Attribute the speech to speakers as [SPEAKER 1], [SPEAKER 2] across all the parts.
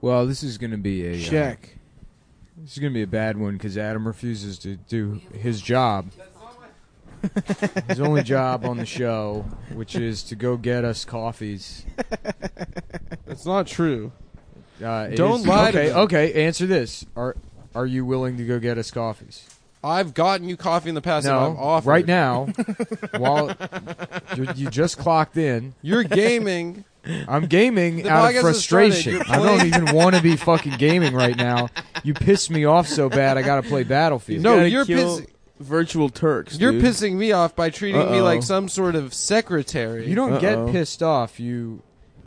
[SPEAKER 1] Well, this is going to be a uh,
[SPEAKER 2] Check.
[SPEAKER 1] this is going to be a bad one because Adam refuses to do his job. his only job on the show, which is to go get us coffees.
[SPEAKER 2] That's not true.
[SPEAKER 1] Uh, it
[SPEAKER 2] Don't
[SPEAKER 1] is-
[SPEAKER 2] lie to
[SPEAKER 1] Okay,
[SPEAKER 2] them.
[SPEAKER 1] okay. Answer this: Are are you willing to go get us coffees?
[SPEAKER 2] I've gotten you coffee in the past. and I've
[SPEAKER 1] no,
[SPEAKER 2] offered.
[SPEAKER 1] right now, while you you just clocked in,
[SPEAKER 2] You're gaming.
[SPEAKER 1] I'm gaming
[SPEAKER 2] The
[SPEAKER 1] out
[SPEAKER 2] podcast
[SPEAKER 1] of
[SPEAKER 2] is
[SPEAKER 1] frustration.
[SPEAKER 2] started. You're
[SPEAKER 1] I don't
[SPEAKER 2] playing-
[SPEAKER 1] even want to be fucking gaming right now. You pissed me off so bad. I got to play Battlefield.
[SPEAKER 2] No,
[SPEAKER 3] gotta
[SPEAKER 2] you're
[SPEAKER 3] kill
[SPEAKER 2] pissing-
[SPEAKER 3] virtual Turks.
[SPEAKER 2] You're
[SPEAKER 3] dude.
[SPEAKER 2] pissing me off by treating me
[SPEAKER 3] Uh-oh.
[SPEAKER 2] like some sort of secretary.
[SPEAKER 1] You don't
[SPEAKER 3] Uh-oh.
[SPEAKER 1] get pissed off. You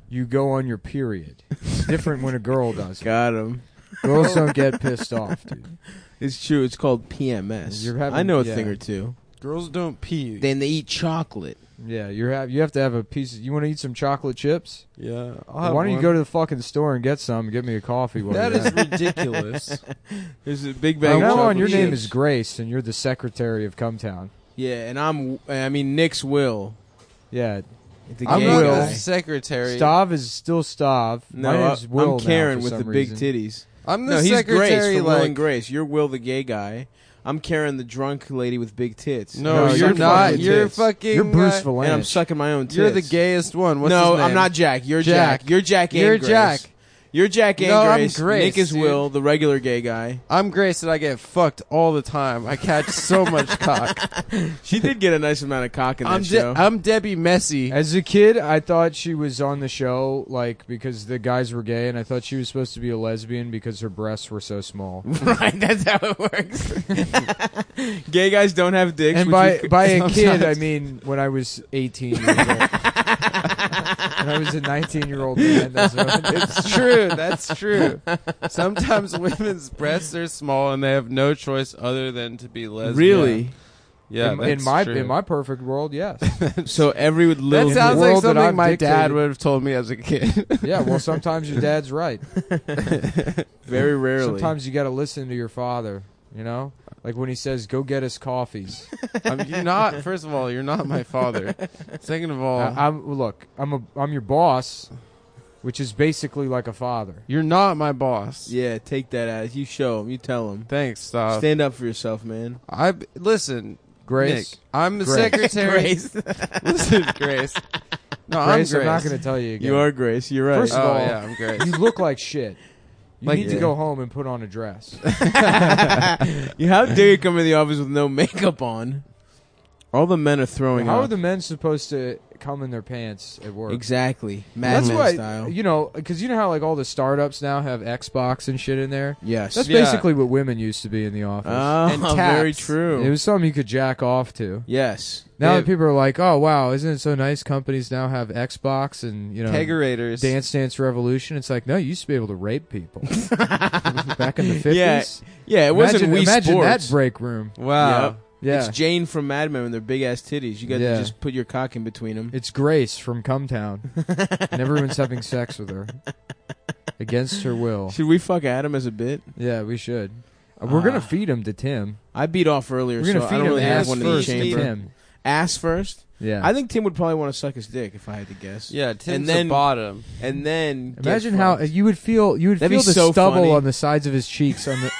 [SPEAKER 1] you go on your period. It's different when a girl does. it.
[SPEAKER 3] Got him.
[SPEAKER 1] Girls don't get pissed off, dude.
[SPEAKER 3] It's true. It's called PMS.
[SPEAKER 1] You're having-
[SPEAKER 3] I know a
[SPEAKER 1] yeah.
[SPEAKER 3] thing or two.
[SPEAKER 2] Girls don't pee.
[SPEAKER 3] Then they eat chocolate.
[SPEAKER 1] Yeah, you have you have to have a piece. Of, you want to eat some chocolate chips?
[SPEAKER 2] yeah. I'll
[SPEAKER 1] Why
[SPEAKER 2] have
[SPEAKER 1] don't you
[SPEAKER 2] one.
[SPEAKER 1] go to the fucking store and get some? and Get me a coffee. While
[SPEAKER 2] That
[SPEAKER 1] you're
[SPEAKER 2] is
[SPEAKER 1] at it.
[SPEAKER 2] ridiculous.
[SPEAKER 3] There's a big E
[SPEAKER 1] From
[SPEAKER 3] bang.
[SPEAKER 1] now
[SPEAKER 3] of
[SPEAKER 1] on, your
[SPEAKER 3] chocolate
[SPEAKER 1] name
[SPEAKER 3] chips.
[SPEAKER 1] is Grace, and you're the secretary of Cumtown.
[SPEAKER 3] Yeah, and I'm. I mean, Nick's Will.
[SPEAKER 1] Yeah,
[SPEAKER 3] The
[SPEAKER 1] I'm
[SPEAKER 2] I'm
[SPEAKER 3] gay
[SPEAKER 2] not
[SPEAKER 1] Will.
[SPEAKER 2] a
[SPEAKER 3] guy.
[SPEAKER 2] secretary.
[SPEAKER 1] Stav is still Stav.
[SPEAKER 3] No,
[SPEAKER 1] My
[SPEAKER 3] I-
[SPEAKER 1] name's Will
[SPEAKER 3] I'm Karen
[SPEAKER 1] now, for
[SPEAKER 3] with
[SPEAKER 1] some
[SPEAKER 3] the big
[SPEAKER 1] reason.
[SPEAKER 3] titties.
[SPEAKER 2] I'm the
[SPEAKER 3] no, he's
[SPEAKER 2] secretary.
[SPEAKER 3] Grace from
[SPEAKER 2] like
[SPEAKER 3] Will and Grace. You're Will, the gay guy. I'm Karen, the drunk lady with big tits.
[SPEAKER 2] No,
[SPEAKER 1] No,
[SPEAKER 2] you're
[SPEAKER 1] you're
[SPEAKER 2] not.
[SPEAKER 1] fucking
[SPEAKER 2] You're
[SPEAKER 3] tits.
[SPEAKER 2] fucking.
[SPEAKER 1] You're Bruce
[SPEAKER 2] uh,
[SPEAKER 1] Vilanch.
[SPEAKER 3] and I'm sucking my own tits.
[SPEAKER 2] You're the gayest one. What's
[SPEAKER 3] no,
[SPEAKER 2] his name?
[SPEAKER 3] I'm not Jack. You're Jack.
[SPEAKER 2] Jack.
[SPEAKER 3] You're Jack. And
[SPEAKER 2] You're
[SPEAKER 3] Grace.
[SPEAKER 2] Jack.
[SPEAKER 3] You're Jack and
[SPEAKER 2] No, I'm
[SPEAKER 3] Grace.
[SPEAKER 2] Grace,
[SPEAKER 3] Nick is
[SPEAKER 2] dude.
[SPEAKER 3] Will, the regular gay guy.
[SPEAKER 2] I'm Grace, and I get fucked all the time. I catch so much cock.
[SPEAKER 3] She did get a nice amount of cock in that
[SPEAKER 2] I'm
[SPEAKER 3] show.
[SPEAKER 2] De- I'm Debbie Messy.
[SPEAKER 1] As a kid, I thought she was on the show like because the guys were gay, and I thought she was supposed to be a lesbian because her breasts were so small.
[SPEAKER 3] right, that's how it works. gay guys don't have dicks.
[SPEAKER 1] and
[SPEAKER 3] which
[SPEAKER 1] by
[SPEAKER 3] is-
[SPEAKER 1] by a kid, I
[SPEAKER 3] sometimes.
[SPEAKER 1] mean when I was 18 years old. and I was a 19 year old man. That's what I did.
[SPEAKER 2] It's true. That's true. Sometimes women's breasts are small and they have no choice other than to be lesbian.
[SPEAKER 3] really.
[SPEAKER 2] Yeah.
[SPEAKER 1] in,
[SPEAKER 2] that's
[SPEAKER 1] in my
[SPEAKER 2] true.
[SPEAKER 1] in my perfect world, yes.
[SPEAKER 3] So every
[SPEAKER 2] That
[SPEAKER 3] little
[SPEAKER 2] sounds like
[SPEAKER 1] world that
[SPEAKER 2] something
[SPEAKER 1] I've
[SPEAKER 2] my dad
[SPEAKER 1] dictated-
[SPEAKER 2] would have told me as a kid.
[SPEAKER 1] Yeah. Well, sometimes your dad's right.
[SPEAKER 3] very rarely.
[SPEAKER 1] Sometimes you got to listen to your father. You know, like when he says, "Go get us coffees."
[SPEAKER 2] I'm, you're not. First of all, you're not my father. Second of all,
[SPEAKER 1] I, I'm look. I'm a I'm your boss, which is basically like a father.
[SPEAKER 2] you're not my boss.
[SPEAKER 3] Yeah, take that as you show him. You tell him.
[SPEAKER 2] Thanks, stop.
[SPEAKER 3] Stand up for yourself, man.
[SPEAKER 2] I listen,
[SPEAKER 1] Grace,
[SPEAKER 2] Nick, I'm the
[SPEAKER 1] Grace.
[SPEAKER 2] secretary. Listen, Grace. No,
[SPEAKER 1] Grace,
[SPEAKER 2] I'm
[SPEAKER 1] I'm
[SPEAKER 2] Grace.
[SPEAKER 1] not going to tell you again.
[SPEAKER 3] you are Grace. You're right.
[SPEAKER 1] First of
[SPEAKER 2] oh
[SPEAKER 1] all,
[SPEAKER 2] yeah, I'm Grace.
[SPEAKER 1] You look like shit. You
[SPEAKER 2] Like-
[SPEAKER 1] need
[SPEAKER 3] yeah.
[SPEAKER 1] to go home and put on a dress.
[SPEAKER 3] You- How dare you come in the office with no makeup on? All the men are throwing
[SPEAKER 1] How
[SPEAKER 3] up.
[SPEAKER 1] are the men supposed to come in their pants at work?
[SPEAKER 3] exactly Mad
[SPEAKER 1] That's
[SPEAKER 3] Men
[SPEAKER 1] why
[SPEAKER 3] style?
[SPEAKER 1] you know because you know how like all the startups now have Xbox and shit in there.
[SPEAKER 3] yes.
[SPEAKER 1] That's
[SPEAKER 2] Yeah.
[SPEAKER 1] basically what women used to be in the office.
[SPEAKER 3] oh,
[SPEAKER 2] and taps.
[SPEAKER 3] very true.
[SPEAKER 1] it was something you could jack off to.
[SPEAKER 3] yes.
[SPEAKER 1] Now
[SPEAKER 2] They-
[SPEAKER 1] that people are like, "Oh wow, isn't it so nice?" Companies now have Xbox and you know
[SPEAKER 2] Kegerators.
[SPEAKER 1] Dance Dance Revolution. It's like, no, you used to be able to rape people back in the fifties.
[SPEAKER 3] Yeah, Yeah, it wasn't
[SPEAKER 1] imagine,
[SPEAKER 3] Wii
[SPEAKER 1] imagine
[SPEAKER 3] Sports.
[SPEAKER 1] that break room.
[SPEAKER 2] Wow.
[SPEAKER 3] Yep.
[SPEAKER 1] Yeah,
[SPEAKER 3] It's
[SPEAKER 1] it's,
[SPEAKER 3] Jane from Mad Men with their big ass titties. You got
[SPEAKER 1] Yeah.
[SPEAKER 3] to just put your cock in between them.
[SPEAKER 1] Grace from Cumtown, and everyone's having sex with her against her will.
[SPEAKER 3] Should we fuck Adam as a bit?
[SPEAKER 1] Yeah, we should. Uh, We're
[SPEAKER 3] Ah.
[SPEAKER 1] gonna feed him to Tim.
[SPEAKER 3] I beat off earlier,
[SPEAKER 1] We're
[SPEAKER 3] so
[SPEAKER 1] gonna
[SPEAKER 3] I
[SPEAKER 1] feed
[SPEAKER 3] don't
[SPEAKER 1] him
[SPEAKER 3] really
[SPEAKER 1] ass
[SPEAKER 3] have one in the
[SPEAKER 1] first to
[SPEAKER 3] chamber.
[SPEAKER 1] Tim.
[SPEAKER 3] Ass first.
[SPEAKER 1] Yeah.
[SPEAKER 3] I think Tim would probably want to suck his dick if I had to guess.
[SPEAKER 2] Yeah, Tim's
[SPEAKER 3] And then-
[SPEAKER 2] the bottom.
[SPEAKER 3] And then get
[SPEAKER 1] Imagine how uh,
[SPEAKER 3] fucked.
[SPEAKER 1] you would feel. You would
[SPEAKER 3] That'd be
[SPEAKER 1] feel the
[SPEAKER 3] so
[SPEAKER 1] stubble
[SPEAKER 3] funny.
[SPEAKER 1] on the sides of his cheeks, on the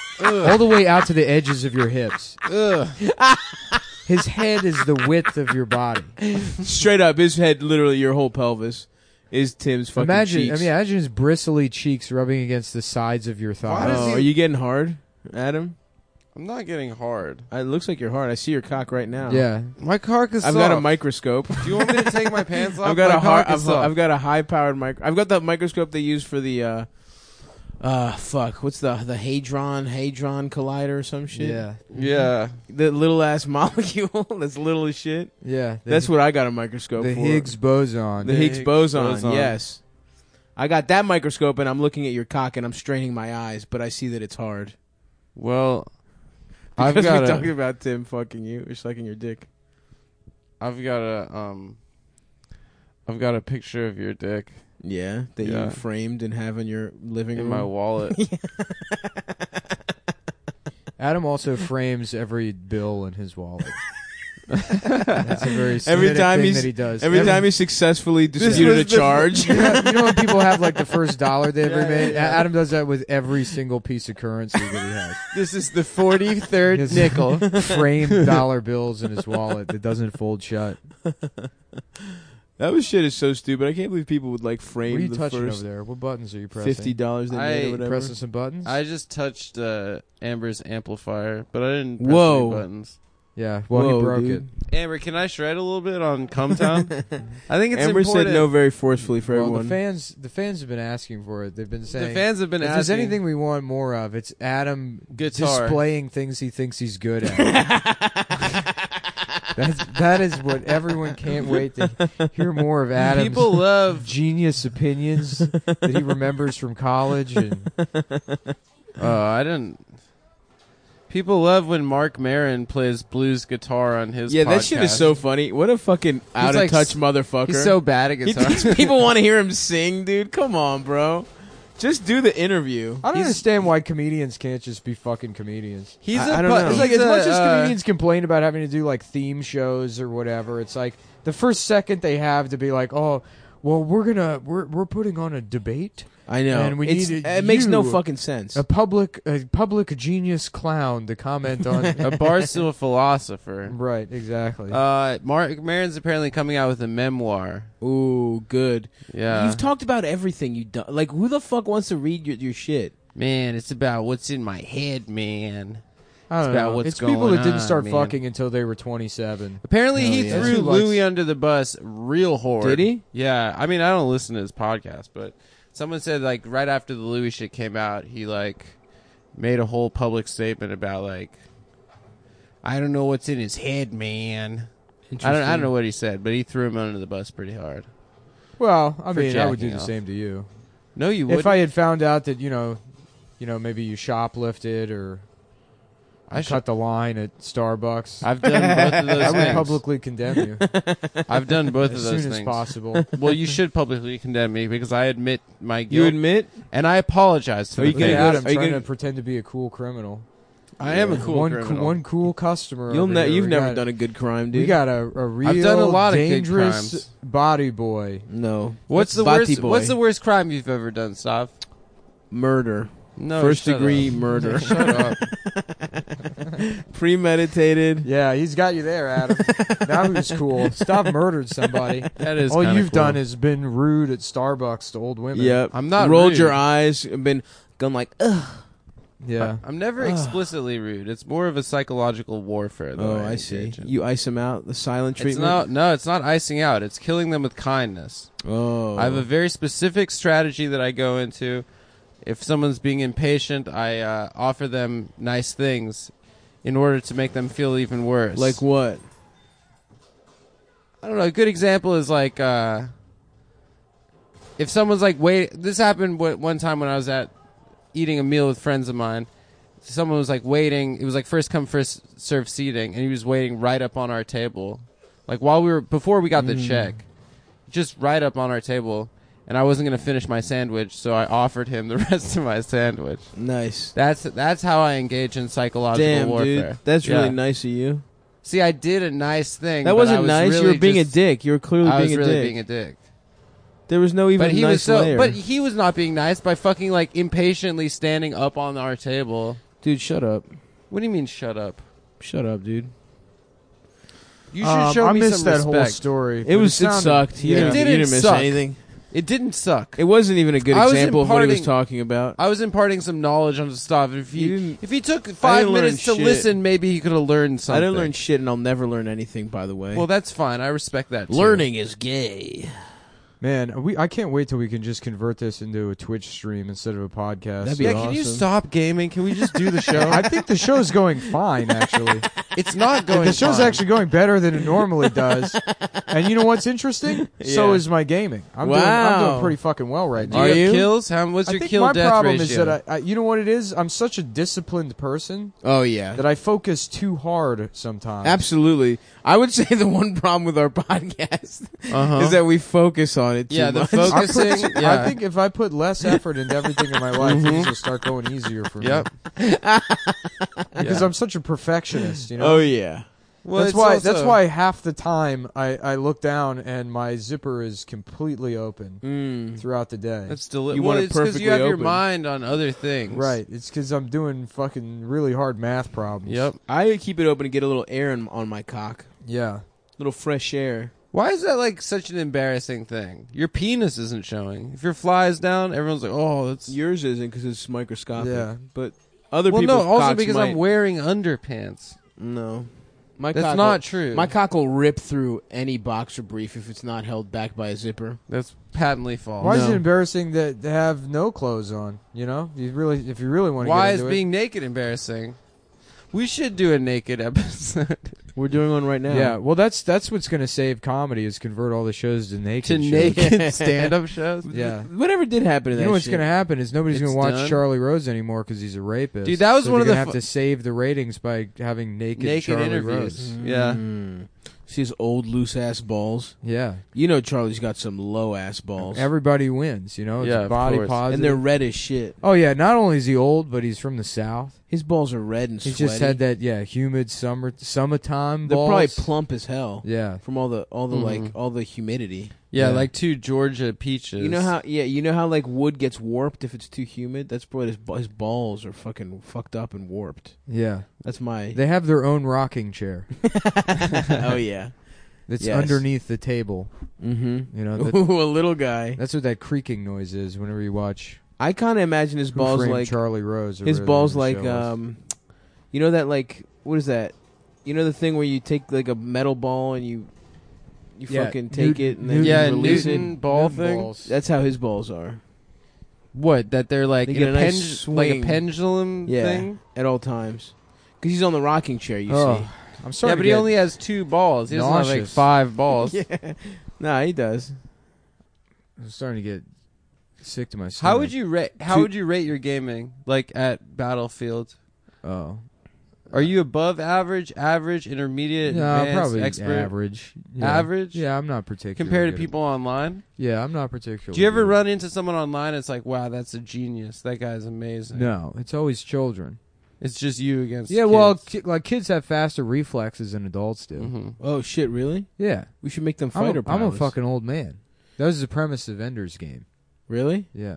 [SPEAKER 1] all the way out to the edges of your hips.
[SPEAKER 2] Ugh.
[SPEAKER 1] His head is the width of your body.
[SPEAKER 3] straight up his head, literally your whole pelvis is Tim's fucking
[SPEAKER 1] imagine,
[SPEAKER 3] cheeks.
[SPEAKER 1] I mean, imagine his bristly cheeks rubbing against the sides of your
[SPEAKER 2] Why
[SPEAKER 1] thighs.
[SPEAKER 2] does
[SPEAKER 3] oh,
[SPEAKER 2] he-
[SPEAKER 3] are you getting hard, Adam?
[SPEAKER 2] I'm not getting hard.
[SPEAKER 3] It looks like you're hard. I see your cock right now.
[SPEAKER 1] Yeah,
[SPEAKER 2] My cock is
[SPEAKER 3] I've
[SPEAKER 2] soft.
[SPEAKER 3] got a microscope.
[SPEAKER 2] Do you want me to take my pants off?
[SPEAKER 3] I've got
[SPEAKER 2] my
[SPEAKER 3] a hard.
[SPEAKER 2] cock is
[SPEAKER 3] I've, I've
[SPEAKER 2] soft.
[SPEAKER 3] got a high powered mic. I've got that microscope they use for the. uh uh fuck! What's the the hadron hadron collider or some shit?
[SPEAKER 1] yeah,
[SPEAKER 2] yeah.
[SPEAKER 3] the little ass molecule that's little as shit.
[SPEAKER 1] yeah. The,
[SPEAKER 3] That's what I got a microscope
[SPEAKER 1] the
[SPEAKER 3] for.
[SPEAKER 1] Higgs boson.
[SPEAKER 3] The Higgs
[SPEAKER 2] Higgs
[SPEAKER 3] boson,
[SPEAKER 2] boson.
[SPEAKER 3] yes. I got that microscope and I'm looking at your cock and I'm straining my eyes, but I see that it's hard.
[SPEAKER 2] Well,
[SPEAKER 3] Because
[SPEAKER 2] I've got
[SPEAKER 3] we're
[SPEAKER 2] a.
[SPEAKER 3] talking about Tim fucking you or sucking your dick.
[SPEAKER 2] I've got a. Um. I've got a picture of your dick
[SPEAKER 3] Yeah, that
[SPEAKER 2] Yeah.
[SPEAKER 3] you framed and have in your living
[SPEAKER 2] in
[SPEAKER 3] room.
[SPEAKER 2] my wallet.
[SPEAKER 1] Adam also frames every bill in his wallet. That's a very
[SPEAKER 3] Every
[SPEAKER 1] Semitic
[SPEAKER 3] time
[SPEAKER 1] thing
[SPEAKER 3] he's-
[SPEAKER 1] that he does.
[SPEAKER 3] Every time he successfully
[SPEAKER 1] was
[SPEAKER 3] disputed a
[SPEAKER 1] the-
[SPEAKER 3] charge.
[SPEAKER 1] you know, you know when people have like the first dollar they ever
[SPEAKER 3] Yeah, yeah,
[SPEAKER 1] made.
[SPEAKER 3] yeah.
[SPEAKER 1] Adam does that with every single piece of currency that he has.
[SPEAKER 3] this is the 43rd
[SPEAKER 1] He has framed dollar bills in his wallet that doesn't fold shut.
[SPEAKER 3] That was shit is so stupid. I can't believe people would like
[SPEAKER 1] What
[SPEAKER 3] frame
[SPEAKER 1] are you
[SPEAKER 3] the
[SPEAKER 1] touching
[SPEAKER 3] first
[SPEAKER 1] over there? What buttons are you pressing?
[SPEAKER 3] fifty dollars they
[SPEAKER 2] I-
[SPEAKER 3] made or
[SPEAKER 1] You
[SPEAKER 3] whatever.
[SPEAKER 1] pressing some buttons?
[SPEAKER 2] I just touched uh, Amber's amplifier, but I didn't press
[SPEAKER 3] Whoa.
[SPEAKER 2] any buttons.
[SPEAKER 1] yeah. Well,
[SPEAKER 3] Whoa,
[SPEAKER 1] he broke
[SPEAKER 3] dude.
[SPEAKER 2] Amber, can I shred a little bit on Cumtown? I think it's
[SPEAKER 3] Amber
[SPEAKER 2] important.
[SPEAKER 3] said no very forcefully
[SPEAKER 1] it.
[SPEAKER 3] for
[SPEAKER 1] Well,
[SPEAKER 3] everyone.
[SPEAKER 1] the fans, the fans have been asking for it. They've been saying.
[SPEAKER 2] the fans have been
[SPEAKER 1] if
[SPEAKER 2] asking.
[SPEAKER 1] there's anything we want more of, it's Adam
[SPEAKER 2] Guitar.
[SPEAKER 1] displaying things he thinks he's good at. That's, that is what everyone can't wait to hear more of Adam's
[SPEAKER 2] People love
[SPEAKER 1] genius opinions that he remembers from college. And
[SPEAKER 2] Oh, I didn't. People love when Mark Marin plays blues guitar on his.
[SPEAKER 3] yeah, that shit is
[SPEAKER 2] podcast.
[SPEAKER 3] so funny. What a fucking out of
[SPEAKER 1] like
[SPEAKER 3] touch
[SPEAKER 1] s-
[SPEAKER 3] motherfucker.
[SPEAKER 2] He's so bad at
[SPEAKER 3] He
[SPEAKER 2] guitar.
[SPEAKER 3] thinks people want to hear him sing, dude. Come on, bro. Just do the interview.
[SPEAKER 1] I don't
[SPEAKER 3] He's-
[SPEAKER 1] understand why comedians can't just be fucking comedians.
[SPEAKER 2] He's
[SPEAKER 3] I-
[SPEAKER 2] a
[SPEAKER 3] I don't
[SPEAKER 2] pu-
[SPEAKER 3] know.
[SPEAKER 1] It's
[SPEAKER 2] he's
[SPEAKER 1] like as
[SPEAKER 2] a,
[SPEAKER 1] much as
[SPEAKER 2] uh,
[SPEAKER 1] comedians complain about having to do like theme shows or whatever, it's like the first second they have to be like, oh, well, we're gonna we're we're putting on a debate.
[SPEAKER 3] I know.
[SPEAKER 1] Man, we
[SPEAKER 3] It's-
[SPEAKER 1] needed
[SPEAKER 3] it makes no
[SPEAKER 1] you.
[SPEAKER 3] fucking sense.
[SPEAKER 1] a public a public genius clown to comment on.
[SPEAKER 2] a barstool philosopher.
[SPEAKER 1] right, exactly.
[SPEAKER 2] Uh, Mark Marin's apparently coming out with a memoir.
[SPEAKER 3] Ooh, good.
[SPEAKER 2] Yeah,
[SPEAKER 3] You've talked about everything you done. Like, who the fuck wants to read your, your shit?
[SPEAKER 2] man, it's about what's in my head, man.
[SPEAKER 1] I don't
[SPEAKER 2] about
[SPEAKER 1] know.
[SPEAKER 2] what's
[SPEAKER 1] it's people that
[SPEAKER 2] going
[SPEAKER 1] didn't
[SPEAKER 2] on,
[SPEAKER 1] start
[SPEAKER 2] man.
[SPEAKER 1] fucking until they were 27.
[SPEAKER 2] Apparently,
[SPEAKER 3] Hell
[SPEAKER 2] he
[SPEAKER 3] yeah.
[SPEAKER 2] threw
[SPEAKER 1] Who likes-
[SPEAKER 2] Louis under the bus real hard.
[SPEAKER 3] Did he?
[SPEAKER 2] Yeah. I mean, I don't listen to his podcast, but someone said like right after the Louis shit came out, he like made a whole public statement about like I don't know what's in his head, man. I don't. I don't know what he said, but he threw him under the bus pretty hard.
[SPEAKER 1] Well, I
[SPEAKER 2] For
[SPEAKER 1] mean, I would do
[SPEAKER 2] jacking
[SPEAKER 1] the
[SPEAKER 2] off.
[SPEAKER 1] same to you.
[SPEAKER 2] No, you
[SPEAKER 1] If
[SPEAKER 2] wouldn't.
[SPEAKER 1] I had found out that, you know, you know, maybe you shoplifted or I
[SPEAKER 2] I
[SPEAKER 1] cut the line at Starbucks,
[SPEAKER 2] have done both of
[SPEAKER 1] I
[SPEAKER 2] those
[SPEAKER 1] would
[SPEAKER 2] things.
[SPEAKER 1] publicly condemn you
[SPEAKER 2] I've done both
[SPEAKER 1] as
[SPEAKER 2] of those
[SPEAKER 1] soon as
[SPEAKER 2] things.
[SPEAKER 1] possible.
[SPEAKER 2] Well, you should publicly condemn me because I admit my guilt,
[SPEAKER 3] You admit?
[SPEAKER 2] and I apologize to
[SPEAKER 3] Are
[SPEAKER 2] the
[SPEAKER 3] you gonna
[SPEAKER 1] Hey,
[SPEAKER 2] fans.
[SPEAKER 3] go to-
[SPEAKER 1] Adam,
[SPEAKER 3] are you
[SPEAKER 1] trying
[SPEAKER 3] gonna-
[SPEAKER 1] to pretend to be a cool criminal.
[SPEAKER 2] I am a cool
[SPEAKER 1] one,
[SPEAKER 2] criminal.
[SPEAKER 1] one cool customer.
[SPEAKER 3] You'll
[SPEAKER 1] over
[SPEAKER 3] ne-
[SPEAKER 1] here.
[SPEAKER 3] you've
[SPEAKER 1] We
[SPEAKER 3] never
[SPEAKER 1] got-
[SPEAKER 3] done a good crime, dude.
[SPEAKER 1] We got a, a real
[SPEAKER 2] I've done a lot of good
[SPEAKER 1] dangerous
[SPEAKER 2] crimes.
[SPEAKER 1] body boy.
[SPEAKER 3] no.
[SPEAKER 2] What's
[SPEAKER 3] That's
[SPEAKER 2] the
[SPEAKER 3] Bati
[SPEAKER 2] worst?
[SPEAKER 3] Boy.
[SPEAKER 2] What's the worst crime you've ever done, Stav?
[SPEAKER 3] murder?
[SPEAKER 2] No,
[SPEAKER 3] First
[SPEAKER 2] shut
[SPEAKER 3] degree
[SPEAKER 2] up.
[SPEAKER 3] murder.
[SPEAKER 2] Shut up.
[SPEAKER 3] Premeditated.
[SPEAKER 1] Yeah, he's got you there, Adam. that was cool. Stop murdered somebody.
[SPEAKER 2] That is.
[SPEAKER 1] All
[SPEAKER 2] kinda
[SPEAKER 1] you've
[SPEAKER 2] cool.
[SPEAKER 1] done is been rude at Starbucks to old women.
[SPEAKER 3] Yep.
[SPEAKER 2] I'm not
[SPEAKER 3] rolled
[SPEAKER 2] rude.
[SPEAKER 3] your eyes and been gone like, ugh.
[SPEAKER 1] Yeah.
[SPEAKER 2] I'm never explicitly rude. It's more of a psychological warfare. that
[SPEAKER 3] Oh, I see.
[SPEAKER 2] engage in.
[SPEAKER 3] You ice them out. The silent
[SPEAKER 2] It's
[SPEAKER 3] treatment.
[SPEAKER 2] not. No, it's not icing out. It's killing them with kindness.
[SPEAKER 3] oh,
[SPEAKER 2] I have a very specific strategy that I go into. If someone's being impatient, I uh, offer them nice things in order to make them feel even worse.
[SPEAKER 3] like what?
[SPEAKER 2] I don't know. A good example is like uh, if someone's like, "Wait," this happened wh- one time when I was at eating a meal with friends of mine. Someone was like waiting. It was like first come first serve seating, and he was waiting right up on our table, like while we were before we got
[SPEAKER 3] Mm.
[SPEAKER 2] the check, just right up on our table. And I wasn't gonna finish my sandwich, so I offered him the rest of my sandwich.
[SPEAKER 3] Nice.
[SPEAKER 2] That's that's how I engage in psychological
[SPEAKER 3] Damn,
[SPEAKER 2] warfare.
[SPEAKER 3] dude, that's really
[SPEAKER 2] Yeah.
[SPEAKER 3] nice of you.
[SPEAKER 2] See, I did a nice thing.
[SPEAKER 3] That
[SPEAKER 2] but I
[SPEAKER 3] wasn't
[SPEAKER 2] was
[SPEAKER 3] nice.
[SPEAKER 2] Really
[SPEAKER 3] you were being
[SPEAKER 2] just,
[SPEAKER 3] a dick. You were clearly
[SPEAKER 2] I was
[SPEAKER 3] being
[SPEAKER 2] really
[SPEAKER 3] a dick.
[SPEAKER 2] being a dick.
[SPEAKER 3] there was no even
[SPEAKER 2] But he
[SPEAKER 3] nice
[SPEAKER 2] was so.
[SPEAKER 3] layer.
[SPEAKER 2] But he was not being nice by fucking like impatiently standing up on our table.
[SPEAKER 3] dude, shut up.
[SPEAKER 2] What do you mean? Shut up.
[SPEAKER 3] Shut up, dude.
[SPEAKER 2] You should
[SPEAKER 1] Um,
[SPEAKER 2] show
[SPEAKER 1] I
[SPEAKER 2] me
[SPEAKER 1] missed
[SPEAKER 2] some
[SPEAKER 1] that
[SPEAKER 2] respect.
[SPEAKER 1] whole story. but
[SPEAKER 3] It was. It,
[SPEAKER 1] sounded-
[SPEAKER 3] sucked. You
[SPEAKER 2] It
[SPEAKER 3] didn't, you
[SPEAKER 2] didn't
[SPEAKER 3] didn't miss
[SPEAKER 2] suck.
[SPEAKER 3] anything.
[SPEAKER 2] It didn't suck.
[SPEAKER 3] It wasn't even a good
[SPEAKER 2] I was
[SPEAKER 3] example of what he was
[SPEAKER 2] imparting-
[SPEAKER 3] talking about.
[SPEAKER 2] I was imparting some knowledge onto stuff. If
[SPEAKER 3] You
[SPEAKER 2] he
[SPEAKER 3] didn't-
[SPEAKER 2] if he took five
[SPEAKER 3] learn
[SPEAKER 2] minutes to
[SPEAKER 3] shit.
[SPEAKER 2] listen, maybe he could have learned
[SPEAKER 3] I
[SPEAKER 2] something.
[SPEAKER 3] didn't learn shit, and I'll never learn anything. By the way,
[SPEAKER 2] Well, that's fine. I respect that. Too.
[SPEAKER 3] learning is gay.
[SPEAKER 1] Man, we I can't wait till we can just convert this into a Twitch stream instead of a podcast.
[SPEAKER 3] That'd be
[SPEAKER 2] Yeah, can you
[SPEAKER 3] awesome.
[SPEAKER 2] stop gaming? Can we just do the show?
[SPEAKER 1] I think the show's going fine actually.
[SPEAKER 2] it's not going.
[SPEAKER 1] the show's
[SPEAKER 2] fine.
[SPEAKER 1] actually going better than it normally does. and you know what's interesting? So
[SPEAKER 3] Yeah.
[SPEAKER 1] is my gaming. I'm doing I'm
[SPEAKER 3] Wow.
[SPEAKER 1] doing pretty fucking well right
[SPEAKER 2] Do
[SPEAKER 1] now.
[SPEAKER 2] you
[SPEAKER 3] Are
[SPEAKER 2] have
[SPEAKER 3] you?
[SPEAKER 2] kills? How? What's
[SPEAKER 1] I
[SPEAKER 2] your
[SPEAKER 1] think
[SPEAKER 2] kill
[SPEAKER 1] my
[SPEAKER 2] death
[SPEAKER 1] problem
[SPEAKER 2] ratio?
[SPEAKER 1] is that I, I, you know what it is? I'm such a disciplined person
[SPEAKER 3] Oh yeah,
[SPEAKER 1] that I focus too hard sometimes.
[SPEAKER 3] Absolutely. I would say the one problem with our podcast
[SPEAKER 2] Uh-huh.
[SPEAKER 3] is that we focus on it too
[SPEAKER 2] yeah, the
[SPEAKER 3] much.
[SPEAKER 1] I, put-
[SPEAKER 2] focusing. yeah.
[SPEAKER 1] I think if I put less effort into everything in my life, things will start going easier for me.
[SPEAKER 2] Yep.
[SPEAKER 1] Because I'm such a perfectionist, you know.
[SPEAKER 3] oh yeah.
[SPEAKER 2] Well,
[SPEAKER 1] that's
[SPEAKER 2] it's
[SPEAKER 1] why.
[SPEAKER 2] also-
[SPEAKER 1] That's why half the time I, I look down and my zipper is completely open
[SPEAKER 3] Mm.
[SPEAKER 1] throughout the day.
[SPEAKER 2] That's deli-
[SPEAKER 3] You
[SPEAKER 2] well,
[SPEAKER 3] want it
[SPEAKER 2] it's because
[SPEAKER 3] perfectly
[SPEAKER 2] you have your
[SPEAKER 3] open.
[SPEAKER 2] mind on other things.
[SPEAKER 1] right. It's because I'm doing fucking really hard math problems.
[SPEAKER 2] Yep.
[SPEAKER 3] I keep it open to get a little air in, on my cock,
[SPEAKER 1] Yeah.
[SPEAKER 3] little fresh air.
[SPEAKER 2] Why is that like such an embarrassing thing? Your penis isn't showing. If your fly is down, everyone's like, "Oh, that's."
[SPEAKER 3] Yours isn't because it's microscopic.
[SPEAKER 1] Yeah.
[SPEAKER 3] but other
[SPEAKER 2] well,
[SPEAKER 3] people.
[SPEAKER 2] no. Also, because I'm wearing underpants.
[SPEAKER 3] no. My
[SPEAKER 2] That's
[SPEAKER 3] cock
[SPEAKER 2] not
[SPEAKER 3] will-
[SPEAKER 2] true.
[SPEAKER 3] My cock will rip through any boxer brief if it's not held back by a zipper.
[SPEAKER 2] That's patently false.
[SPEAKER 1] Why is
[SPEAKER 3] No.
[SPEAKER 1] it embarrassing that to have no clothes on? You know, you really if you really want to.
[SPEAKER 2] Why
[SPEAKER 1] get
[SPEAKER 2] is
[SPEAKER 1] into
[SPEAKER 2] being naked embarrassing? We should do a naked episode
[SPEAKER 3] We're doing one right now.
[SPEAKER 1] It. Yeah. Well, that's that's what's going to save comedy is convert all the shows to naked.
[SPEAKER 2] to
[SPEAKER 1] shows.
[SPEAKER 2] naked stand-up shows.
[SPEAKER 1] Yeah.
[SPEAKER 3] Whatever did happen to that
[SPEAKER 1] You know what's
[SPEAKER 3] shit.
[SPEAKER 1] going to happen is nobody's
[SPEAKER 2] It's
[SPEAKER 1] going to watch
[SPEAKER 2] done.
[SPEAKER 1] Charlie Rose anymore because he's a rapist.
[SPEAKER 2] Dude, that was
[SPEAKER 1] So they're
[SPEAKER 2] one of the
[SPEAKER 1] gonna have
[SPEAKER 2] fu-
[SPEAKER 1] to save the ratings by having naked,
[SPEAKER 2] Naked
[SPEAKER 1] Charlie
[SPEAKER 2] interviews.
[SPEAKER 1] Rose. Mm-hmm.
[SPEAKER 2] Yeah.
[SPEAKER 3] Mm. See his old loose ass balls.
[SPEAKER 2] Mm-hmm.
[SPEAKER 1] Yeah,
[SPEAKER 3] You know Charlie's got some low ass balls,
[SPEAKER 1] everybody wins. You know, it's
[SPEAKER 2] Yeah, of
[SPEAKER 1] body
[SPEAKER 2] course.
[SPEAKER 1] positive.
[SPEAKER 3] and they're red as shit.
[SPEAKER 1] oh yeah, not only is he old, but he's from the south.
[SPEAKER 3] His balls are red and
[SPEAKER 1] He
[SPEAKER 3] sweaty.
[SPEAKER 1] just had that yeah humid summer summertime.
[SPEAKER 3] They're
[SPEAKER 1] balls.
[SPEAKER 3] probably plump as hell
[SPEAKER 1] yeah.
[SPEAKER 3] from all the all the like
[SPEAKER 2] Mhm.
[SPEAKER 3] all the humidity.
[SPEAKER 2] Yeah,
[SPEAKER 1] Yeah.
[SPEAKER 2] like two Georgia peaches.
[SPEAKER 3] Mm-hmm. You know how yeah, you know how like wood gets warped if it's too humid. That's probably his, ba- his balls are fucking fucked up and warped.
[SPEAKER 1] Yeah,
[SPEAKER 3] That's my
[SPEAKER 1] they have their own rocking chair
[SPEAKER 3] oh yeah.
[SPEAKER 1] that's
[SPEAKER 3] Yes.
[SPEAKER 1] underneath the table.
[SPEAKER 3] Mm-hmm.
[SPEAKER 1] You know, that,
[SPEAKER 3] Ooh, a little guy.
[SPEAKER 1] that's what that creaking noise is whenever you watch
[SPEAKER 3] I kind of imagine his
[SPEAKER 1] Who
[SPEAKER 3] balls
[SPEAKER 1] Framed
[SPEAKER 3] like
[SPEAKER 1] Charlie Rose. or
[SPEAKER 3] his
[SPEAKER 1] whatever
[SPEAKER 3] balls
[SPEAKER 1] the
[SPEAKER 3] like
[SPEAKER 1] show was.
[SPEAKER 3] um, you know that like what is that? You know the thing where you take like a metal ball and you you
[SPEAKER 1] Yeah,
[SPEAKER 3] fucking take
[SPEAKER 1] Newton-
[SPEAKER 3] it and then
[SPEAKER 2] Yeah,
[SPEAKER 3] you release
[SPEAKER 2] Newton
[SPEAKER 3] it.
[SPEAKER 2] ball
[SPEAKER 1] Newton
[SPEAKER 2] thing.
[SPEAKER 1] balls.
[SPEAKER 3] That's how his balls are
[SPEAKER 2] What? That they're like
[SPEAKER 3] They
[SPEAKER 2] in
[SPEAKER 3] get
[SPEAKER 2] a
[SPEAKER 3] a nice
[SPEAKER 2] pen- like a
[SPEAKER 3] swing.
[SPEAKER 2] pendulum
[SPEAKER 3] Yeah.
[SPEAKER 2] thing.
[SPEAKER 3] at all times. Because he's on the rocking chair, you
[SPEAKER 1] Oh, I'm sorry.
[SPEAKER 2] yeah, but he only has two balls. He doesn't have like
[SPEAKER 1] nauseous.
[SPEAKER 2] five balls.
[SPEAKER 3] see. Yeah. Nah, he does.
[SPEAKER 1] I'm starting to get sick to my stomach.
[SPEAKER 2] How would you rate? How
[SPEAKER 3] Two-
[SPEAKER 2] would you rate your gaming? Like at Battlefield,
[SPEAKER 1] Oh,
[SPEAKER 2] are you above average, average, intermediate,
[SPEAKER 1] no,
[SPEAKER 2] advanced,
[SPEAKER 1] probably
[SPEAKER 2] expert,
[SPEAKER 1] average. Yeah.
[SPEAKER 2] average?
[SPEAKER 1] Yeah, I'm not particular.
[SPEAKER 2] Compared to people online,
[SPEAKER 1] Yeah, I'm not particular.
[SPEAKER 2] do you ever run into someone online? It's like, wow, that's a genius. That guy's amazing.
[SPEAKER 1] No, it's always children.
[SPEAKER 2] it's just you against.
[SPEAKER 1] Yeah, well, ki- like kids have faster reflexes than adults do.
[SPEAKER 2] hmm
[SPEAKER 3] Oh shit, really?
[SPEAKER 1] Yeah,
[SPEAKER 3] We should make them
[SPEAKER 1] I'm
[SPEAKER 3] fighter
[SPEAKER 1] a, I'm a
[SPEAKER 3] pilots.
[SPEAKER 1] fucking old man. That was the premise of Ender's Game.
[SPEAKER 3] Really?
[SPEAKER 1] Yeah.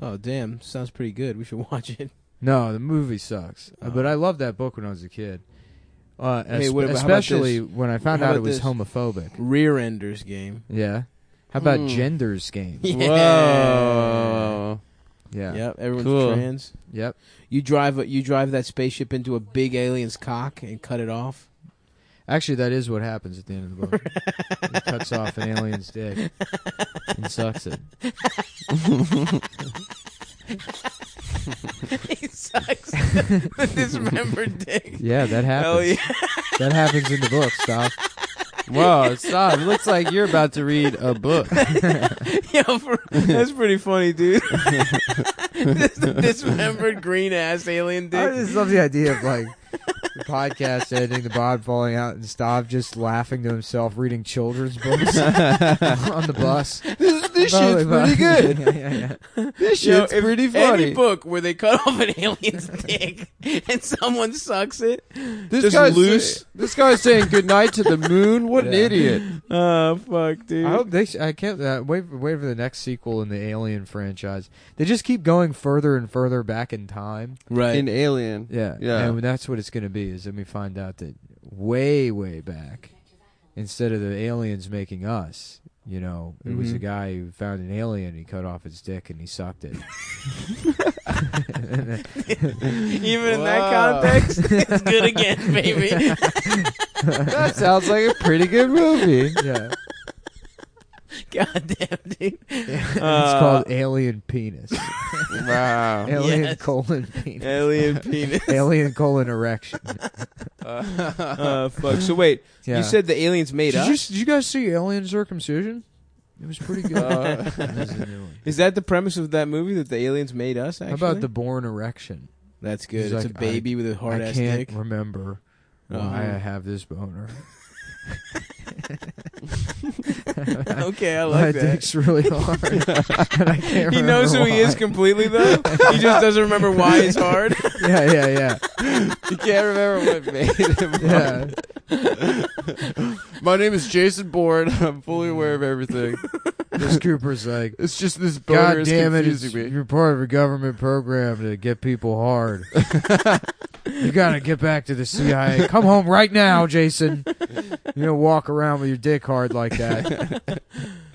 [SPEAKER 3] Oh damn, sounds pretty good. We should watch it.
[SPEAKER 1] No, the movie sucks. Uh, But I loved that book when I was a kid. Uh,
[SPEAKER 3] Hey,
[SPEAKER 1] esp-
[SPEAKER 3] what about- how about
[SPEAKER 1] especially when I found
[SPEAKER 3] How
[SPEAKER 1] out
[SPEAKER 3] about
[SPEAKER 1] it was
[SPEAKER 3] this?
[SPEAKER 1] homophobic.
[SPEAKER 3] Rear Enders game.
[SPEAKER 1] Yeah. How about
[SPEAKER 2] Hmm.
[SPEAKER 1] Gender's Game?
[SPEAKER 3] Yeah.
[SPEAKER 2] Whoa.
[SPEAKER 1] Yeah.
[SPEAKER 3] Yep, everyone's
[SPEAKER 2] Cool.
[SPEAKER 3] trans.
[SPEAKER 1] Yep.
[SPEAKER 3] You drive a, you drive that spaceship into a big alien's cock and cut it off.
[SPEAKER 1] Actually, that is what happens at the end of the book. it cuts off an alien's dick and sucks it.
[SPEAKER 3] he sucks the dismembered dick.
[SPEAKER 1] Yeah, that happens.
[SPEAKER 3] Hell Oh, yeah!
[SPEAKER 1] That happens in the book. Stop.
[SPEAKER 2] Whoa, stop. It looks like you're about to read a book.
[SPEAKER 3] Yo, for- that's pretty funny, dude. This dismembered green ass alien
[SPEAKER 1] I
[SPEAKER 3] dick.
[SPEAKER 1] just love the idea of like the podcast ending, the bod falling out, and Stav just laughing to himself reading children's books on the bus.
[SPEAKER 2] This, this shit's pretty good. This
[SPEAKER 3] Yo,
[SPEAKER 2] shit's
[SPEAKER 3] if
[SPEAKER 2] pretty
[SPEAKER 3] Any
[SPEAKER 2] funny.
[SPEAKER 3] book where they cut off an alien's dick and someone sucks it.
[SPEAKER 2] This
[SPEAKER 3] Just
[SPEAKER 2] guy's
[SPEAKER 3] loose.
[SPEAKER 2] This guy's saying goodnight to the moon. What an
[SPEAKER 1] Yeah.
[SPEAKER 2] idiot.
[SPEAKER 3] Oh fuck, dude.
[SPEAKER 1] I hope they. Sh- I can't uh, wait. Wait for the next sequel in the Alien franchise. They just keep going further and further back in time.
[SPEAKER 3] right.
[SPEAKER 2] In Alien.
[SPEAKER 1] Yeah,
[SPEAKER 2] Yeah.
[SPEAKER 1] And that's what it's going to be. Is then we find out that way, way back, instead of the aliens making us, you know, it was
[SPEAKER 3] Mhm.
[SPEAKER 1] a guy who found an alien. He cut off its dick and he sucked it.
[SPEAKER 3] Even in
[SPEAKER 2] Wow.
[SPEAKER 3] that context, it's good again, baby.
[SPEAKER 2] That sounds like a pretty good movie.
[SPEAKER 1] yeah,
[SPEAKER 3] God damn, dude. Uh,
[SPEAKER 1] it's called Alien Penis,
[SPEAKER 2] Wow.
[SPEAKER 1] Alien
[SPEAKER 3] yes.
[SPEAKER 1] colon penis,
[SPEAKER 3] alien penis.
[SPEAKER 1] Alien colon erection.
[SPEAKER 3] Uh, fuck. So wait,
[SPEAKER 1] Yeah.
[SPEAKER 3] you said the aliens made
[SPEAKER 1] did
[SPEAKER 3] us.
[SPEAKER 1] you, did you guys see Alien Circumcision? It was pretty good.
[SPEAKER 2] Uh,
[SPEAKER 1] That was a new one.
[SPEAKER 3] Is that the premise of that movie that the aliens made us? Actually,
[SPEAKER 1] How about the born erection?
[SPEAKER 3] That's good.
[SPEAKER 1] He's
[SPEAKER 3] It's
[SPEAKER 1] like,
[SPEAKER 3] a baby with a hard
[SPEAKER 1] I
[SPEAKER 3] ass
[SPEAKER 1] can't
[SPEAKER 3] dick.
[SPEAKER 1] remember why
[SPEAKER 3] Uh-huh.
[SPEAKER 1] I have this boner.
[SPEAKER 3] okay, I
[SPEAKER 1] My
[SPEAKER 3] like that.
[SPEAKER 1] dick's really hard. and I can't
[SPEAKER 3] He knows who
[SPEAKER 1] remember
[SPEAKER 3] he is
[SPEAKER 1] why.
[SPEAKER 3] completely though. he just doesn't remember why it's hard.
[SPEAKER 1] yeah, yeah, yeah,
[SPEAKER 2] You can't remember what made him.
[SPEAKER 1] yeah.
[SPEAKER 2] My name is Jason Bourne. I'm fully aware of everything.
[SPEAKER 1] This Cooper's like,
[SPEAKER 2] It's just this boner
[SPEAKER 1] God
[SPEAKER 2] is
[SPEAKER 1] damn it! It's,
[SPEAKER 2] confusing me.
[SPEAKER 1] you're part of a government program to get people hard. you gotta get back to the CIA. Come home right now, Jason. You don't walk around with your dick hard like that.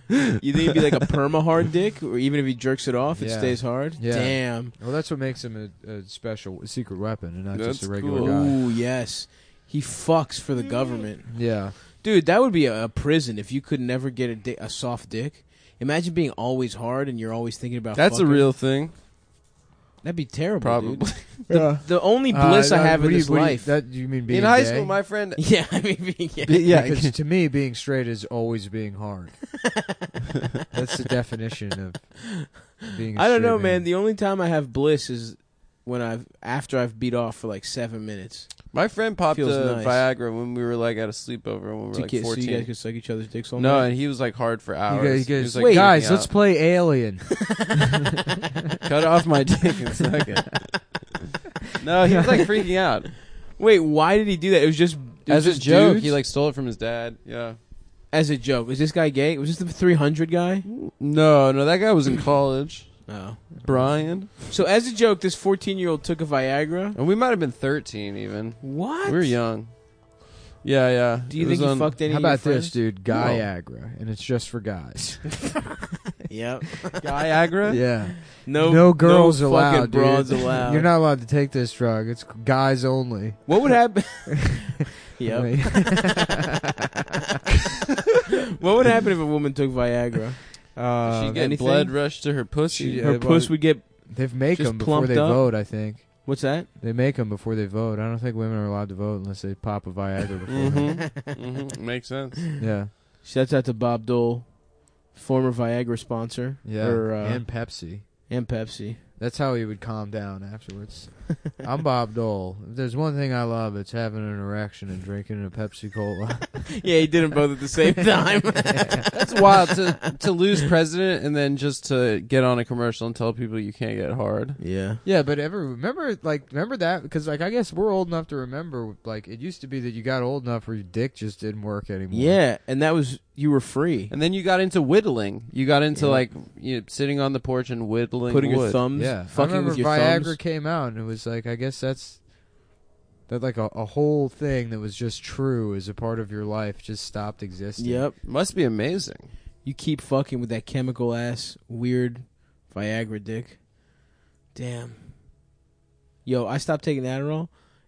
[SPEAKER 3] You think he'd be like a perma hard dick, or even if he jerks it off, it
[SPEAKER 1] Yeah.
[SPEAKER 3] stays hard.
[SPEAKER 1] Yeah.
[SPEAKER 3] Damn.
[SPEAKER 1] Well, that's what makes him a, a special a secret weapon and not just
[SPEAKER 2] That's
[SPEAKER 1] a regular
[SPEAKER 2] cool.
[SPEAKER 1] guy.
[SPEAKER 3] Ooh, yes. He fucks for the government,
[SPEAKER 1] Yeah,
[SPEAKER 3] dude. That would be a, a prison if you could never get a dick, a soft dick. Imagine being always hard and you're always thinking about.
[SPEAKER 2] That's a
[SPEAKER 3] fucking.
[SPEAKER 2] real thing,
[SPEAKER 3] That'd be terrible. dude.
[SPEAKER 2] probably.
[SPEAKER 3] The, the only
[SPEAKER 1] Uh,
[SPEAKER 3] bliss I have in this
[SPEAKER 1] You,
[SPEAKER 3] life.
[SPEAKER 1] that you mean being
[SPEAKER 2] In high
[SPEAKER 1] gay?
[SPEAKER 2] school, my friend.
[SPEAKER 3] yeah, I mean, yeah.
[SPEAKER 1] Because to me, being straight is always being hard. That's the definition of being. I
[SPEAKER 3] I don't know, man. The only time I have bliss is when I've after I've beat off for like seven minutes.
[SPEAKER 2] My friend popped a
[SPEAKER 3] Feels nice.
[SPEAKER 2] Viagra when we were like at a sleepover when we were
[SPEAKER 3] To
[SPEAKER 2] like
[SPEAKER 3] get- so you guys
[SPEAKER 2] fourteen.
[SPEAKER 3] could suck each other's dicks all
[SPEAKER 2] no,
[SPEAKER 3] night.
[SPEAKER 2] and he was like hard for
[SPEAKER 1] you
[SPEAKER 2] hours.
[SPEAKER 1] guys,
[SPEAKER 2] He was, like,
[SPEAKER 1] wait,
[SPEAKER 2] freaking
[SPEAKER 1] guys,
[SPEAKER 2] out.
[SPEAKER 1] let's play Alien.
[SPEAKER 2] cut off my dick and suck it. no, he was like freaking out
[SPEAKER 3] Wait, why did he do that? It was just it was
[SPEAKER 2] as a
[SPEAKER 3] just
[SPEAKER 2] joke.
[SPEAKER 3] dudes?
[SPEAKER 2] He like stole it from his dad. Yeah.
[SPEAKER 3] as a joke. Is this guy gay? Was this the 300 guy?
[SPEAKER 2] No, no, that guy was in college.
[SPEAKER 3] No.
[SPEAKER 2] Brian,
[SPEAKER 3] So as a joke, this 14 year old took a Viagra.
[SPEAKER 2] and we might have been thirteen even.
[SPEAKER 3] What?
[SPEAKER 2] We were young. Yeah, yeah.
[SPEAKER 3] Do you
[SPEAKER 2] It
[SPEAKER 3] think
[SPEAKER 2] was
[SPEAKER 3] he
[SPEAKER 2] on-
[SPEAKER 3] fucked any?
[SPEAKER 1] How
[SPEAKER 3] of your
[SPEAKER 1] about this,
[SPEAKER 3] friends?
[SPEAKER 1] dude? Guyagra, and it's just for guys.
[SPEAKER 3] Yep.
[SPEAKER 2] Viagra?
[SPEAKER 1] yeah,
[SPEAKER 3] No.
[SPEAKER 1] no girls
[SPEAKER 3] no
[SPEAKER 1] allowed.
[SPEAKER 3] Fucking
[SPEAKER 1] dude.
[SPEAKER 3] broads allowed.
[SPEAKER 1] You're not allowed to take this drug. It's guys only.
[SPEAKER 3] What would happen? yep.
[SPEAKER 1] Right?
[SPEAKER 3] What would happen if a woman took Viagra?
[SPEAKER 2] Did she
[SPEAKER 1] Uh,
[SPEAKER 2] get
[SPEAKER 3] anything?
[SPEAKER 2] blood rushed to her pussy.
[SPEAKER 1] She- Yeah,
[SPEAKER 3] Her
[SPEAKER 1] well,
[SPEAKER 3] puss would get.
[SPEAKER 1] they've make
[SPEAKER 3] Just
[SPEAKER 1] them before
[SPEAKER 3] plumped
[SPEAKER 1] they
[SPEAKER 3] up?
[SPEAKER 1] vote. I think
[SPEAKER 3] What's that?
[SPEAKER 1] they make them before they vote. I don't think women are allowed to vote unless they pop a Viagra before.
[SPEAKER 2] hmm Makes sense.
[SPEAKER 3] Mm-hmm.
[SPEAKER 1] Yeah,
[SPEAKER 3] Shouts out to Bob Dole, former Viagra sponsor.
[SPEAKER 1] yeah,
[SPEAKER 3] Or, uh,
[SPEAKER 1] and
[SPEAKER 3] and,
[SPEAKER 1] Pepsi.
[SPEAKER 3] Pepsi.
[SPEAKER 1] That's how he would calm down afterwards. I'm Bob Dole. If there's one thing I love, it's having an erection and drinking a Pepsi Cola.
[SPEAKER 3] yeah, he did them both at the same time.
[SPEAKER 2] That's wild to to lose president and then just to get on a commercial and tell people you can't get hard.
[SPEAKER 3] yeah.
[SPEAKER 1] yeah, but ever remember like remember that because like I guess we're old enough to remember like it used to be that you got old enough where your dick just didn't work anymore.
[SPEAKER 3] Yeah, and that was you were free.
[SPEAKER 2] And then you got into whittling. You got into
[SPEAKER 3] Yeah.
[SPEAKER 2] like you know, sitting on the porch and whittling
[SPEAKER 3] Putting
[SPEAKER 2] wood.
[SPEAKER 3] your thumbs,
[SPEAKER 1] yeah. I
[SPEAKER 3] fucking
[SPEAKER 1] remember
[SPEAKER 3] with your
[SPEAKER 1] Viagra
[SPEAKER 3] thumbs.
[SPEAKER 1] came out and it was like I guess that's that like a, a whole thing that was just true as a part of your life just stopped existing.
[SPEAKER 3] Yep.
[SPEAKER 2] Must be amazing.
[SPEAKER 3] You keep fucking with that chemical ass weird Viagra dick. Damn. Yo, I stopped taking Adderall,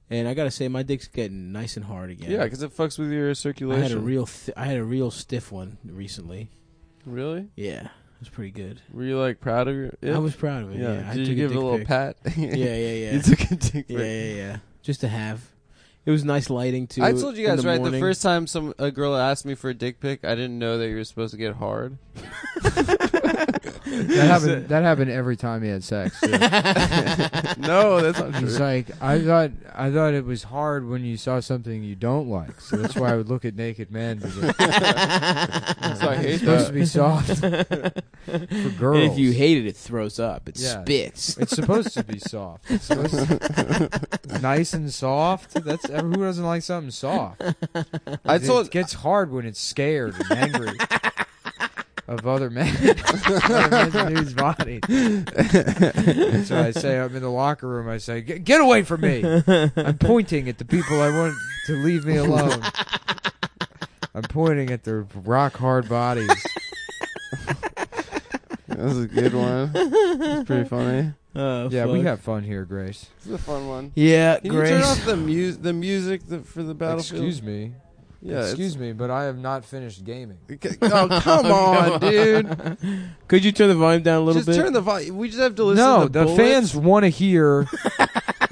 [SPEAKER 3] and I gotta say my dick's getting nice and hard again.
[SPEAKER 2] Yeah, because it fucks with your
[SPEAKER 3] I
[SPEAKER 2] circulation.
[SPEAKER 3] had a real, th- I had a real stiff one recently.
[SPEAKER 2] really?
[SPEAKER 3] Yeah, it was pretty good.
[SPEAKER 2] Were you like proud of your? it?
[SPEAKER 3] I was proud of it. Yeah,
[SPEAKER 2] Yeah.
[SPEAKER 3] I
[SPEAKER 2] Did
[SPEAKER 3] took
[SPEAKER 2] you give it a
[SPEAKER 3] dick
[SPEAKER 2] little
[SPEAKER 3] pic.
[SPEAKER 2] pat?
[SPEAKER 3] Yeah, yeah, yeah.
[SPEAKER 2] You took a dick pic.
[SPEAKER 3] yeah, yeah, yeah. Just to have. It was nice lighting too.
[SPEAKER 2] I told you
[SPEAKER 3] in
[SPEAKER 2] guys right
[SPEAKER 3] morning.
[SPEAKER 2] the first time some a girl asked me for a dick pic, I didn't know that you were supposed to get hard.
[SPEAKER 1] That happened that happened every time he had sex. too.
[SPEAKER 2] no, that's not
[SPEAKER 1] He's
[SPEAKER 2] true.
[SPEAKER 1] like, I thought, I thought it was hard when you saw something you don't like, so that's why I would look at naked men. Because it's
[SPEAKER 2] I hate
[SPEAKER 1] supposed
[SPEAKER 2] that.
[SPEAKER 1] to be soft for girls.
[SPEAKER 3] And if you hate it, it throws up. It
[SPEAKER 1] Yeah.
[SPEAKER 3] spits.
[SPEAKER 1] it's supposed to be soft. It's supposed to- nice and soft. That's who doesn't like something soft.
[SPEAKER 2] I
[SPEAKER 1] It
[SPEAKER 2] told
[SPEAKER 1] gets hard when it's scared and angry of other men. other men's dude's body. so I say I'm in the locker room. I say, "Get get away from me!" I'm pointing at the people I want to leave me alone. I'm pointing at their rock hard bodies.
[SPEAKER 2] that was a good one. It's pretty funny.
[SPEAKER 3] Oh,
[SPEAKER 1] yeah, we
[SPEAKER 3] fuck.
[SPEAKER 1] have fun here, Grace.
[SPEAKER 2] It's a fun one.
[SPEAKER 3] Yeah,
[SPEAKER 2] Can you turn
[SPEAKER 3] Grace.
[SPEAKER 2] off the music? The music the, for the battlefield.
[SPEAKER 1] Excuse me.
[SPEAKER 2] Yeah.
[SPEAKER 1] Excuse me, but I have not finished gaming.
[SPEAKER 2] me. Oh come on, dude.
[SPEAKER 3] Could you turn the volume down a little
[SPEAKER 2] just
[SPEAKER 3] bit?
[SPEAKER 2] turn the volume. We just have to listen.
[SPEAKER 1] No,
[SPEAKER 2] to
[SPEAKER 1] the,
[SPEAKER 2] bullets.
[SPEAKER 1] fans want to hear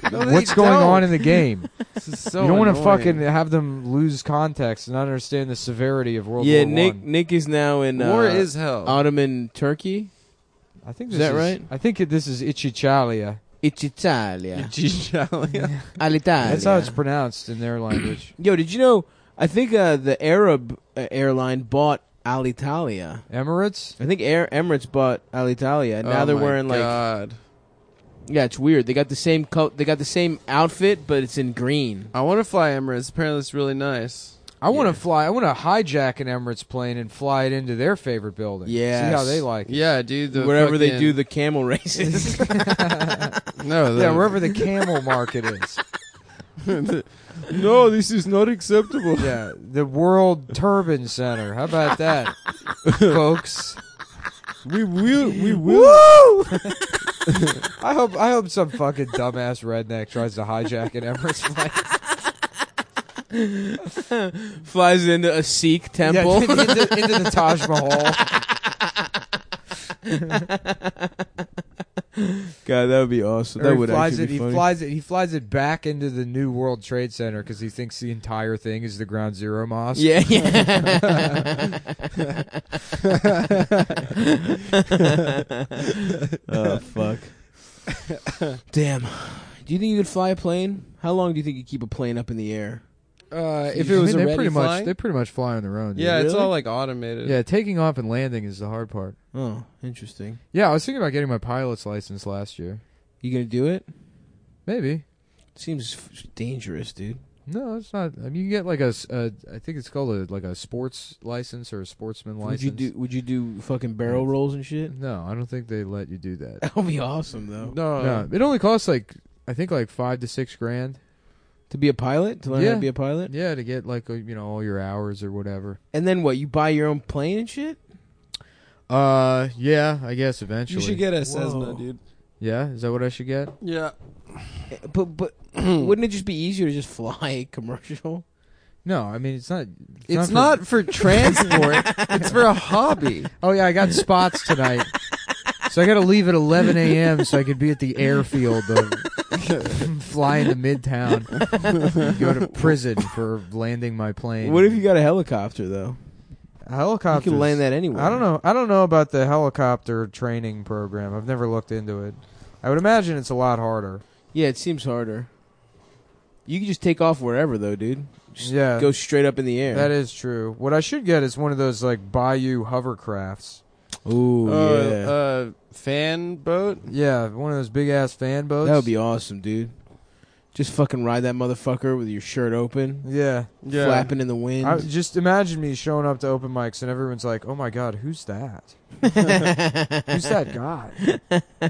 [SPEAKER 2] No, they
[SPEAKER 1] what's going
[SPEAKER 2] don't.
[SPEAKER 1] on in the game.
[SPEAKER 2] This is so
[SPEAKER 1] you don't
[SPEAKER 2] want to
[SPEAKER 1] fucking have them lose context and not understand the severity of World
[SPEAKER 3] yeah,
[SPEAKER 1] War
[SPEAKER 3] Nick.
[SPEAKER 1] One.
[SPEAKER 3] Nick is now in uh,
[SPEAKER 2] War is hell.
[SPEAKER 3] Ottoman Turkey.
[SPEAKER 1] I think
[SPEAKER 3] Is
[SPEAKER 1] this
[SPEAKER 3] that right?
[SPEAKER 1] I think it- this is Ichichalia.
[SPEAKER 3] It's Italia.
[SPEAKER 2] G Italia.
[SPEAKER 3] Alitalia. Ah,
[SPEAKER 1] That's how it's pronounced in their language.
[SPEAKER 3] Yo, did you know I think uh, the Arab uh, airline bought Alitalia.
[SPEAKER 1] Emirates.
[SPEAKER 3] I think Air Emirates bought Alitalia. Now
[SPEAKER 2] Oh
[SPEAKER 3] they're
[SPEAKER 2] my
[SPEAKER 3] wearing like
[SPEAKER 2] God.
[SPEAKER 3] yeah, it's weird. They got the same coat. They got the same outfit, but it's in green.
[SPEAKER 2] I want to fly Emirates. Apparently, it's really nice.
[SPEAKER 1] I want
[SPEAKER 3] Yeah.
[SPEAKER 1] to fly. I want to hijack an Emirates plane and fly it into their favorite building. see how
[SPEAKER 3] Yes.
[SPEAKER 1] they like it.
[SPEAKER 2] Yeah, dude. The
[SPEAKER 3] Wherever they
[SPEAKER 2] fucking-
[SPEAKER 3] do the camel races,
[SPEAKER 2] no, the-
[SPEAKER 1] Yeah, wherever the camel market is.
[SPEAKER 2] no, this is not acceptable.
[SPEAKER 1] Yeah, the World Turban Center. How about that, folks?
[SPEAKER 2] We will, we
[SPEAKER 1] Woo! I hope I hope some fucking dumbass redneck tries to hijack an Emirates flight.
[SPEAKER 3] flies into a Sikh temple.
[SPEAKER 1] Yeah, into, into the Taj Mahal.
[SPEAKER 3] God, that would be awesome.
[SPEAKER 1] Or he flies it. He flies it. He flies it back into the new World Trade Center because he thinks the entire thing is the Ground Zero Mosque.
[SPEAKER 3] Yeah, yeah. oh fuck. Damn. Do you think you could fly a plane? How long do you think you keep a plane up in the air?
[SPEAKER 2] Uh, if
[SPEAKER 1] I
[SPEAKER 2] it was
[SPEAKER 1] mean, they
[SPEAKER 2] already
[SPEAKER 1] pretty much
[SPEAKER 2] flying-
[SPEAKER 1] they pretty much fly on their own. dude.
[SPEAKER 2] yeah, it's
[SPEAKER 3] Really?
[SPEAKER 2] all like automated.
[SPEAKER 1] yeah. Taking off and landing is the hard part.
[SPEAKER 3] Oh, interesting.
[SPEAKER 1] Yeah, I was thinking about getting my pilot's license last year.
[SPEAKER 3] You gonna do it?
[SPEAKER 1] Maybe.
[SPEAKER 3] Seems f- dangerous, dude.
[SPEAKER 1] No, it's not. I mean, you can get like a, s- a- I think it's called a like a sports license or a sportsman license.
[SPEAKER 3] Would you do? Would you do fucking barrel rolls and shit?
[SPEAKER 1] No, I don't think they let you do that.
[SPEAKER 3] That would be awesome, though.
[SPEAKER 2] No,
[SPEAKER 1] no, it only costs like I think like five to six grand.
[SPEAKER 3] To be a pilot, to learn how
[SPEAKER 1] Yeah.
[SPEAKER 3] to be a pilot,
[SPEAKER 1] Yeah, to get like uh, you know all your hours or whatever.
[SPEAKER 3] and then what? You buy your own plane and shit?
[SPEAKER 1] Uh, yeah, I guess eventually.
[SPEAKER 2] you should get a Cessna,
[SPEAKER 3] Whoa.
[SPEAKER 2] dude.
[SPEAKER 1] Yeah, is that what I should get?
[SPEAKER 2] Yeah,
[SPEAKER 3] Eh, But but wouldn't it just be easier to just fly commercial?
[SPEAKER 1] No, I mean it's not.
[SPEAKER 2] it's
[SPEAKER 1] for-
[SPEAKER 2] not for, transport. it's for a hobby.
[SPEAKER 1] Oh yeah, I got spots tonight, so I got to leave at 11 a.m. so I could be at the airfield. Of, fly into Midtown, go to prison for landing my plane.
[SPEAKER 3] What if you got a helicopter though? You
[SPEAKER 1] helicopters?
[SPEAKER 3] can land that anywhere.
[SPEAKER 1] I don't know. I don't know about the helicopter training program. I've never looked into it. I would imagine it's a lot harder.
[SPEAKER 3] Yeah, it seems harder. You can just take off wherever though, dude. Just
[SPEAKER 1] Yeah,
[SPEAKER 3] Go straight up in the air.
[SPEAKER 1] that is true. What I should get is one of those like Bayou hovercrafts.
[SPEAKER 3] Ooh,
[SPEAKER 2] uh,
[SPEAKER 3] yeah.
[SPEAKER 2] uh, fan boat.
[SPEAKER 1] Yeah, one of those big ass fan boats.
[SPEAKER 3] that would be awesome, dude. Just fucking ride that motherfucker with your shirt open,
[SPEAKER 1] Yeah,
[SPEAKER 2] Yeah,
[SPEAKER 3] flapping in the wind.
[SPEAKER 1] I, just imagine me showing up to open mics and everyone's like, "Oh my god, who's that? who's that guy?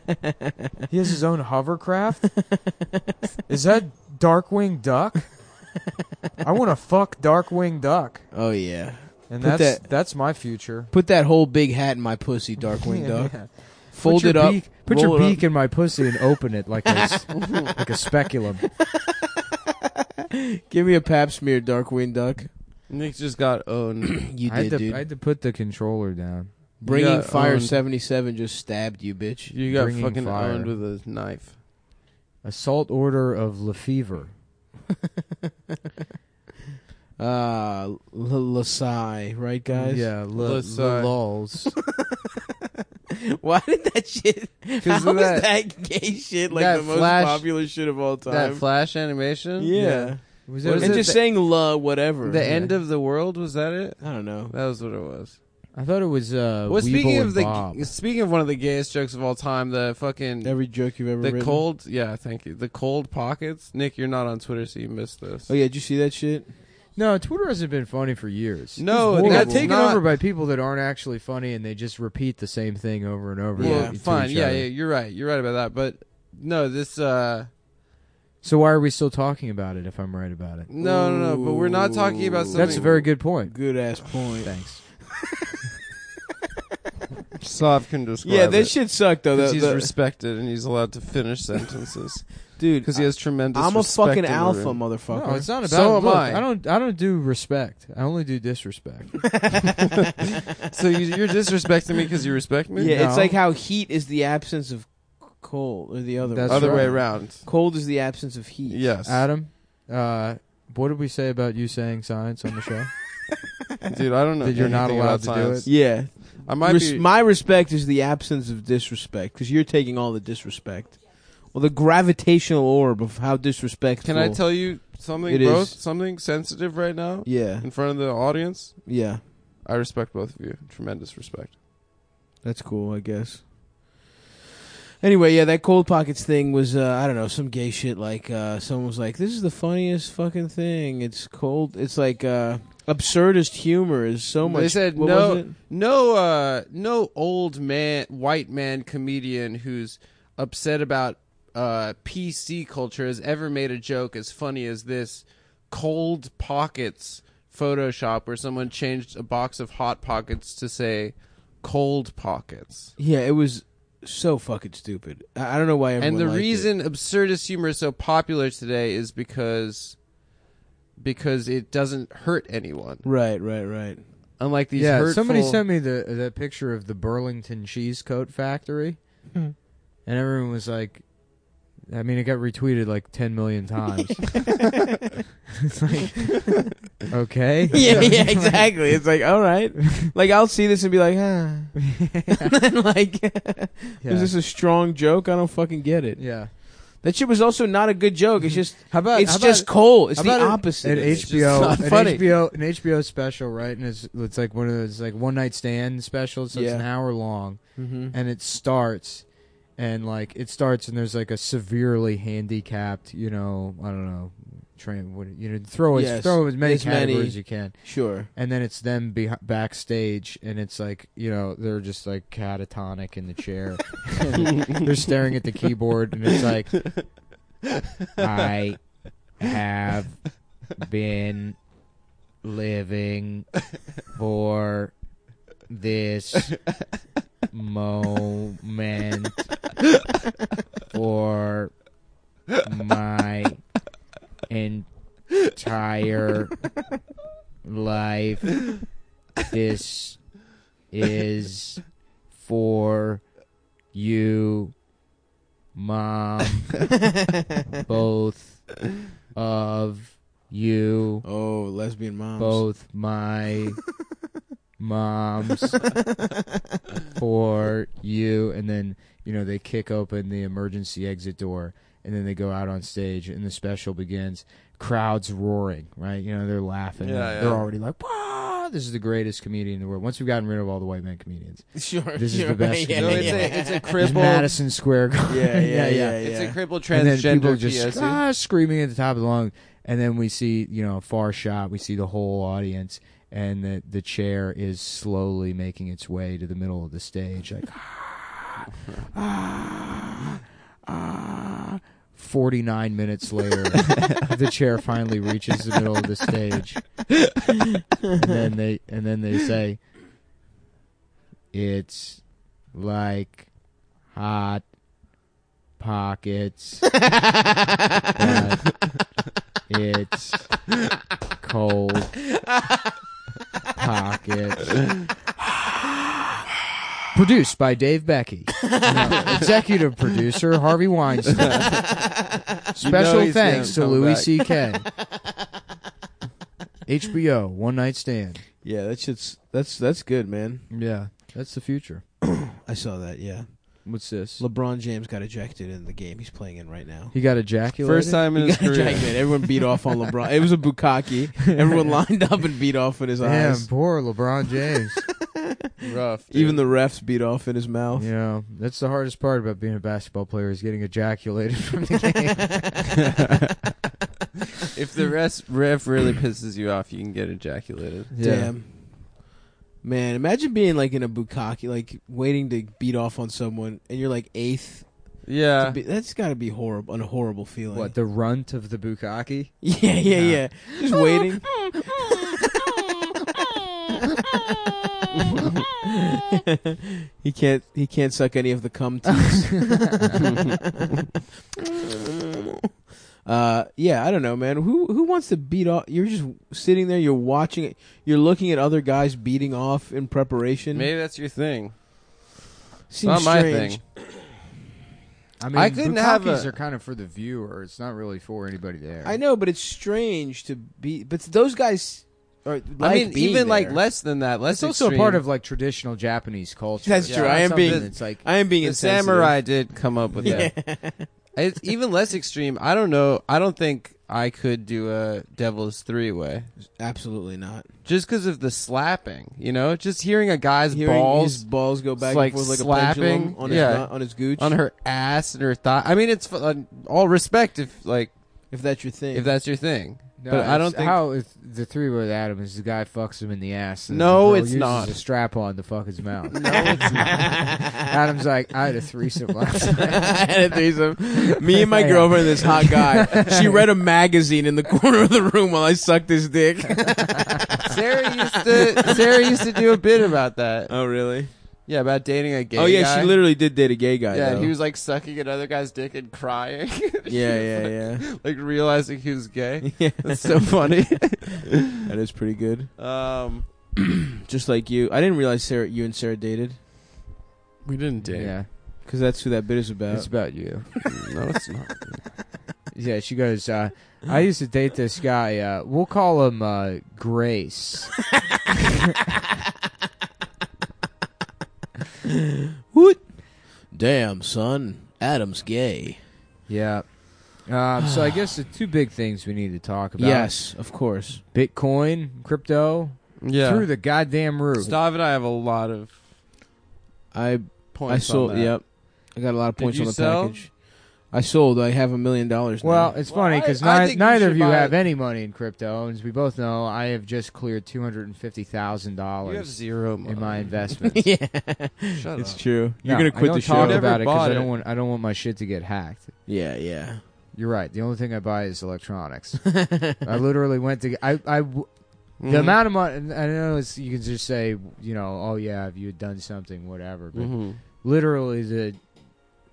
[SPEAKER 1] He has his own hovercraft. Is that Darkwing Duck? I want to fuck Darkwing Duck,
[SPEAKER 3] oh yeah.
[SPEAKER 1] and
[SPEAKER 3] Put
[SPEAKER 1] that's
[SPEAKER 3] that-
[SPEAKER 1] that's my future.
[SPEAKER 3] Put that whole big hat in my pussy, Darkwing Duck.
[SPEAKER 1] Yeah.
[SPEAKER 3] Fold
[SPEAKER 1] put
[SPEAKER 3] it
[SPEAKER 1] your
[SPEAKER 3] up.
[SPEAKER 1] Beak, put
[SPEAKER 3] roll
[SPEAKER 1] your
[SPEAKER 3] it up.
[SPEAKER 1] beak in my pussy and open it like a s- like a speculum.
[SPEAKER 3] Give me a pap smear, Darkwing Duck.
[SPEAKER 2] Nick just got owned.
[SPEAKER 3] You
[SPEAKER 1] I had,
[SPEAKER 3] did,
[SPEAKER 1] to,
[SPEAKER 3] dude.
[SPEAKER 1] I had to put the controller down.
[SPEAKER 3] Bringing
[SPEAKER 2] got
[SPEAKER 3] Fire
[SPEAKER 2] owned.
[SPEAKER 3] 77 just stabbed you, bitch.
[SPEAKER 2] you got
[SPEAKER 1] Bringing
[SPEAKER 2] fucking
[SPEAKER 1] fire.
[SPEAKER 2] owned with a knife.
[SPEAKER 1] Assault order of Lefevre.
[SPEAKER 3] Uh, L- Lasai, right, guys?
[SPEAKER 1] Yeah, le,
[SPEAKER 2] Let's,
[SPEAKER 1] le-
[SPEAKER 2] uh,
[SPEAKER 1] lulz.
[SPEAKER 3] Why did that shit? How
[SPEAKER 2] of
[SPEAKER 3] was that,
[SPEAKER 2] that-
[SPEAKER 3] gay shit like
[SPEAKER 2] that
[SPEAKER 3] the most
[SPEAKER 2] flash-
[SPEAKER 3] popular shit of all time?
[SPEAKER 2] That flash animation.
[SPEAKER 3] yeah.
[SPEAKER 1] Was
[SPEAKER 2] What
[SPEAKER 1] it-
[SPEAKER 2] is
[SPEAKER 3] and
[SPEAKER 2] it?
[SPEAKER 3] just
[SPEAKER 2] The-
[SPEAKER 3] saying "la" whatever.
[SPEAKER 2] The end of the world was that it?
[SPEAKER 3] I don't know.
[SPEAKER 2] That was what it was.
[SPEAKER 1] I thought it was uh
[SPEAKER 2] well, speaking
[SPEAKER 1] Weeble
[SPEAKER 2] of
[SPEAKER 1] and
[SPEAKER 2] the
[SPEAKER 1] Bob.
[SPEAKER 2] speaking of one of the gayest jokes of all time, the fucking
[SPEAKER 3] Every joke you've ever
[SPEAKER 2] the
[SPEAKER 3] written.
[SPEAKER 2] cold. Yeah, thank you. The cold pockets. Nick, you're not on Twitter, so you missed this.
[SPEAKER 3] Oh yeah, did you see that shit?
[SPEAKER 1] No, Twitter hasn't been funny for years.
[SPEAKER 2] No,
[SPEAKER 1] it got
[SPEAKER 2] that's
[SPEAKER 1] taken
[SPEAKER 2] not-
[SPEAKER 1] over by people that aren't actually funny and they just repeat the same thing over and over.
[SPEAKER 2] Well,
[SPEAKER 3] Yeah.
[SPEAKER 1] to each
[SPEAKER 2] fine. Yeah,
[SPEAKER 1] other.
[SPEAKER 2] yeah, you're right. You're right about that. But no, this. uh
[SPEAKER 1] So why are we still talking about it if I'm right about it?
[SPEAKER 2] No, no, no. But we're not talking
[SPEAKER 3] Ooh.
[SPEAKER 2] about something.
[SPEAKER 1] That's a very good point.
[SPEAKER 3] Good ass point.
[SPEAKER 1] Thanks.
[SPEAKER 2] Slav can describe.
[SPEAKER 3] Yeah, that
[SPEAKER 2] it.
[SPEAKER 3] shit sucked though. The,
[SPEAKER 2] Because he's
[SPEAKER 3] the-
[SPEAKER 2] respected and he's allowed to finish sentences
[SPEAKER 3] dude,
[SPEAKER 2] because he has tremendous.
[SPEAKER 3] I'm a
[SPEAKER 2] respect in
[SPEAKER 3] fucking
[SPEAKER 2] the
[SPEAKER 3] alpha,
[SPEAKER 2] room.
[SPEAKER 3] motherfucker.
[SPEAKER 1] No, it's not about.
[SPEAKER 2] So am
[SPEAKER 1] look,
[SPEAKER 2] I.
[SPEAKER 1] I don't. I don't do respect. I only do disrespect.
[SPEAKER 2] So you, you're disrespecting me because you respect me.
[SPEAKER 3] yeah,
[SPEAKER 1] No.
[SPEAKER 3] it's like how heat is the absence of cold, or the other
[SPEAKER 1] That's
[SPEAKER 3] way.
[SPEAKER 2] other
[SPEAKER 1] right.
[SPEAKER 2] way around.
[SPEAKER 3] Cold is the absence of heat.
[SPEAKER 2] Yes,
[SPEAKER 1] Adam, uh, what did we say about you saying science on the show?
[SPEAKER 2] dude, I don't know.
[SPEAKER 1] That you're not
[SPEAKER 2] anything
[SPEAKER 1] allowed
[SPEAKER 2] about
[SPEAKER 1] to do
[SPEAKER 2] science.
[SPEAKER 3] Yeah.
[SPEAKER 2] I might
[SPEAKER 3] Res-
[SPEAKER 2] be.
[SPEAKER 3] My respect is the absence of disrespect because you're taking all the disrespect. Well, the gravitational orb of how disrespectful.
[SPEAKER 2] Can I tell you something,
[SPEAKER 3] It
[SPEAKER 2] both?
[SPEAKER 3] is.
[SPEAKER 2] Something sensitive right now
[SPEAKER 3] Yeah,
[SPEAKER 2] in front of the audience?
[SPEAKER 3] yeah.
[SPEAKER 2] I respect both of you. Tremendous respect.
[SPEAKER 3] That's cool, I guess. Anyway, yeah, that cold pockets thing was uh, I don't know some gay shit. Like uh, someone was like, "This is the funniest fucking thing." It's cold. It's like uh, absurdist humor is so
[SPEAKER 2] They
[SPEAKER 3] much.
[SPEAKER 2] said
[SPEAKER 3] what
[SPEAKER 2] no-
[SPEAKER 3] was it?
[SPEAKER 2] No, uh, no old man, white man comedian who's upset about uh, PC culture has ever made a joke as funny as this cold pockets Photoshop where someone changed a box of hot pockets to say cold pockets.
[SPEAKER 3] Yeah, it was so fucking stupid. I, I don't know why. Everyone
[SPEAKER 2] and the
[SPEAKER 3] liked it.
[SPEAKER 2] reason absurdist humor is so popular today is because because it doesn't hurt anyone.
[SPEAKER 3] Right, right, right.
[SPEAKER 2] Unlike these
[SPEAKER 1] yeah,
[SPEAKER 2] hurtful
[SPEAKER 1] somebody sent me the that picture of the Burlington Cheesecoat Factory,
[SPEAKER 3] Hmm.
[SPEAKER 1] and everyone was like, "I mean, it got retweeted like ten million times." it's like, okay,
[SPEAKER 3] yeah, yeah, exactly. It's like, all right. Like I'll see this and be like, ah. and then like,
[SPEAKER 1] Yeah.
[SPEAKER 3] is this a strong joke? I don't fucking get it.
[SPEAKER 1] yeah.
[SPEAKER 3] That shit was also not a good joke. It's just
[SPEAKER 1] How about
[SPEAKER 3] it's
[SPEAKER 1] how
[SPEAKER 3] just
[SPEAKER 1] about,
[SPEAKER 3] cold. It's
[SPEAKER 1] how
[SPEAKER 3] the
[SPEAKER 1] about an-
[SPEAKER 3] opposite.
[SPEAKER 1] An
[SPEAKER 3] of it. It's
[SPEAKER 1] HBO, an
[SPEAKER 3] just not funny.
[SPEAKER 1] HBO, an HBO special, right? And it's it's like one of those like one night stand specials. So It's
[SPEAKER 3] Yeah.
[SPEAKER 1] an hour long,
[SPEAKER 3] Mhm.
[SPEAKER 1] and it starts, and like it starts, and there's like a severely handicapped, you know, I don't know, train. What you know, throw as
[SPEAKER 3] Yes.
[SPEAKER 1] throw as many
[SPEAKER 3] As many.
[SPEAKER 1] categories as you can,
[SPEAKER 3] Sure.
[SPEAKER 1] and then it's them be- backstage, and it's like you know they're just like catatonic in the chair, they're staring at the keyboard, and it's like I have been living for this moment for my entire life. This is for you, mom, both of you
[SPEAKER 3] Oh, lesbian moms.
[SPEAKER 1] both my moms for you and then you know they kick open the emergency exit door and then they go out on stage and the special begins crowds roaring right you know they're laughing
[SPEAKER 2] Yeah, yeah.
[SPEAKER 1] they're already like wow this is the greatest comedian in the world once we've gotten rid of all the white man comedians
[SPEAKER 3] Sure.
[SPEAKER 1] This is
[SPEAKER 3] sure.
[SPEAKER 1] the best
[SPEAKER 3] Yeah,
[SPEAKER 2] No,
[SPEAKER 1] you
[SPEAKER 3] yeah,
[SPEAKER 2] it's
[SPEAKER 3] yeah.
[SPEAKER 2] a it's a
[SPEAKER 1] There's
[SPEAKER 2] crippled
[SPEAKER 1] madison square Garden.
[SPEAKER 3] yeah, yeah, yeah,
[SPEAKER 2] It's
[SPEAKER 3] yeah.
[SPEAKER 2] a crippled
[SPEAKER 1] and then people
[SPEAKER 2] transgender
[SPEAKER 1] just
[SPEAKER 2] PSE.
[SPEAKER 1] ah, screaming at the top of the lungs. And then we see, you know, a far shot. We see the whole audience, and the the chair is slowly making its way to the middle of the stage, like ah, ah, ah. Forty nine minutes later, the chair finally reaches the middle of the stage, and then they and then they say, "It's like hot pockets." but it's cold pocket. Produced by Dave Becky, No, executive producer Harvey Weinstein. Special
[SPEAKER 2] he's
[SPEAKER 1] thanks to
[SPEAKER 2] gonna come
[SPEAKER 1] Louis
[SPEAKER 2] back.
[SPEAKER 1] C.K. HBO One Night Stand.
[SPEAKER 3] yeah, that shit's that's that's good, man.
[SPEAKER 1] Yeah, that's the future.
[SPEAKER 3] I saw that. Yeah,
[SPEAKER 1] What's this?
[SPEAKER 3] LeBron James got ejected in the game he's playing in right now.
[SPEAKER 1] He got ejaculated.
[SPEAKER 2] First time in
[SPEAKER 3] He
[SPEAKER 2] his
[SPEAKER 3] got
[SPEAKER 2] career.
[SPEAKER 3] ejected. Everyone beat off on LeBron. It was a bukkake. Everyone lined up and beat off in his
[SPEAKER 1] Damn,
[SPEAKER 3] eyes.
[SPEAKER 1] poor LeBron James.
[SPEAKER 2] Rough.
[SPEAKER 3] Even the refs beat off in his mouth.
[SPEAKER 1] you know, that's the hardest part about being a basketball player is getting ejaculated from the game.
[SPEAKER 2] if the rest ref really pisses you off, you can get ejaculated.
[SPEAKER 3] Damn. Man, imagine being like in a bukkake, like waiting to beat off on someone, and you're like eighth.
[SPEAKER 2] Yeah.
[SPEAKER 3] To be- that's got to be horrible, an horrible feeling.
[SPEAKER 1] Uh. What the runt of the bukkake?
[SPEAKER 3] Yeah, yeah,
[SPEAKER 1] Nah.
[SPEAKER 3] yeah. Just waiting. he can't. He can't suck any of the cum teats. uh, yeah, I don't know, man. Who who wants to beat off? You're just sitting there. You're watching it. You're looking at other guys beating off in preparation.
[SPEAKER 2] Maybe that's your thing. It's
[SPEAKER 3] Seems
[SPEAKER 2] not my
[SPEAKER 3] strange.
[SPEAKER 2] thing.
[SPEAKER 1] I
[SPEAKER 2] I couldn't have
[SPEAKER 1] bukkakes
[SPEAKER 2] a-
[SPEAKER 1] are kind of for the viewer. It's not really for anybody there.
[SPEAKER 3] I know, but it's strange to be. But those guys are. Like
[SPEAKER 2] I mean,
[SPEAKER 3] being
[SPEAKER 2] even like
[SPEAKER 3] there.
[SPEAKER 2] less than that. Less
[SPEAKER 1] It's also
[SPEAKER 2] extreme.
[SPEAKER 1] part of like traditional Japanese culture.
[SPEAKER 3] That's
[SPEAKER 1] It's
[SPEAKER 2] true.
[SPEAKER 1] not
[SPEAKER 3] I am
[SPEAKER 1] something
[SPEAKER 3] being-
[SPEAKER 1] It's like
[SPEAKER 3] I am being
[SPEAKER 2] the
[SPEAKER 3] insensitive.
[SPEAKER 2] samurai did come up with that. It's even less extreme. I don't know. I don't think I could do a Devil's Three Way
[SPEAKER 3] Absolutely not.
[SPEAKER 2] just because of the slapping. You know, just hearing a guy's
[SPEAKER 3] Hearing
[SPEAKER 2] balls
[SPEAKER 3] his balls go back
[SPEAKER 2] like
[SPEAKER 3] and forth like
[SPEAKER 2] slapping.
[SPEAKER 3] a pendulum on his
[SPEAKER 2] Yeah.
[SPEAKER 3] nut- on his gooch.
[SPEAKER 2] on her ass and her thigh. I mean, it's fu- uh, all respect if like
[SPEAKER 3] if that's your thing.
[SPEAKER 2] if that's your thing.
[SPEAKER 1] No,
[SPEAKER 2] But I
[SPEAKER 1] it's
[SPEAKER 2] don't think-
[SPEAKER 1] how it's the three with Adam is the guy fucks him in the ass. and
[SPEAKER 2] No,
[SPEAKER 1] the girl
[SPEAKER 2] it's
[SPEAKER 1] uses
[SPEAKER 2] not.
[SPEAKER 1] A strap on to fuck his mouth. no, it's not. Adam's like, I had a threesome last night.
[SPEAKER 3] I had a threesome. Me and my girlfriend, and this hot guy. She read a magazine in the corner of the room while I sucked his dick.
[SPEAKER 2] Sarah used to Sarah used to do a bit about that.
[SPEAKER 3] oh really?
[SPEAKER 2] Yeah, about dating a gay.
[SPEAKER 3] oh yeah, she
[SPEAKER 2] guy.
[SPEAKER 3] literally did date a gay guy.
[SPEAKER 2] Yeah,
[SPEAKER 3] though.
[SPEAKER 2] he was like sucking another guy's dick and crying,
[SPEAKER 3] Yeah, yeah, yeah.
[SPEAKER 2] like realizing he was gay.
[SPEAKER 3] yeah.
[SPEAKER 2] That's so funny.
[SPEAKER 3] That is pretty good.
[SPEAKER 2] Um,
[SPEAKER 3] Just like you, I didn't realize Sarah, you and Sarah dated
[SPEAKER 2] we didn't date.
[SPEAKER 1] Yeah,
[SPEAKER 3] because that's who that bit is about.
[SPEAKER 1] it's about you.
[SPEAKER 2] No, it's not.
[SPEAKER 1] Yeah, she goes. Uh, I used to date this guy. Uh, we'll call him uh, Grace.
[SPEAKER 3] What? Damn, son, Adam's gay.
[SPEAKER 1] Yeah. Um, so I guess the two big things we need to talk about:
[SPEAKER 3] Yes, of course.
[SPEAKER 1] Bitcoin, crypto,
[SPEAKER 2] Yeah.
[SPEAKER 1] through the goddamn roof.
[SPEAKER 2] Stav and I have a lot of
[SPEAKER 3] I
[SPEAKER 2] points.
[SPEAKER 3] I sold.
[SPEAKER 2] On that.
[SPEAKER 3] Yep, I got a lot of
[SPEAKER 2] Did
[SPEAKER 3] points
[SPEAKER 2] you
[SPEAKER 3] on the
[SPEAKER 2] sell?
[SPEAKER 3] package. I sold. I have a million dollars. now.
[SPEAKER 1] Well, it's
[SPEAKER 2] Well,
[SPEAKER 1] funny
[SPEAKER 2] I-
[SPEAKER 1] 'cause
[SPEAKER 2] I
[SPEAKER 1] funny because
[SPEAKER 2] think you
[SPEAKER 1] neither of
[SPEAKER 2] should
[SPEAKER 1] you
[SPEAKER 2] buy
[SPEAKER 1] have
[SPEAKER 2] it.
[SPEAKER 1] any money in crypto, and as we both know, I have just cleared two hundred and fifty thousand
[SPEAKER 2] You have
[SPEAKER 1] dollars
[SPEAKER 2] zero
[SPEAKER 1] in my
[SPEAKER 2] money.
[SPEAKER 1] investments.
[SPEAKER 3] yeah,
[SPEAKER 2] Shut
[SPEAKER 3] it's
[SPEAKER 2] up.
[SPEAKER 3] true. You're
[SPEAKER 1] No,
[SPEAKER 3] gonna
[SPEAKER 1] I
[SPEAKER 3] quit
[SPEAKER 1] don't
[SPEAKER 3] the
[SPEAKER 1] Talk
[SPEAKER 2] You
[SPEAKER 3] show.
[SPEAKER 2] never
[SPEAKER 1] about it
[SPEAKER 2] bought
[SPEAKER 1] I
[SPEAKER 2] it.
[SPEAKER 1] don't want I don't want my shit to get hacked.
[SPEAKER 3] Yeah, yeah.
[SPEAKER 1] You're right. The only thing I buy is electronics. I literally went to I I w- the
[SPEAKER 2] Mhm.
[SPEAKER 1] amount of money. I know it's, you can just say you know oh yeah if you had done something whatever, but
[SPEAKER 2] Mhm.
[SPEAKER 1] literally the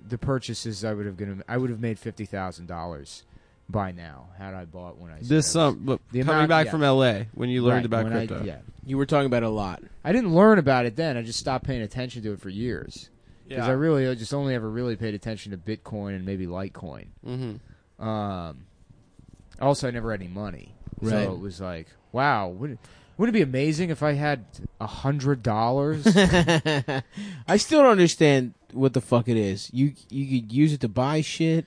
[SPEAKER 1] the purchases I would have gonna I would have made fifty thousand dollars by now had I bought when I said I
[SPEAKER 2] This
[SPEAKER 1] was-
[SPEAKER 2] sum, look,
[SPEAKER 1] The
[SPEAKER 2] coming
[SPEAKER 1] amount-
[SPEAKER 2] back
[SPEAKER 1] yeah.
[SPEAKER 2] from LA when you learned
[SPEAKER 1] Right,
[SPEAKER 2] about
[SPEAKER 1] when I-
[SPEAKER 2] crypto.
[SPEAKER 1] yeah.
[SPEAKER 3] You were talking about it a lot.
[SPEAKER 1] I didn't learn about it then. I just stopped paying attention to it for years because I really I just only ever really paid attention to Bitcoin and maybe Litecoin.
[SPEAKER 2] mm-hmm.
[SPEAKER 1] Um, also, I never had any money,
[SPEAKER 3] Right.
[SPEAKER 1] so it was like, wow, would would it be amazing if I had a hundred dollars?
[SPEAKER 3] I still don't understand what the fuck it is. You you could use it to buy shit,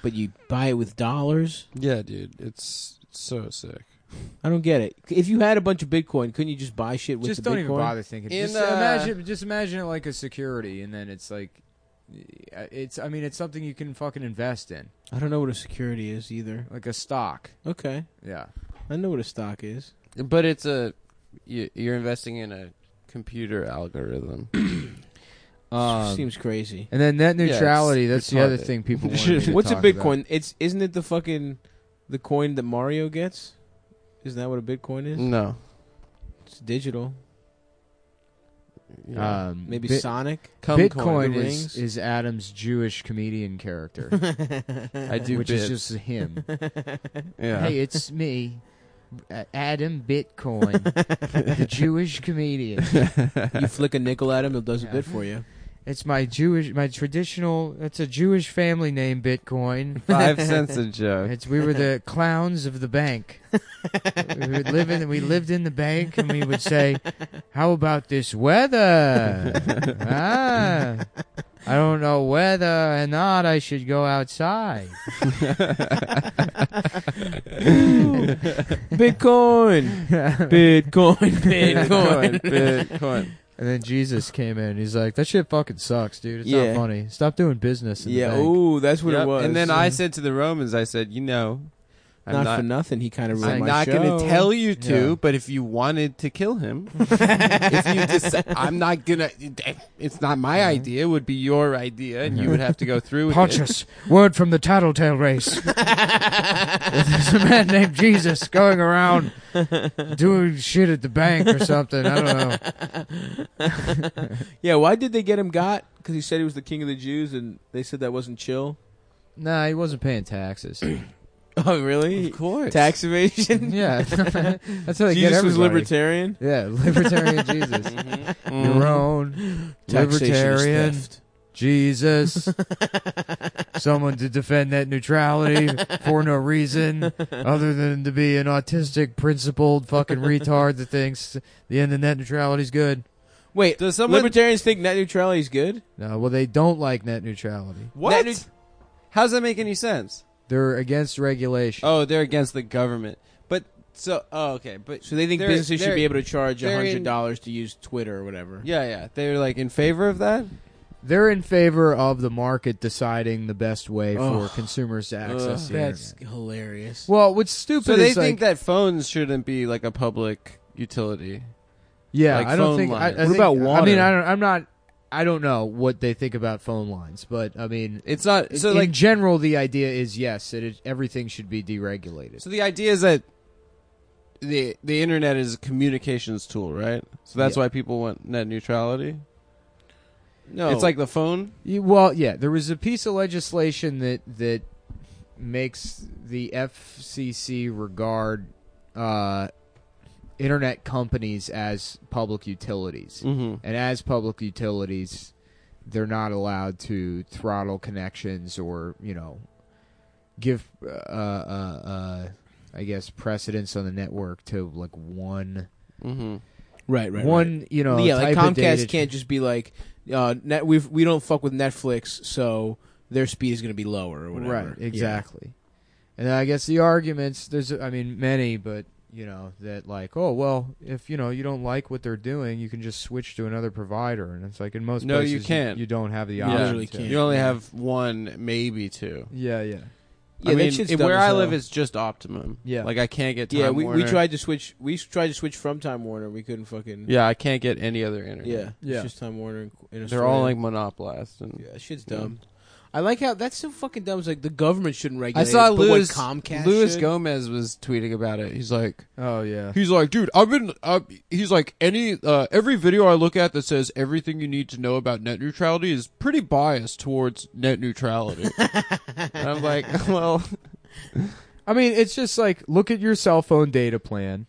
[SPEAKER 3] but you buy it with dollars.
[SPEAKER 2] Yeah, dude, it's so sick.
[SPEAKER 3] I don't get it. If you had a bunch of Bitcoin, couldn't you just buy shit with
[SPEAKER 1] just
[SPEAKER 3] the
[SPEAKER 1] don't
[SPEAKER 3] Bitcoin?
[SPEAKER 1] even bother thinking.
[SPEAKER 2] In,
[SPEAKER 1] just
[SPEAKER 2] uh,
[SPEAKER 1] imagine, just imagine it like a security, and then it's like, uh, it's. I mean, it's something you can fucking invest in,
[SPEAKER 3] I don't know what a security is either.
[SPEAKER 1] like a stock.
[SPEAKER 3] Okay,
[SPEAKER 1] Yeah,
[SPEAKER 3] I know what a stock is.
[SPEAKER 2] But it's a you, you're investing in a computer algorithm.
[SPEAKER 1] um,
[SPEAKER 3] Seems crazy.
[SPEAKER 1] and then net
[SPEAKER 2] Yeah, it's-
[SPEAKER 1] neutrality. that's
[SPEAKER 2] it's
[SPEAKER 1] the other
[SPEAKER 2] hard.
[SPEAKER 1] thing people. wanted me to
[SPEAKER 3] What's a
[SPEAKER 1] talk about. Um,
[SPEAKER 3] Bitcoin? It's isn't it the fucking the coin that Mario gets? Isn't that what a Bitcoin is?
[SPEAKER 2] no,
[SPEAKER 3] It's digital.
[SPEAKER 2] Yeah.
[SPEAKER 1] Um,
[SPEAKER 3] Maybe
[SPEAKER 1] Bi-
[SPEAKER 3] Sonic.
[SPEAKER 2] Cum
[SPEAKER 1] Bitcoin
[SPEAKER 2] coin.
[SPEAKER 3] the
[SPEAKER 1] is,
[SPEAKER 3] rings.
[SPEAKER 1] is Adam's Jewish comedian character,
[SPEAKER 2] I do,
[SPEAKER 1] which
[SPEAKER 2] bits.
[SPEAKER 1] is just him.
[SPEAKER 2] yeah.
[SPEAKER 1] Hey, it's me, uh, Adam Bitcoin, the Jewish comedian.
[SPEAKER 3] you flick a nickel at him, it does a bit for you.
[SPEAKER 1] It's my Jewish, my traditional. It's a Jewish family name, Bitcoin.
[SPEAKER 2] Five cents a joke.
[SPEAKER 1] It's we were the clowns of the bank. we would live in we lived in the bank and we would say, How about this weather? ah, I don't know whether or not I should go outside.
[SPEAKER 3] Bitcoin, Bitcoin, Bitcoin.
[SPEAKER 2] Bitcoin.
[SPEAKER 1] And then Jesus came in. He's like, That shit fucking sucks, dude. It's
[SPEAKER 3] Yeah.
[SPEAKER 1] not funny. Stop doing business in
[SPEAKER 3] yeah.
[SPEAKER 1] the bank.
[SPEAKER 3] Oh, that's what
[SPEAKER 2] Yep.
[SPEAKER 3] it was.
[SPEAKER 2] And then I said to the Romans, I said, you know, I'm
[SPEAKER 3] not,
[SPEAKER 2] not,
[SPEAKER 3] for nothing. He kind of ruined
[SPEAKER 2] I'm
[SPEAKER 3] my
[SPEAKER 2] not going to
[SPEAKER 3] show.
[SPEAKER 2] tell you to,
[SPEAKER 1] Yeah.
[SPEAKER 2] but if you wanted to kill him, if you decide, I'm not going to. It's not my idea. It would be your idea, and you would have to go through with it.
[SPEAKER 1] Pontius, word from the tattletale race. There's a man named Jesus going around doing shit at the bank or something. I don't know.
[SPEAKER 3] Yeah, why did they get him got? Because he said he was the king of the Jews, and they said that wasn't chill.
[SPEAKER 1] Nah, he wasn't paying taxes.
[SPEAKER 3] Oh, really?
[SPEAKER 2] Of course,
[SPEAKER 3] Tax evasion.
[SPEAKER 1] yeah, that's how they get
[SPEAKER 3] Jesus was
[SPEAKER 1] everybody.
[SPEAKER 3] libertarian.
[SPEAKER 1] Yeah, libertarian Jesus,
[SPEAKER 2] Mm.
[SPEAKER 1] your own libertarian Jesus. Someone to defend that neutrality for no reason other than to be an autistic, principled fucking retard that thinks the end of net neutrality is good.
[SPEAKER 3] Wait,
[SPEAKER 2] Does someone-
[SPEAKER 3] libertarians think net neutrality is good?
[SPEAKER 1] No, well, they don't like net neutrality.
[SPEAKER 2] What?
[SPEAKER 3] Net neut-
[SPEAKER 2] How does that make any sense?
[SPEAKER 1] They're against regulation.
[SPEAKER 2] Oh, they're against the government. But so, oh, okay, but
[SPEAKER 3] So they think
[SPEAKER 2] they're-
[SPEAKER 3] businesses should
[SPEAKER 2] they're-
[SPEAKER 3] be able to charge
[SPEAKER 2] they're in-
[SPEAKER 3] hundred dollars to use Twitter or whatever.
[SPEAKER 2] Yeah, yeah, they're like in favor of that.
[SPEAKER 1] They're in favor of the market deciding the best way
[SPEAKER 3] Ugh.
[SPEAKER 1] for consumers to access
[SPEAKER 2] Ugh,
[SPEAKER 1] the
[SPEAKER 3] That's
[SPEAKER 1] internet.
[SPEAKER 3] hilarious.
[SPEAKER 1] Well, what's stupid
[SPEAKER 2] So they
[SPEAKER 1] is like,
[SPEAKER 2] think that phones shouldn't be like a public utility.
[SPEAKER 1] yeah,
[SPEAKER 2] like,
[SPEAKER 1] I don't
[SPEAKER 2] phone
[SPEAKER 1] think. I, I
[SPEAKER 2] lines.
[SPEAKER 1] think-
[SPEAKER 3] What about
[SPEAKER 1] I mean,
[SPEAKER 3] water?
[SPEAKER 1] I don't. I'm not. I don't know what they think about phone lines, but I mean,
[SPEAKER 2] It's not so
[SPEAKER 1] in
[SPEAKER 2] like
[SPEAKER 1] general, the idea is yes, it is, everything should be deregulated.
[SPEAKER 2] so the idea is that the the internet is a communications tool, right? So that's
[SPEAKER 1] Yeah.
[SPEAKER 2] why people want net neutrality.
[SPEAKER 3] no,
[SPEAKER 2] It's like the phone.
[SPEAKER 1] You- well, yeah, there was a piece of legislation that that makes the FCC regard uh, internet companies as public utilities,
[SPEAKER 3] Mm.
[SPEAKER 2] Mm-hmm.
[SPEAKER 1] and as public utilities, they're not allowed to throttle connections or you know give uh, uh, uh, I guess precedence on the network to like one
[SPEAKER 2] Mm-hmm.
[SPEAKER 3] right, right, right.
[SPEAKER 1] one you know
[SPEAKER 3] yeah, like
[SPEAKER 1] type of data
[SPEAKER 3] Comcast can't just be like, uh, net, we've, we don't fuck with Netflix, so their speed is going to be lower or whatever.
[SPEAKER 1] Right, exactly. And I guess the arguments there's I mean many, but you know that like oh well if you know you don't like what they're doing you can just switch to another provider and it's like in most
[SPEAKER 2] No,
[SPEAKER 1] places
[SPEAKER 2] you can't.
[SPEAKER 1] you don't have the
[SPEAKER 3] You
[SPEAKER 1] option
[SPEAKER 3] literally
[SPEAKER 1] to.
[SPEAKER 3] can't.
[SPEAKER 2] You only have one, maybe two.
[SPEAKER 1] yeah yeah
[SPEAKER 3] Yeah,
[SPEAKER 2] I
[SPEAKER 3] that
[SPEAKER 2] mean,
[SPEAKER 3] shit's
[SPEAKER 2] if-
[SPEAKER 3] dumb
[SPEAKER 2] where
[SPEAKER 3] as
[SPEAKER 2] I
[SPEAKER 3] hell.
[SPEAKER 2] live is just Optimum.
[SPEAKER 1] Yeah.
[SPEAKER 2] like I can't get. Time
[SPEAKER 3] Yeah, we, we
[SPEAKER 2] Warner.
[SPEAKER 3] tried to switch. We s- tried to switch from Time Warner. We couldn't fucking.
[SPEAKER 2] Yeah, I can't get any other internet.
[SPEAKER 3] yeah,
[SPEAKER 1] Yeah.
[SPEAKER 3] It's just Time Warner. And, and
[SPEAKER 2] they're all like monopolized and
[SPEAKER 3] yeah, shit's
[SPEAKER 2] Yeah.
[SPEAKER 3] dumb. I like how that's so fucking dumb. It's like the government shouldn't regulate.
[SPEAKER 2] I saw
[SPEAKER 3] it, but what,
[SPEAKER 2] Louis
[SPEAKER 3] Comcast.
[SPEAKER 2] Louis
[SPEAKER 3] should?
[SPEAKER 2] Gomez was tweeting about it. He's like,
[SPEAKER 1] oh yeah
[SPEAKER 2] he's like, dude, I've been. Uh, he's like, any uh, every video I look at that says everything you need to know about net neutrality is pretty biased towards net neutrality. and I'm like, well,
[SPEAKER 1] I mean it's just like look at your cell phone data plan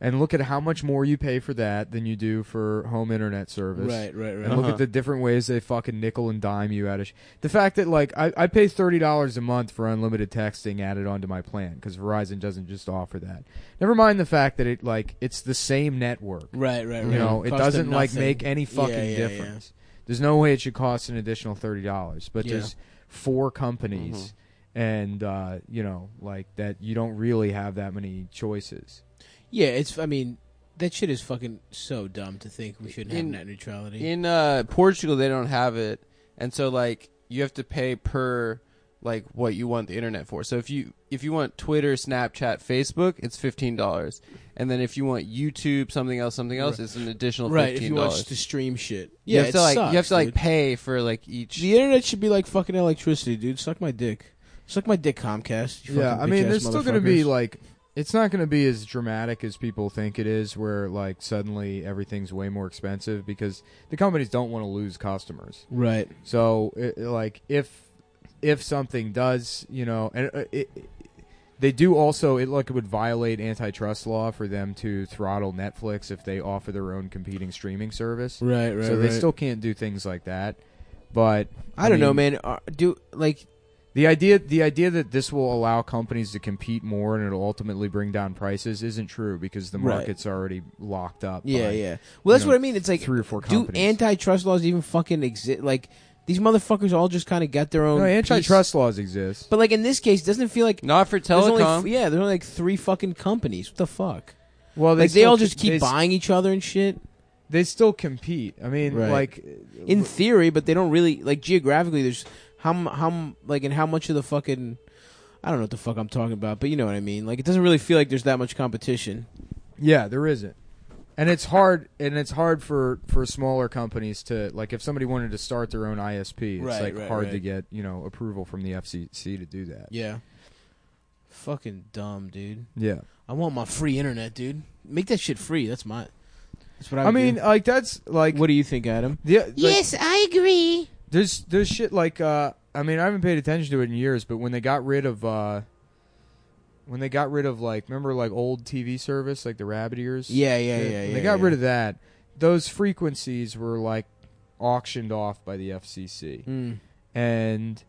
[SPEAKER 1] and look at how much more you pay for that than you do for home internet service
[SPEAKER 3] Right, right, right.
[SPEAKER 1] and look
[SPEAKER 2] Uh-huh.
[SPEAKER 1] at the different ways they fucking nickel and dime you out of sh- the fact that like I, I pay thirty dollars a month for unlimited texting added onto my plan because Verizon doesn't just offer that. Never mind the fact that it like it's the same network.
[SPEAKER 3] Right, right,
[SPEAKER 1] You
[SPEAKER 3] right.
[SPEAKER 1] know, it
[SPEAKER 3] Cost them
[SPEAKER 1] doesn't like
[SPEAKER 3] nothing.
[SPEAKER 1] make any
[SPEAKER 3] Yeah,
[SPEAKER 1] fucking
[SPEAKER 3] yeah, yeah.
[SPEAKER 1] difference. There's no way it should cost an additional thirty dollars. But
[SPEAKER 3] Yeah. Mm-hmm.
[SPEAKER 1] there's four companies. And uh, you know, like that, you don't really have that many choices.
[SPEAKER 3] Yeah, it's. I mean, that shit is fucking so dumb to think we shouldn't
[SPEAKER 2] In-
[SPEAKER 3] have net neutrality.
[SPEAKER 2] in uh, Portugal they don't have it, and so like you have to pay per like what you want the internet for. So if you if you want Twitter, Snapchat, Facebook, it's fifteen dollars, and then if you want YouTube, something else, something else, it's an additional
[SPEAKER 3] right, if
[SPEAKER 2] fifteen
[SPEAKER 3] you want
[SPEAKER 2] dollars.
[SPEAKER 3] us to stream shit.
[SPEAKER 2] you
[SPEAKER 3] Yeah,
[SPEAKER 2] have
[SPEAKER 3] it
[SPEAKER 2] to like
[SPEAKER 3] sucks,
[SPEAKER 2] you have to like
[SPEAKER 3] dude.
[SPEAKER 2] pay for like each.
[SPEAKER 3] The internet should be like fucking electricity, dude. Suck my dick. Suck my dick, Comcast. you
[SPEAKER 1] Yeah,
[SPEAKER 3] fucking
[SPEAKER 1] I mean,
[SPEAKER 3] bitch-ass
[SPEAKER 1] there's still going to be
[SPEAKER 3] motherfuckers.
[SPEAKER 1] like, it's not going to be as dramatic as people think it is, where like suddenly everything's way more expensive because the companies don't want to lose customers.
[SPEAKER 3] right.
[SPEAKER 1] So, it, like, if if something does, you know, and uh, it, it- they do also, it like it would violate antitrust law for them to throttle Netflix if they offer their own competing streaming service.
[SPEAKER 3] Right, right.
[SPEAKER 1] so they still can't do things like that. But
[SPEAKER 3] I, don't know,
[SPEAKER 1] mean,
[SPEAKER 3] man. Uh, do like
[SPEAKER 1] the idea the idea that this will allow companies to compete more and it'll ultimately bring down prices isn't true because the
[SPEAKER 3] Right.
[SPEAKER 1] market's already locked up.
[SPEAKER 3] yeah,
[SPEAKER 1] by
[SPEAKER 3] yeah. Well, that's
[SPEAKER 1] you know,
[SPEAKER 3] what I mean. It's like
[SPEAKER 1] three or four
[SPEAKER 3] do
[SPEAKER 1] companies.
[SPEAKER 3] antitrust laws even fucking exist? Like these motherfuckers all just kind of got their own
[SPEAKER 1] No,
[SPEAKER 3] piece.
[SPEAKER 1] antitrust laws exist.
[SPEAKER 3] But like in this case, doesn't it feel like
[SPEAKER 2] not for
[SPEAKER 3] there's only
[SPEAKER 2] telecom.
[SPEAKER 3] f- yeah, there's only like three fucking companies. What the fuck?
[SPEAKER 1] Well,
[SPEAKER 3] like they
[SPEAKER 1] still
[SPEAKER 3] all
[SPEAKER 1] c-
[SPEAKER 3] just keep
[SPEAKER 1] they s-
[SPEAKER 3] buying each other and shit.
[SPEAKER 1] They still compete. I mean,
[SPEAKER 3] Right.
[SPEAKER 1] like
[SPEAKER 3] In theory, but they don't really like geographically. There's how m- how m- like and how much of the fucking I don't know what the fuck I'm talking about, but you know what I mean. Like it doesn't really feel like there's that much competition.
[SPEAKER 1] yeah, there isn't. And it's hard and it's hard for for smaller companies to like if somebody wanted to start their own ISP, it's
[SPEAKER 3] Right,
[SPEAKER 1] like
[SPEAKER 3] right,
[SPEAKER 1] hard to
[SPEAKER 3] right.
[SPEAKER 1] get, you know, approval from the FCC to do that.
[SPEAKER 3] Yeah. Fucking dumb, dude.
[SPEAKER 1] Yeah.
[SPEAKER 3] I want my free internet, dude. Make that shit free. That's my. That's what I.
[SPEAKER 1] I
[SPEAKER 3] would
[SPEAKER 1] mean,
[SPEAKER 3] do.
[SPEAKER 1] like that's like
[SPEAKER 3] what do you think, Adam?
[SPEAKER 1] the, like,
[SPEAKER 3] I agree.
[SPEAKER 1] There's there's shit like uh I mean I haven't paid attention to it in years, but when they got rid of uh when they got rid of like remember like old TV service like the rabbit ears?
[SPEAKER 3] Yeah, yeah,
[SPEAKER 1] Shit?
[SPEAKER 3] yeah.
[SPEAKER 1] When
[SPEAKER 3] yeah
[SPEAKER 1] they got
[SPEAKER 3] yeah.
[SPEAKER 1] rid of that, those frequencies were like auctioned off by the FCC.
[SPEAKER 3] Mm.
[SPEAKER 1] And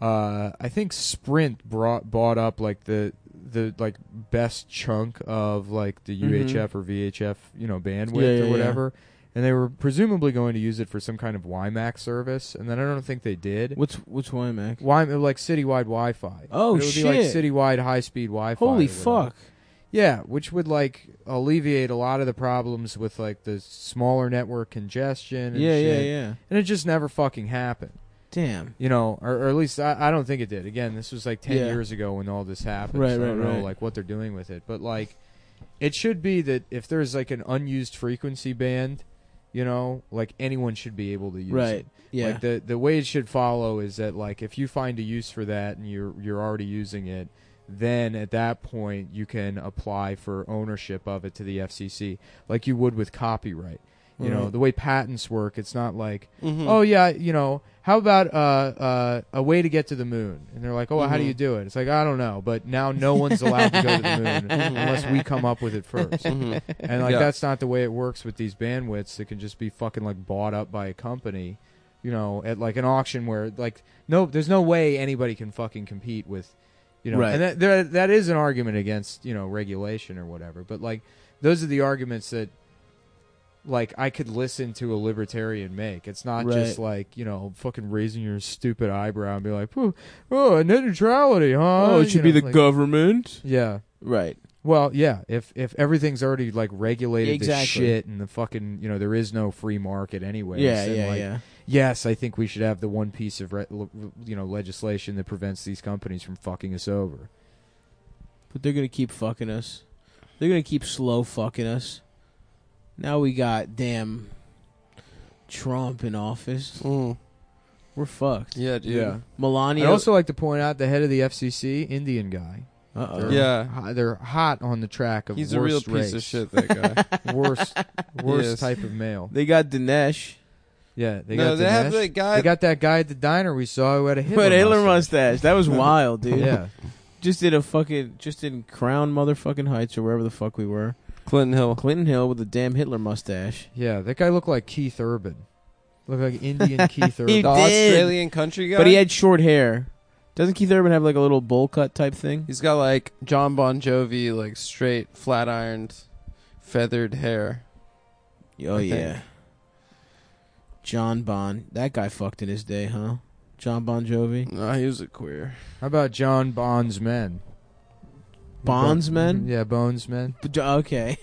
[SPEAKER 1] uh I think Sprint brought bought up like the the like best chunk of like the
[SPEAKER 3] Mhm.
[SPEAKER 1] UHF or VHF, you know, bandwidth
[SPEAKER 3] Yeah, yeah,
[SPEAKER 1] or
[SPEAKER 3] yeah.
[SPEAKER 1] whatever. and they were presumably going to use it for some kind of WiMAX service, and then I don't think they did.
[SPEAKER 3] What's what's WiMAX?
[SPEAKER 1] Wi- like citywide Wi-Fi.
[SPEAKER 3] Oh,
[SPEAKER 1] it would Be like
[SPEAKER 3] shit.
[SPEAKER 1] citywide high-speed Wi-Fi.
[SPEAKER 3] Holy
[SPEAKER 1] or whatever.
[SPEAKER 3] fuck!
[SPEAKER 1] Yeah, which would like alleviate a lot of the problems with like the smaller network congestion. And
[SPEAKER 3] Yeah, yeah,
[SPEAKER 1] shit.
[SPEAKER 3] yeah.
[SPEAKER 1] And it just never fucking happened
[SPEAKER 3] Damn.
[SPEAKER 1] you know, or, or at least I, I don't think it did. Again, this was like ten
[SPEAKER 3] Yeah.
[SPEAKER 1] years ago when all this happened.
[SPEAKER 3] Right,
[SPEAKER 1] so I
[SPEAKER 3] right,
[SPEAKER 1] don't know
[SPEAKER 3] right.
[SPEAKER 1] like what they're doing with it. But like it should be that if there's like an unused frequency band, you know, like anyone should be able to use
[SPEAKER 3] Right.
[SPEAKER 1] it.
[SPEAKER 3] Yeah.
[SPEAKER 1] Like the the way it should follow is that like if you find a use for that and you're you're already using it, then at that point you can apply for ownership of it to the FCC, like you would with copyright. You know,
[SPEAKER 3] Right.
[SPEAKER 1] the way patents work, it's not like oh yeah you know how about uh, uh, a way to get to the moon and they're like oh how do
[SPEAKER 2] Mhm.
[SPEAKER 1] you do it it's like i don't know but now no one's allowed to go to the moon unless we come up with it first
[SPEAKER 2] Mhm.
[SPEAKER 1] and like
[SPEAKER 4] Yeah.
[SPEAKER 1] that's not the way it works with these bandwidths that can just be fucking like bought up by a company you know at like an auction where like no there's no way anybody can fucking compete with you know
[SPEAKER 3] Right.
[SPEAKER 1] and that there, that is an argument against you know regulation or whatever but like those are the arguments that like I could listen to a libertarian make. It's not just like you know fucking raising your stupid eyebrow and be like, oh, oh net neutrality, huh?
[SPEAKER 3] oh, it
[SPEAKER 1] You
[SPEAKER 3] should be
[SPEAKER 1] know,
[SPEAKER 3] the
[SPEAKER 1] like-
[SPEAKER 3] government.
[SPEAKER 1] Yeah.
[SPEAKER 3] Right.
[SPEAKER 1] Well, yeah. If if everything's already like regulated to
[SPEAKER 3] Exactly.
[SPEAKER 1] shit and the fucking you know there is no free market anyway.
[SPEAKER 3] Yeah, yeah, yeah.
[SPEAKER 1] Yes, I think we should have the one piece of re- l- you know legislation that prevents these companies from fucking us over.
[SPEAKER 3] But they're gonna keep fucking us. They're gonna keep slow fucking us. Now we got damn Trump in office.
[SPEAKER 2] Mm.
[SPEAKER 3] We're fucked.
[SPEAKER 2] Yeah, dude.
[SPEAKER 1] Yeah.
[SPEAKER 3] Melania.
[SPEAKER 1] I'd also like to point out the head of the FCC, Indian guy.
[SPEAKER 3] Uh-oh.
[SPEAKER 1] They're
[SPEAKER 2] Yeah.
[SPEAKER 1] hi- they're hot on the track of
[SPEAKER 2] He's
[SPEAKER 1] worst
[SPEAKER 2] a real piece of
[SPEAKER 1] race.
[SPEAKER 2] shit. That guy.
[SPEAKER 1] worst worst
[SPEAKER 2] Yes.
[SPEAKER 1] type of male.
[SPEAKER 3] They got Dinesh.
[SPEAKER 1] Yeah, they got
[SPEAKER 2] no, they
[SPEAKER 1] Dinesh.
[SPEAKER 2] have that guy.
[SPEAKER 1] They got that guy at the diner we saw who had a Hitler,
[SPEAKER 3] But
[SPEAKER 1] mustache.
[SPEAKER 3] Hitler mustache. That was wild, dude.
[SPEAKER 1] Yeah,
[SPEAKER 3] Just did a fucking just in Crown motherfucking Heights or wherever the fuck we were.
[SPEAKER 2] Clinton Hill.
[SPEAKER 3] Clinton Hill with a damn Hitler mustache.
[SPEAKER 1] yeah. That guy looked like Keith Urban. Looked like Indian Keith
[SPEAKER 3] He
[SPEAKER 2] The
[SPEAKER 1] Urban.
[SPEAKER 3] did.
[SPEAKER 2] Australian country guy.
[SPEAKER 3] But he had short hair. Doesn't Keith Urban have like a little bowl cut type thing?
[SPEAKER 2] He's got like John Bon Jovi, like straight, flat ironed, feathered hair.
[SPEAKER 3] Oh
[SPEAKER 2] I think.
[SPEAKER 3] yeah. John Bon. That guy fucked in his day, huh? John Bon Jovi.
[SPEAKER 2] No, he was a queer.
[SPEAKER 1] How about John Bond's men?
[SPEAKER 3] Bondsman?
[SPEAKER 1] Yeah, Bones men.
[SPEAKER 3] B- Okay.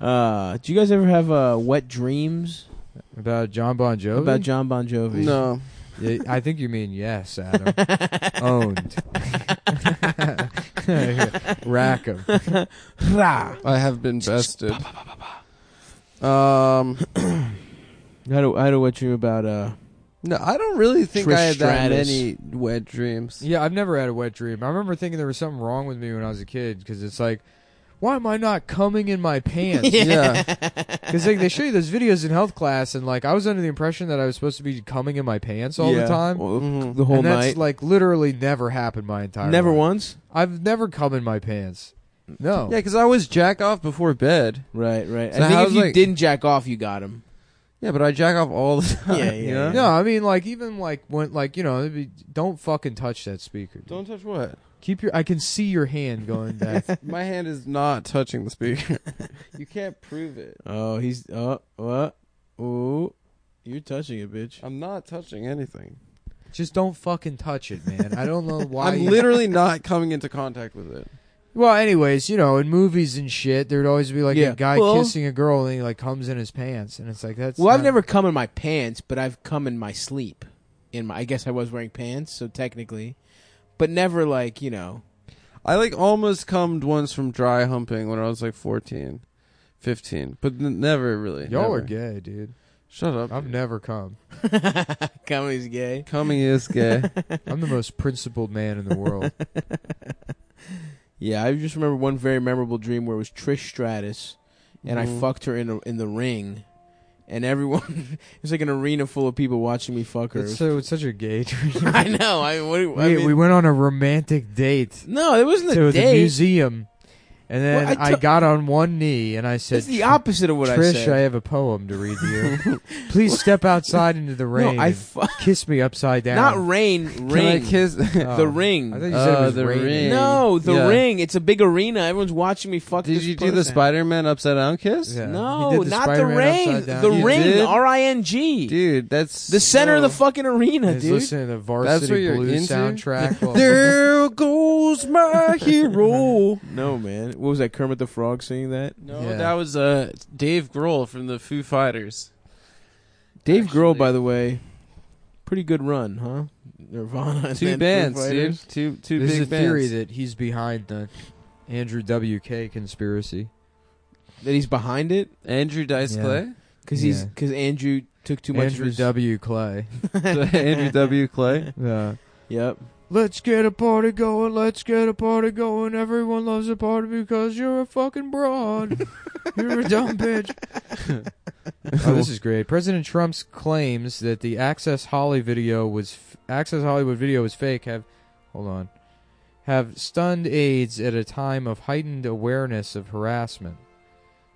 [SPEAKER 3] uh, do you guys ever have uh, wet dreams
[SPEAKER 1] About John Bon Jovi.
[SPEAKER 3] about John Bon Jovi?
[SPEAKER 2] No,
[SPEAKER 1] Yeah, I think you mean yes, Adam. Owned. Rack 'em.
[SPEAKER 3] Rah.
[SPEAKER 2] I have been bested. Um,
[SPEAKER 3] I had a, I had a wet dream about uh.
[SPEAKER 2] no, I don't really think
[SPEAKER 3] Trish
[SPEAKER 2] I had that
[SPEAKER 3] Stratus.
[SPEAKER 2] many wet dreams.
[SPEAKER 1] Yeah, I've never had a wet dream. I remember thinking there was something wrong with me when I was a kid because it's like, why am I not coming in my pants?
[SPEAKER 2] Yeah,
[SPEAKER 1] Because like, they show you those videos in health class, and like I was under the impression that I was supposed to be coming in my pants all
[SPEAKER 3] Yeah.
[SPEAKER 1] the time.
[SPEAKER 3] Well,
[SPEAKER 2] Mhm.
[SPEAKER 3] The whole
[SPEAKER 1] and that's
[SPEAKER 3] night.
[SPEAKER 1] like literally never happened my entire
[SPEAKER 3] Never
[SPEAKER 1] life.
[SPEAKER 3] once.
[SPEAKER 1] I've never come in my pants. No.
[SPEAKER 2] yeah, because I always jack off before bed.
[SPEAKER 3] Right, right.
[SPEAKER 2] So
[SPEAKER 3] I think
[SPEAKER 2] how's,
[SPEAKER 3] if you
[SPEAKER 2] like-
[SPEAKER 3] didn't jack off, you got him.
[SPEAKER 2] Yeah, but I jack off all the time.
[SPEAKER 3] Yeah, yeah,
[SPEAKER 2] you know?
[SPEAKER 3] yeah.
[SPEAKER 1] No, I mean like even like when like you know it'd be, don't fucking touch that speaker. dude.
[SPEAKER 2] Don't touch what?
[SPEAKER 1] keep your. I can see your hand going back.
[SPEAKER 2] My hand is not touching the speaker. you can't prove it.
[SPEAKER 3] Oh, he's oh what? Ooh, you're touching it, bitch.
[SPEAKER 2] I'm not touching anything.
[SPEAKER 1] Just don't fucking touch it, man. I don't know why.
[SPEAKER 2] I'm
[SPEAKER 1] you-
[SPEAKER 2] literally not coming into contact with it.
[SPEAKER 1] Well, anyways, you know, in movies and shit, there'd always be like
[SPEAKER 3] Yeah.
[SPEAKER 1] a guy
[SPEAKER 3] Well-
[SPEAKER 1] kissing a girl and he like comes in his pants, and it's like that's.
[SPEAKER 3] Well, I've
[SPEAKER 1] not-
[SPEAKER 3] never come in my pants, but I've come in my sleep. In my, I guess I was wearing pants, so technically, but never like you know.
[SPEAKER 2] I like almost cummed once from dry humping when I was like 14, 15, but n- never really.
[SPEAKER 1] Y'all
[SPEAKER 2] never.
[SPEAKER 1] are gay, dude.
[SPEAKER 2] Shut up.
[SPEAKER 1] I've never come.
[SPEAKER 3] Comedy's gay.
[SPEAKER 2] Coming is gay.
[SPEAKER 1] I'm the most principled man in the world.
[SPEAKER 3] Yeah, I just remember one very memorable dream where it was Trish Stratus, and I
[SPEAKER 2] Mhm.
[SPEAKER 3] fucked her in a, in the ring, and everyone it was like an arena full of people watching me fuck her. It
[SPEAKER 1] It's
[SPEAKER 3] was-
[SPEAKER 1] so it's such a gay dream.
[SPEAKER 3] I know. I, what, do- I
[SPEAKER 1] we,
[SPEAKER 3] mean,
[SPEAKER 1] we went on a romantic date
[SPEAKER 3] no, it wasn't
[SPEAKER 1] to the
[SPEAKER 3] a date.
[SPEAKER 1] museum, And then
[SPEAKER 3] Well, I
[SPEAKER 1] I
[SPEAKER 3] to-
[SPEAKER 1] got on one knee and I said,
[SPEAKER 3] It's the opposite of what I
[SPEAKER 1] Trish,
[SPEAKER 3] said.
[SPEAKER 1] I, have a poem to read to you. Please step outside into the rain.
[SPEAKER 3] no, I
[SPEAKER 1] and
[SPEAKER 3] fu-
[SPEAKER 1] kiss me upside down.
[SPEAKER 3] not rain,
[SPEAKER 2] Can I
[SPEAKER 3] ring.
[SPEAKER 2] kiss?
[SPEAKER 1] Oh.
[SPEAKER 3] the ring.
[SPEAKER 1] I thought you said
[SPEAKER 2] Oh,
[SPEAKER 1] it was
[SPEAKER 2] the
[SPEAKER 1] raining.
[SPEAKER 2] ring.
[SPEAKER 3] No, the
[SPEAKER 2] Yeah.
[SPEAKER 3] ring. It's a big arena. Everyone's watching me fuck.
[SPEAKER 2] Did
[SPEAKER 3] this
[SPEAKER 2] you do the
[SPEAKER 3] person.
[SPEAKER 2] Spider Man upside down kiss?
[SPEAKER 1] Yeah. He
[SPEAKER 3] No,
[SPEAKER 1] did the
[SPEAKER 3] not the
[SPEAKER 1] Spider-Man
[SPEAKER 3] ring.
[SPEAKER 1] upside down.
[SPEAKER 3] The
[SPEAKER 2] You
[SPEAKER 3] ring.
[SPEAKER 2] did?
[SPEAKER 3] R I N G.
[SPEAKER 2] Dude, that's
[SPEAKER 3] The center of the
[SPEAKER 2] so-
[SPEAKER 3] fucking arena,
[SPEAKER 1] He's
[SPEAKER 3] dude.
[SPEAKER 1] listening to Varsity
[SPEAKER 2] That's what you're
[SPEAKER 1] Blues
[SPEAKER 2] into?
[SPEAKER 1] soundtrack. while-
[SPEAKER 2] there goes my hero.
[SPEAKER 3] No, man. What was that? Kermit the Frog singing that?
[SPEAKER 2] No,
[SPEAKER 1] Yeah.
[SPEAKER 2] that was uh, Dave Grohl from the Foo Fighters.
[SPEAKER 3] Dave Grohl,
[SPEAKER 2] Actually-
[SPEAKER 3] by the way, pretty good run, huh? Nirvana. and
[SPEAKER 2] Two
[SPEAKER 3] then Foo
[SPEAKER 2] bands,
[SPEAKER 3] Fighters.
[SPEAKER 2] dude. Two two
[SPEAKER 1] This
[SPEAKER 2] big
[SPEAKER 1] is a
[SPEAKER 2] bands.
[SPEAKER 1] theory that he's behind the Andrew W.K. conspiracy.
[SPEAKER 3] That he's behind it
[SPEAKER 2] Andrew Dice
[SPEAKER 1] Yeah.
[SPEAKER 2] Clay,
[SPEAKER 3] because he's
[SPEAKER 1] Yeah.
[SPEAKER 3] because Andrew took too much.
[SPEAKER 1] Andrew
[SPEAKER 3] of his-
[SPEAKER 1] W. Clay.
[SPEAKER 2] Andrew W. Clay.
[SPEAKER 1] Yeah.
[SPEAKER 3] Yep.
[SPEAKER 1] Let's get a party going. Let's get a party going. Everyone loves a party because you're a fucking broad. you're a dumb bitch. oh, this is great. President Trump's claims that the Access Holly video was f- Access Hollywood video was fake have hold on have stunned aides at a time of heightened awareness of harassment.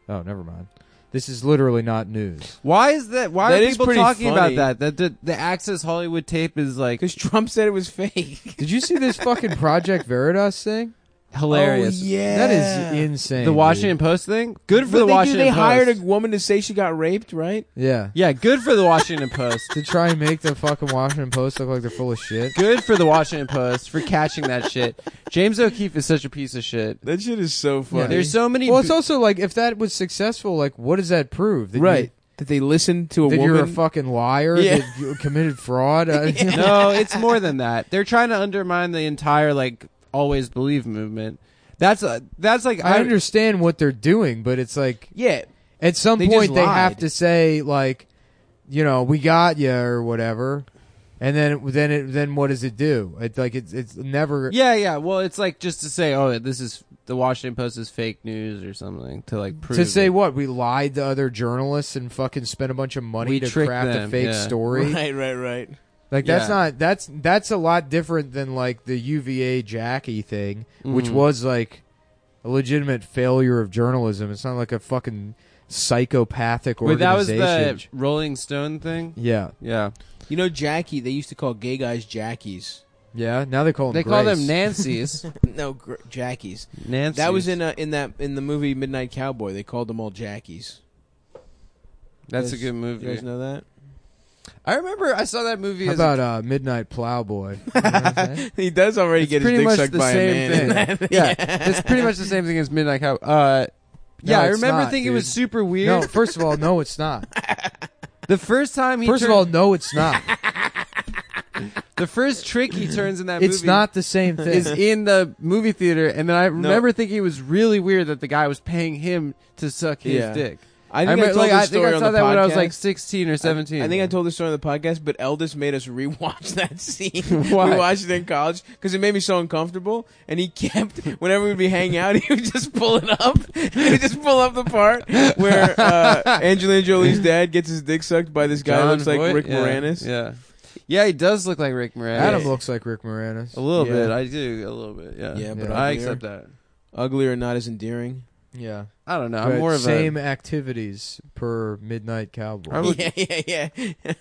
[SPEAKER 1] Oh, never mind. This is literally not news.
[SPEAKER 2] Why is that? Why
[SPEAKER 3] That
[SPEAKER 2] are
[SPEAKER 3] is
[SPEAKER 2] people
[SPEAKER 3] pretty
[SPEAKER 2] talking
[SPEAKER 3] funny.
[SPEAKER 2] about that? That the, the Access Hollywood tape is like
[SPEAKER 3] Because Trump said it was fake.
[SPEAKER 1] Did you see this fucking Project Veritas thing?
[SPEAKER 2] hilarious.
[SPEAKER 3] Oh, yeah.
[SPEAKER 1] That is insane.
[SPEAKER 2] The
[SPEAKER 1] dude.
[SPEAKER 2] Washington Post thing. Good for
[SPEAKER 3] But
[SPEAKER 2] the
[SPEAKER 3] they,
[SPEAKER 2] Washington
[SPEAKER 3] They
[SPEAKER 2] Post.
[SPEAKER 3] hired a woman to say she got raped, right?
[SPEAKER 1] Yeah.
[SPEAKER 2] yeah, good for the Washington Post.
[SPEAKER 1] to try and make the fucking Washington Post look like they're full of shit.
[SPEAKER 2] Good for the Washington Post for catching that shit. James O'Keefe is such a piece of shit.
[SPEAKER 3] That shit is so
[SPEAKER 1] funny.
[SPEAKER 2] There's so many.
[SPEAKER 1] Well, it's
[SPEAKER 2] b-
[SPEAKER 1] also like if that was successful, like what does that prove? That you-
[SPEAKER 3] right. that they listened to a
[SPEAKER 1] that
[SPEAKER 3] woman.
[SPEAKER 1] you're a fucking liar.
[SPEAKER 3] Yeah.
[SPEAKER 1] That you committed fraud. I-
[SPEAKER 2] no, it's more than that. They're trying to undermine the entire like always believe movement. That's uh, that's like
[SPEAKER 1] I understand what they're doing, but it's like
[SPEAKER 3] yeah.
[SPEAKER 1] at some
[SPEAKER 3] They just
[SPEAKER 1] point they have
[SPEAKER 3] lied.
[SPEAKER 1] to say like, you know, we got you or whatever. And then, then, it, then, what does it do? It's like it's it's never.
[SPEAKER 2] Yeah, yeah. Well, it's like just to say, oh, this is the Washington Post is fake news or something to like prove
[SPEAKER 1] to say
[SPEAKER 2] it.
[SPEAKER 1] what we lied to other journalists and fucking spent a bunch of money
[SPEAKER 2] We
[SPEAKER 1] to
[SPEAKER 2] tricked
[SPEAKER 1] craft a
[SPEAKER 2] them,
[SPEAKER 1] fake
[SPEAKER 2] yeah.
[SPEAKER 1] story.
[SPEAKER 3] Right, right, right.
[SPEAKER 1] Like that's
[SPEAKER 2] Yeah.
[SPEAKER 1] not that's that's a lot different than like the UVA Jackie thing, which
[SPEAKER 2] Mhm.
[SPEAKER 1] was like a legitimate failure of journalism. It's not like a fucking psychopathic
[SPEAKER 2] But that was
[SPEAKER 1] organization.
[SPEAKER 2] the Rolling Stone thing.
[SPEAKER 1] yeah,
[SPEAKER 2] Yeah,
[SPEAKER 3] You know, Jackie. They used to call gay guys Jackies.
[SPEAKER 1] yeah. Now they call them
[SPEAKER 2] they call
[SPEAKER 1] Grace.
[SPEAKER 2] them Nancy's.
[SPEAKER 3] No, gr- Jackies.
[SPEAKER 2] Nancy's.
[SPEAKER 3] That was in a, in that in the movie Midnight Cowboy. They called them all Jackies.
[SPEAKER 2] That's a
[SPEAKER 3] Yes.
[SPEAKER 2] good
[SPEAKER 3] You
[SPEAKER 2] movie.
[SPEAKER 3] guys know that?
[SPEAKER 2] I remember I saw that movie.
[SPEAKER 1] How
[SPEAKER 2] As
[SPEAKER 1] about uh, Midnight Plowboy? You know what I'm saying?
[SPEAKER 3] He does already
[SPEAKER 2] It's pretty much the same thing. yeah, it's pretty much the same thing as Midnight Cowboy. Uh, yeah,
[SPEAKER 1] No,
[SPEAKER 2] I
[SPEAKER 1] it's
[SPEAKER 2] remember
[SPEAKER 1] not,
[SPEAKER 2] thinking it was
[SPEAKER 1] dude.
[SPEAKER 2] super weird.
[SPEAKER 1] no, first of all, no, it's not.
[SPEAKER 2] The first time he
[SPEAKER 1] First of
[SPEAKER 2] turned-
[SPEAKER 1] all, no, it's not.
[SPEAKER 2] the first trick he turns in that
[SPEAKER 1] It's
[SPEAKER 2] movie
[SPEAKER 1] not the same thing.
[SPEAKER 2] is in the movie theater, and then I remember thinking it was really weird that the guy was paying him to suck his
[SPEAKER 3] Yeah.
[SPEAKER 2] dick.
[SPEAKER 3] I think I,
[SPEAKER 2] remember,
[SPEAKER 3] told
[SPEAKER 2] like,
[SPEAKER 3] this
[SPEAKER 2] I think
[SPEAKER 3] story
[SPEAKER 2] I
[SPEAKER 3] on
[SPEAKER 2] saw
[SPEAKER 3] the
[SPEAKER 2] that when I was like
[SPEAKER 3] podcast.
[SPEAKER 2] sixteen or seventeen.
[SPEAKER 3] I think I told this story on the podcast, but Eldis made us rewatch that scene.
[SPEAKER 2] Why?
[SPEAKER 3] We watched it in college because it made me so uncomfortable. And he kept whenever we'd be hanging out, he would just pull it up. He would just pull up the part where uh, Angelina Jolie's dad gets his dick sucked by this guy who
[SPEAKER 2] John
[SPEAKER 3] looks like
[SPEAKER 2] Voight?
[SPEAKER 3] Rick
[SPEAKER 2] Yeah.
[SPEAKER 3] Moranis.
[SPEAKER 2] Yeah, yeah, he does look like Rick Moranis.
[SPEAKER 1] Adam looks like Rick Moranis.
[SPEAKER 2] a little
[SPEAKER 3] Yeah.
[SPEAKER 2] bit. I do a little bit. Yeah,
[SPEAKER 3] Yeah,
[SPEAKER 1] but
[SPEAKER 2] I
[SPEAKER 3] uglier.
[SPEAKER 2] accept that.
[SPEAKER 3] Ugly or not as endearing.
[SPEAKER 1] Yeah,
[SPEAKER 2] I don't know. I'm
[SPEAKER 1] But
[SPEAKER 2] more of
[SPEAKER 1] same activities per Midnight Cowboy.
[SPEAKER 2] I would-
[SPEAKER 3] yeah, yeah, yeah.
[SPEAKER 2] a.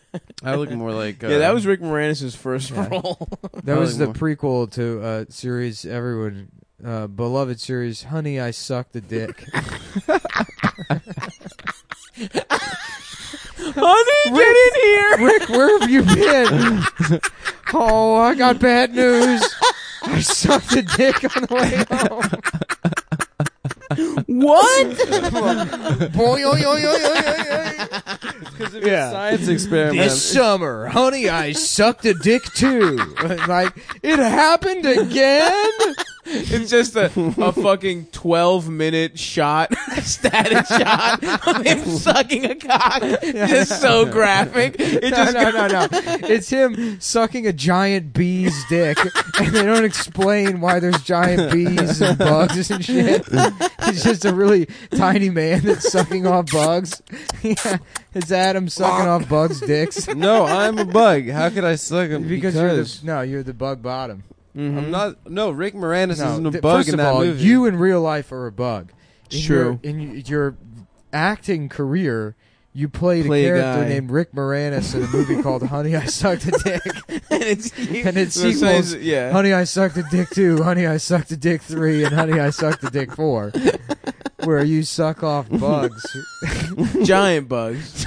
[SPEAKER 2] I look more like. Uh,
[SPEAKER 3] yeah, that was Rick Moranis' first
[SPEAKER 1] Yeah.
[SPEAKER 3] role.
[SPEAKER 1] That was the
[SPEAKER 2] Probably
[SPEAKER 1] prequel to uh, series everyone uh, beloved series Honey I Suck the Dick.
[SPEAKER 3] Honey, get in here!
[SPEAKER 1] Rick, where have you been? oh, I got bad news. I sucked the dick on the way home.
[SPEAKER 3] What?
[SPEAKER 1] Boy, oy, oy, oy, oy, oy, oy.
[SPEAKER 2] because of
[SPEAKER 1] yeah.
[SPEAKER 2] his science experiment.
[SPEAKER 1] This summer, honey, I sucked a dick too. like it happened again.
[SPEAKER 3] It's just a, a fucking 12 minute shot, static shot of him sucking a cock. Just so graphic. It
[SPEAKER 1] No,
[SPEAKER 3] just
[SPEAKER 1] no, no, no. It's him sucking a giant bee's dick, and they don't explain why there's giant bees and bugs and shit. He's just a really tiny man that's sucking off bugs. Yeah, it's Adam sucking off bugs' dicks
[SPEAKER 2] no, I'm a bug. How could I suck him?
[SPEAKER 1] because you're the, no, you're the bug bottom.
[SPEAKER 2] I'm not. No, Rick Moranis
[SPEAKER 1] Mm-hmm. No,
[SPEAKER 2] isn't a
[SPEAKER 1] th-
[SPEAKER 2] bug
[SPEAKER 1] first
[SPEAKER 2] in
[SPEAKER 1] of
[SPEAKER 2] that
[SPEAKER 1] all,
[SPEAKER 2] movie.
[SPEAKER 1] You in real life are a bug. In
[SPEAKER 3] True.
[SPEAKER 1] Your, in y- your acting career, you played
[SPEAKER 3] Play a
[SPEAKER 1] a character
[SPEAKER 3] guy.
[SPEAKER 1] named Rick Moranis in a movie called Honey, I Sucked a Dick.
[SPEAKER 3] and it's
[SPEAKER 1] And its
[SPEAKER 3] so it's-
[SPEAKER 1] sequels-
[SPEAKER 3] Yeah.
[SPEAKER 1] Honey, I Sucked a Dick 2, Honey, I Sucked a Dick 3, and Honey, I Sucked a Dick 4. Where you suck off bugs.
[SPEAKER 3] giant bugs,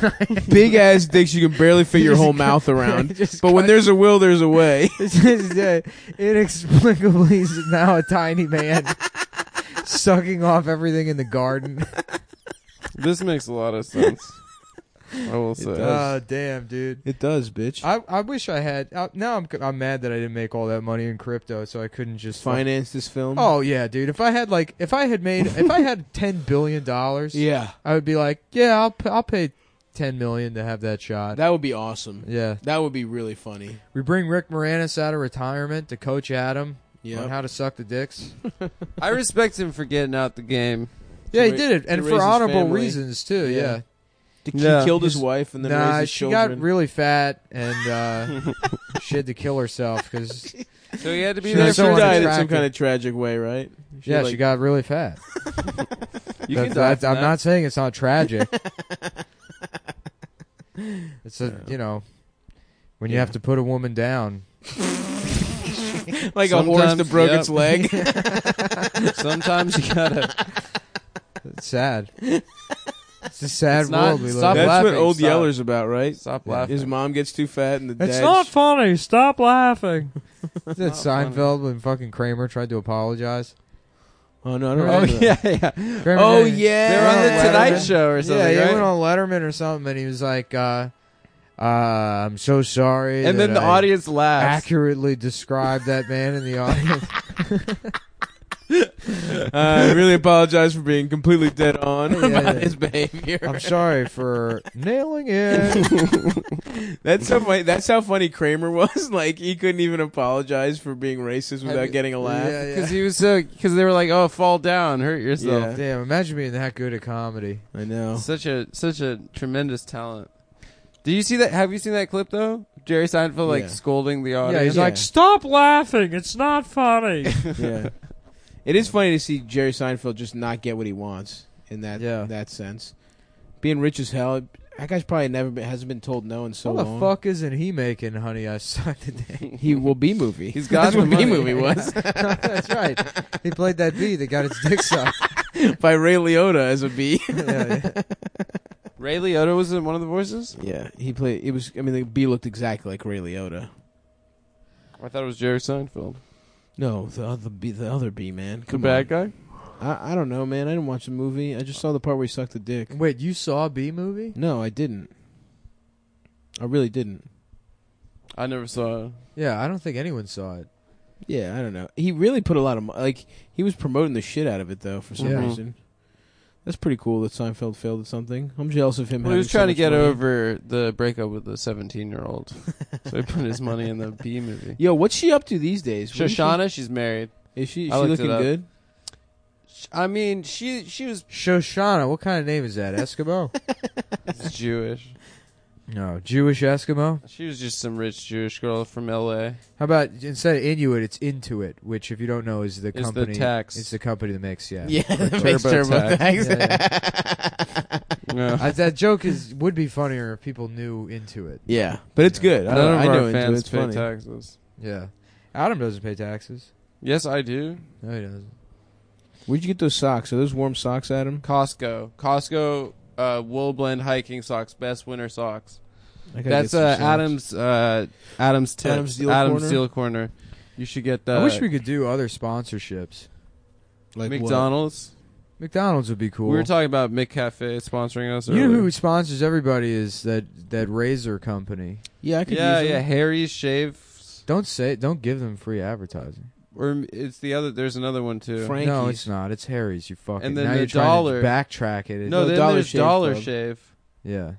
[SPEAKER 3] big ass dicks you can barely fit your
[SPEAKER 1] Just
[SPEAKER 3] whole
[SPEAKER 1] cut-
[SPEAKER 3] mouth around.
[SPEAKER 1] Just
[SPEAKER 3] But when
[SPEAKER 1] cut-
[SPEAKER 3] there's a will, there's a way.
[SPEAKER 1] This is uh, inexplicably is now a tiny man sucking off everything in the garden.
[SPEAKER 2] This makes a lot of sense. I will say.
[SPEAKER 1] Oh, damn, dude.
[SPEAKER 3] It does, bitch.
[SPEAKER 1] I, I wish I had. Uh, now I'm c- I'm mad that I didn't make all that money in crypto, so I couldn't just fuck-
[SPEAKER 3] Finance this film.
[SPEAKER 1] Oh yeah, dude. If I had like if I had made if I had ten billion dollars,
[SPEAKER 3] yeah,
[SPEAKER 1] I would be like, yeah, I'll p- I'll pay ten million to have that shot.
[SPEAKER 3] that would be awesome.
[SPEAKER 1] yeah,
[SPEAKER 3] That would be really funny.
[SPEAKER 1] we bring Rick Moranis out of retirement to coach Adam on
[SPEAKER 3] Yeah.
[SPEAKER 1] how to suck the dicks.
[SPEAKER 2] I respect him for getting out the game.
[SPEAKER 1] Yeah, he
[SPEAKER 3] ra-
[SPEAKER 1] did it,
[SPEAKER 3] to
[SPEAKER 1] and
[SPEAKER 3] raise
[SPEAKER 1] for
[SPEAKER 3] his
[SPEAKER 1] honorable
[SPEAKER 3] family.
[SPEAKER 1] reasons too.
[SPEAKER 3] Yeah.
[SPEAKER 1] Yeah,
[SPEAKER 3] He
[SPEAKER 2] Yeah.
[SPEAKER 3] killed his wife and then
[SPEAKER 1] nah,
[SPEAKER 3] raised his
[SPEAKER 1] she
[SPEAKER 3] children.
[SPEAKER 1] got really fat and uh, she had to kill herself because
[SPEAKER 2] So he had to be
[SPEAKER 1] She
[SPEAKER 2] there
[SPEAKER 1] was
[SPEAKER 3] she
[SPEAKER 1] so
[SPEAKER 2] for.
[SPEAKER 3] died in some
[SPEAKER 1] unattractive.
[SPEAKER 3] kind of tragic way, right?
[SPEAKER 1] yeah,
[SPEAKER 3] like-
[SPEAKER 1] she got really fat.
[SPEAKER 2] You
[SPEAKER 1] That-
[SPEAKER 2] can die.
[SPEAKER 1] that-
[SPEAKER 2] from
[SPEAKER 1] I'm
[SPEAKER 2] that.
[SPEAKER 1] not saying it's not tragic. it's a you know when you
[SPEAKER 3] Yeah.
[SPEAKER 1] have to put a woman down.
[SPEAKER 3] like a horse that
[SPEAKER 2] Sometimes,
[SPEAKER 3] broke
[SPEAKER 2] yep.
[SPEAKER 3] its leg.
[SPEAKER 2] Sometimes you gotta.
[SPEAKER 1] It's sad. It's a sad
[SPEAKER 2] It's not-
[SPEAKER 1] world we
[SPEAKER 2] stop
[SPEAKER 1] live. in.
[SPEAKER 3] That's what
[SPEAKER 2] laughing,
[SPEAKER 3] Old
[SPEAKER 2] stop.
[SPEAKER 3] Yeller's about, right?
[SPEAKER 2] Stop
[SPEAKER 1] Yeah.
[SPEAKER 2] laughing.
[SPEAKER 3] His mom gets too fat and the dad.
[SPEAKER 1] funny. Stop laughing. That's
[SPEAKER 2] Not funny.
[SPEAKER 1] Seinfeld when fucking Kramer tried to apologize.
[SPEAKER 3] Oh no! I don't
[SPEAKER 2] Oh
[SPEAKER 1] Right.
[SPEAKER 3] remember that.
[SPEAKER 2] yeah, yeah.
[SPEAKER 1] Kramer
[SPEAKER 3] Oh
[SPEAKER 1] did-
[SPEAKER 3] yeah.
[SPEAKER 2] They're on
[SPEAKER 1] Letterman.
[SPEAKER 2] the Tonight Show or something,
[SPEAKER 1] yeah, he
[SPEAKER 2] right?
[SPEAKER 1] went on Letterman or something, and he was like, uh, uh, "I'm so sorry."
[SPEAKER 2] and
[SPEAKER 1] that
[SPEAKER 2] then the
[SPEAKER 1] I
[SPEAKER 2] audience laughs.
[SPEAKER 1] accurately described that man in the audience.
[SPEAKER 3] Uh, I really apologize for being completely dead on
[SPEAKER 1] Yeah,
[SPEAKER 3] about
[SPEAKER 1] yeah.
[SPEAKER 3] his behavior.
[SPEAKER 1] I'm sorry for nailing it.
[SPEAKER 3] That's how funny. That's how funny Kramer was. Like he couldn't even apologize for being racist without
[SPEAKER 2] mean,
[SPEAKER 3] getting a laugh.
[SPEAKER 1] yeah,
[SPEAKER 2] Because he was so. Because they were like, "Oh, fall down, hurt yourself."
[SPEAKER 1] Damn, imagine being that good at comedy.
[SPEAKER 3] I know.
[SPEAKER 2] Such a such a tremendous talent. Do you see that? Have you seen that clip though? Jerry Seinfeld like
[SPEAKER 3] Yeah.
[SPEAKER 2] scolding the
[SPEAKER 1] yeah,
[SPEAKER 2] audience.
[SPEAKER 1] he's
[SPEAKER 3] Yeah.
[SPEAKER 1] like, stop laughing. It's not funny.
[SPEAKER 3] Yeah, it is funny to see Jerry Seinfeld just not get what he wants in that
[SPEAKER 1] Yeah.
[SPEAKER 3] that sense. Being rich as hell, that guy's probably never been, hasn't been told no in so
[SPEAKER 1] what the
[SPEAKER 3] long.
[SPEAKER 1] fuck isn't he making, honey? I sucked a dick.
[SPEAKER 3] He will be movie.
[SPEAKER 2] He's got
[SPEAKER 3] that's
[SPEAKER 2] the
[SPEAKER 3] what B
[SPEAKER 2] money.
[SPEAKER 3] movie was
[SPEAKER 1] That's right. He played that bee that got its dick sucked.
[SPEAKER 3] by Ray Liotta as a B.
[SPEAKER 1] yeah, yeah.
[SPEAKER 2] Ray Liotta was in one of the voices.
[SPEAKER 3] Yeah, he played. It was. I mean, the B looked exactly like Ray Liotta.
[SPEAKER 2] I thought it was Jerry Seinfeld,
[SPEAKER 3] No, the other B, the other B man.
[SPEAKER 2] the
[SPEAKER 3] Come
[SPEAKER 2] bad
[SPEAKER 3] back.
[SPEAKER 2] guy.
[SPEAKER 3] I, I don't know, man. I didn't watch the movie. I just saw the part where he sucked the dick.
[SPEAKER 1] Wait, you saw a bee movie?
[SPEAKER 3] No, I didn't. I really didn't.
[SPEAKER 2] I never saw. it.
[SPEAKER 1] Yeah, I don't think anyone saw it.
[SPEAKER 3] Yeah, I don't know. He really put a lot of mo- like he was promoting the shit out of it though for some
[SPEAKER 1] Yeah.
[SPEAKER 3] reason. That's pretty cool that Seinfeld failed at something. I'm jealous of him.
[SPEAKER 2] Well, he
[SPEAKER 3] having
[SPEAKER 2] was
[SPEAKER 3] so
[SPEAKER 2] trying to
[SPEAKER 3] much
[SPEAKER 2] get
[SPEAKER 3] money.
[SPEAKER 2] over the breakup with the 17 year old, so he put his money in the B movie.
[SPEAKER 3] Yo, what's she up to these days? What is she-
[SPEAKER 2] Shoshana, she's married.
[SPEAKER 3] is she? Is
[SPEAKER 2] I
[SPEAKER 3] she
[SPEAKER 2] looked
[SPEAKER 3] looking
[SPEAKER 2] it up.
[SPEAKER 3] good?
[SPEAKER 2] I mean, she she was
[SPEAKER 1] Shoshana, what kind of name is that? Eskimo?
[SPEAKER 2] Jewish.
[SPEAKER 1] no, Jewish Eskimo.
[SPEAKER 2] She was just some rich Jewish girl from L.A.
[SPEAKER 1] How about instead of Inuit, it's Intuit, which, if you don't know, is the
[SPEAKER 2] It's the
[SPEAKER 1] company.
[SPEAKER 2] tax.
[SPEAKER 1] It's the company that makes yeah.
[SPEAKER 3] that
[SPEAKER 2] makes
[SPEAKER 1] TurboTax.
[SPEAKER 2] Yeah.
[SPEAKER 1] I, that joke is would be funnier if people knew Intuit.
[SPEAKER 3] Yeah, but it's good. I,
[SPEAKER 2] None of
[SPEAKER 3] I know
[SPEAKER 2] our
[SPEAKER 3] it,
[SPEAKER 2] fans
[SPEAKER 3] It's
[SPEAKER 2] pay
[SPEAKER 3] funny.
[SPEAKER 2] taxes.
[SPEAKER 1] Yeah, Adam doesn't pay taxes.
[SPEAKER 2] Yes, I do.
[SPEAKER 1] No, he doesn't.
[SPEAKER 3] Where'd you get those socks? Are those warm socks, Adam?
[SPEAKER 2] Costco, Costco uh, wool blend hiking socks, best winter socks.
[SPEAKER 3] I gotta get
[SPEAKER 2] That's
[SPEAKER 3] some
[SPEAKER 2] uh,
[SPEAKER 3] socks.
[SPEAKER 2] Adam's uh, Adam's tips.
[SPEAKER 3] Adam's Deal
[SPEAKER 2] Adam's
[SPEAKER 3] Corner?
[SPEAKER 2] Deal Corner. You should get that.
[SPEAKER 1] I wish we could do other sponsorships.
[SPEAKER 3] Like what?
[SPEAKER 2] McDonald's.
[SPEAKER 1] McDonald's would be cool.
[SPEAKER 2] We were talking about McCafe sponsoring us.
[SPEAKER 1] you know
[SPEAKER 2] earlier.
[SPEAKER 1] who sponsors everybody is that that razor company.
[SPEAKER 3] Yeah, I could
[SPEAKER 2] Yeah,
[SPEAKER 3] use
[SPEAKER 2] yeah.
[SPEAKER 3] them.
[SPEAKER 2] Harry's Shave,
[SPEAKER 1] Don't say don't give them free advertising.
[SPEAKER 2] or it's the other. There's another one too.
[SPEAKER 3] Frank-
[SPEAKER 1] No,
[SPEAKER 3] Yankees.
[SPEAKER 1] it's not. It's Harry's. You fucking.
[SPEAKER 2] And then
[SPEAKER 1] now
[SPEAKER 2] the
[SPEAKER 1] you're trying
[SPEAKER 2] dollar-
[SPEAKER 1] to backtrack it. It-
[SPEAKER 2] no,
[SPEAKER 3] No,
[SPEAKER 2] then
[SPEAKER 3] Dollar
[SPEAKER 2] there's
[SPEAKER 3] Shave
[SPEAKER 2] Dollar
[SPEAKER 3] Club.
[SPEAKER 2] Shave.
[SPEAKER 1] Yeah.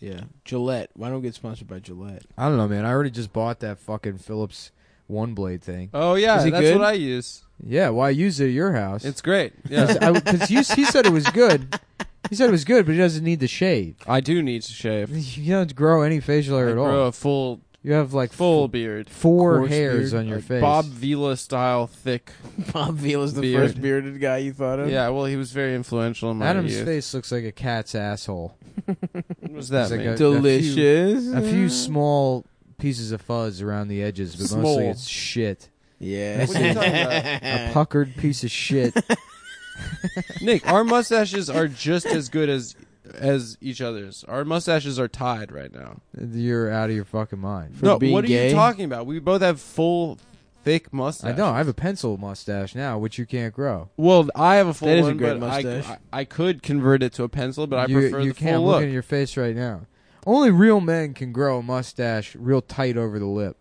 [SPEAKER 3] Yeah, Gillette. Why don't we get sponsored by Gillette?
[SPEAKER 1] I don't know, man. I already just bought that fucking Phillips one blade thing.
[SPEAKER 2] Oh yeah,
[SPEAKER 3] Is it
[SPEAKER 2] that's
[SPEAKER 3] good?
[SPEAKER 2] what I use.
[SPEAKER 1] Yeah, why use it at your house?
[SPEAKER 2] It's great. Yeah,
[SPEAKER 1] because he said it was good. He said it was good, but he doesn't need to shave.
[SPEAKER 2] I do need to shave.
[SPEAKER 1] You don't grow any facial hair
[SPEAKER 2] I
[SPEAKER 1] at
[SPEAKER 2] grow
[SPEAKER 1] all.
[SPEAKER 2] a full
[SPEAKER 1] You have like
[SPEAKER 2] full beard,
[SPEAKER 1] four
[SPEAKER 3] coarse
[SPEAKER 1] hairs
[SPEAKER 3] beard,
[SPEAKER 1] on your
[SPEAKER 2] Like
[SPEAKER 1] face.
[SPEAKER 2] Bob Vila style thick.
[SPEAKER 3] Bob Vila's the
[SPEAKER 2] Beard.
[SPEAKER 3] first bearded guy you thought of.
[SPEAKER 2] Yeah, well, he was very influential in my
[SPEAKER 1] Adam's
[SPEAKER 2] youth.
[SPEAKER 1] face looks like a cat's asshole.
[SPEAKER 2] What does that
[SPEAKER 1] He's like
[SPEAKER 2] mean?
[SPEAKER 1] a-
[SPEAKER 3] delicious.
[SPEAKER 1] A few small pieces of fuzz around the edges, but mostly
[SPEAKER 2] Small. Eh.
[SPEAKER 1] it's shit.
[SPEAKER 3] Yeah.
[SPEAKER 1] What are you
[SPEAKER 2] talking
[SPEAKER 1] A puckered piece of shit.
[SPEAKER 2] Nick, our mustaches are just as good as as each other's. Our mustaches are tied right now.
[SPEAKER 1] You're out of your fucking mind.
[SPEAKER 3] For
[SPEAKER 2] no,
[SPEAKER 3] being
[SPEAKER 2] what are
[SPEAKER 3] gay?
[SPEAKER 2] you talking about? We both have full, thick mustache.
[SPEAKER 1] I don't. I have a pencil mustache now, which you can't grow.
[SPEAKER 2] Well, I have a full
[SPEAKER 3] That is a
[SPEAKER 2] one,
[SPEAKER 3] great
[SPEAKER 2] but I-
[SPEAKER 3] mustache.
[SPEAKER 2] I, I could convert it to a pencil, but I
[SPEAKER 1] you,
[SPEAKER 2] prefer
[SPEAKER 1] you
[SPEAKER 2] the
[SPEAKER 1] can't
[SPEAKER 2] full
[SPEAKER 1] look
[SPEAKER 2] look.
[SPEAKER 1] at your face right now. Only real men can grow a mustache real tight over the lip.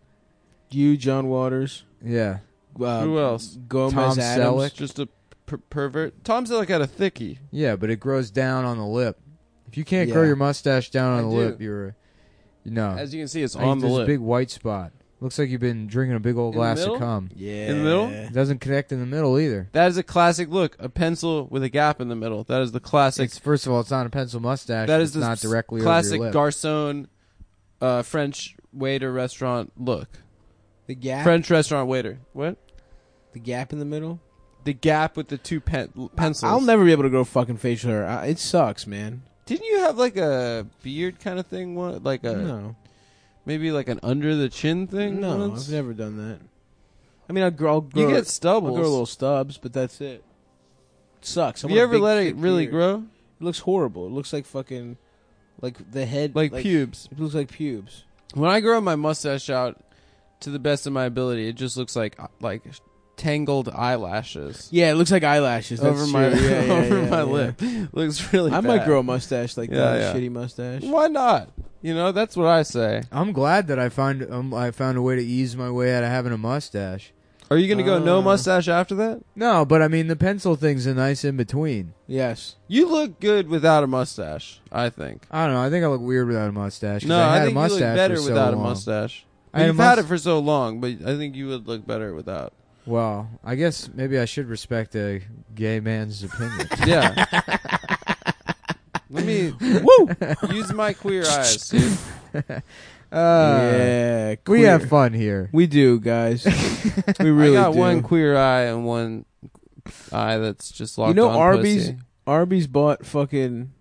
[SPEAKER 3] You, John Waters.
[SPEAKER 1] Yeah.
[SPEAKER 3] Uh,
[SPEAKER 2] Who else?
[SPEAKER 3] Gomez
[SPEAKER 1] Tom
[SPEAKER 3] Adams.
[SPEAKER 1] Selleck.
[SPEAKER 2] Just a per- pervert. Tom Selleck had a thickie.
[SPEAKER 1] Yeah, but it grows down on the lip. If you can't grow
[SPEAKER 3] Yeah.
[SPEAKER 1] your mustache down on
[SPEAKER 2] I
[SPEAKER 1] the
[SPEAKER 2] do.
[SPEAKER 1] lip, you're a- you know
[SPEAKER 2] As you can see, it's
[SPEAKER 1] I get
[SPEAKER 2] on the
[SPEAKER 1] this
[SPEAKER 2] lip.
[SPEAKER 1] big white spot. Looks like you've been drinking a big old
[SPEAKER 2] In the
[SPEAKER 1] glass of
[SPEAKER 2] middle?
[SPEAKER 1] cum.
[SPEAKER 3] Yeah.
[SPEAKER 2] In the middle?
[SPEAKER 1] It doesn't connect in the middle either.
[SPEAKER 2] That is a classic look. A pencil with a gap in the middle. That is the classic.
[SPEAKER 1] It's, first of all, it's not a pencil mustache.
[SPEAKER 2] that
[SPEAKER 1] but
[SPEAKER 2] is
[SPEAKER 1] it's
[SPEAKER 2] the
[SPEAKER 1] not
[SPEAKER 2] s-
[SPEAKER 1] directly
[SPEAKER 2] classic
[SPEAKER 1] over your lip.
[SPEAKER 2] garçon, uh, French waiter restaurant look.
[SPEAKER 3] The gap.
[SPEAKER 2] French restaurant waiter. What?
[SPEAKER 3] The gap in the middle.
[SPEAKER 2] The gap with the two pen- pencils.
[SPEAKER 3] I'll never be able to grow fucking facial hair. I, it sucks, man.
[SPEAKER 2] Didn't you have like a beard kind of thing? What? Like a
[SPEAKER 3] no,
[SPEAKER 2] maybe like an under the chin thing?
[SPEAKER 3] no,
[SPEAKER 2] once?
[SPEAKER 3] I've never done that. I mean, I'll grow. I'll grow
[SPEAKER 2] You get
[SPEAKER 3] I'll
[SPEAKER 2] stubbles.
[SPEAKER 3] grow little stubs, but that's it. it sucks. I
[SPEAKER 2] Have
[SPEAKER 3] want
[SPEAKER 2] you
[SPEAKER 3] a
[SPEAKER 2] ever
[SPEAKER 3] big,
[SPEAKER 2] let
[SPEAKER 3] thick
[SPEAKER 2] it really
[SPEAKER 3] beard.
[SPEAKER 2] grow?
[SPEAKER 3] It looks horrible. It looks like fucking, like the head,
[SPEAKER 2] Like, pubes.
[SPEAKER 3] It looks like pubes.
[SPEAKER 2] When I grow my mustache out to the best of my ability, it just looks like uh, like tangled eyelashes
[SPEAKER 3] Yeah, it looks like eyelashes that's
[SPEAKER 2] over my
[SPEAKER 3] true. Yeah, yeah,
[SPEAKER 2] over
[SPEAKER 3] yeah,
[SPEAKER 2] my
[SPEAKER 3] yeah.
[SPEAKER 2] lip. Looks really.
[SPEAKER 3] I might
[SPEAKER 2] bad.
[SPEAKER 3] grow a mustache like
[SPEAKER 2] Yeah,
[SPEAKER 3] that, a
[SPEAKER 2] yeah.
[SPEAKER 3] shitty mustache.
[SPEAKER 2] Why not? You know, that's what I say.
[SPEAKER 1] I'm glad that I find um, I found a way to ease my way out of having a mustache.
[SPEAKER 2] Are you going to go no
[SPEAKER 3] Uh.
[SPEAKER 2] mustache after that?
[SPEAKER 1] No, but I mean the pencil thing's a nice in between.
[SPEAKER 3] Yes,
[SPEAKER 2] You look good without a mustache. I think.
[SPEAKER 1] I don't know. I think I look weird without a mustache. 'cause
[SPEAKER 2] No,
[SPEAKER 1] I,
[SPEAKER 2] I,
[SPEAKER 1] had
[SPEAKER 2] think
[SPEAKER 1] a
[SPEAKER 2] you
[SPEAKER 1] mustache
[SPEAKER 2] look better
[SPEAKER 1] for so long.
[SPEAKER 2] without a mustache.
[SPEAKER 1] I had a
[SPEAKER 2] You've had
[SPEAKER 1] mus-
[SPEAKER 2] it for so long, but I think you would look better without.
[SPEAKER 1] Well, I guess maybe I should respect a gay man's opinion.
[SPEAKER 2] Yeah. Let me woo use my queer eyes. dude.
[SPEAKER 1] uh,
[SPEAKER 3] yeah,
[SPEAKER 1] We
[SPEAKER 3] queer.
[SPEAKER 1] have fun here.
[SPEAKER 3] we do, guys. we really
[SPEAKER 2] I got
[SPEAKER 3] do.
[SPEAKER 2] one queer eye and one eye that's just locked.
[SPEAKER 3] You know,
[SPEAKER 2] on
[SPEAKER 3] Arby's-
[SPEAKER 2] pussy.
[SPEAKER 3] Arby's bought fucking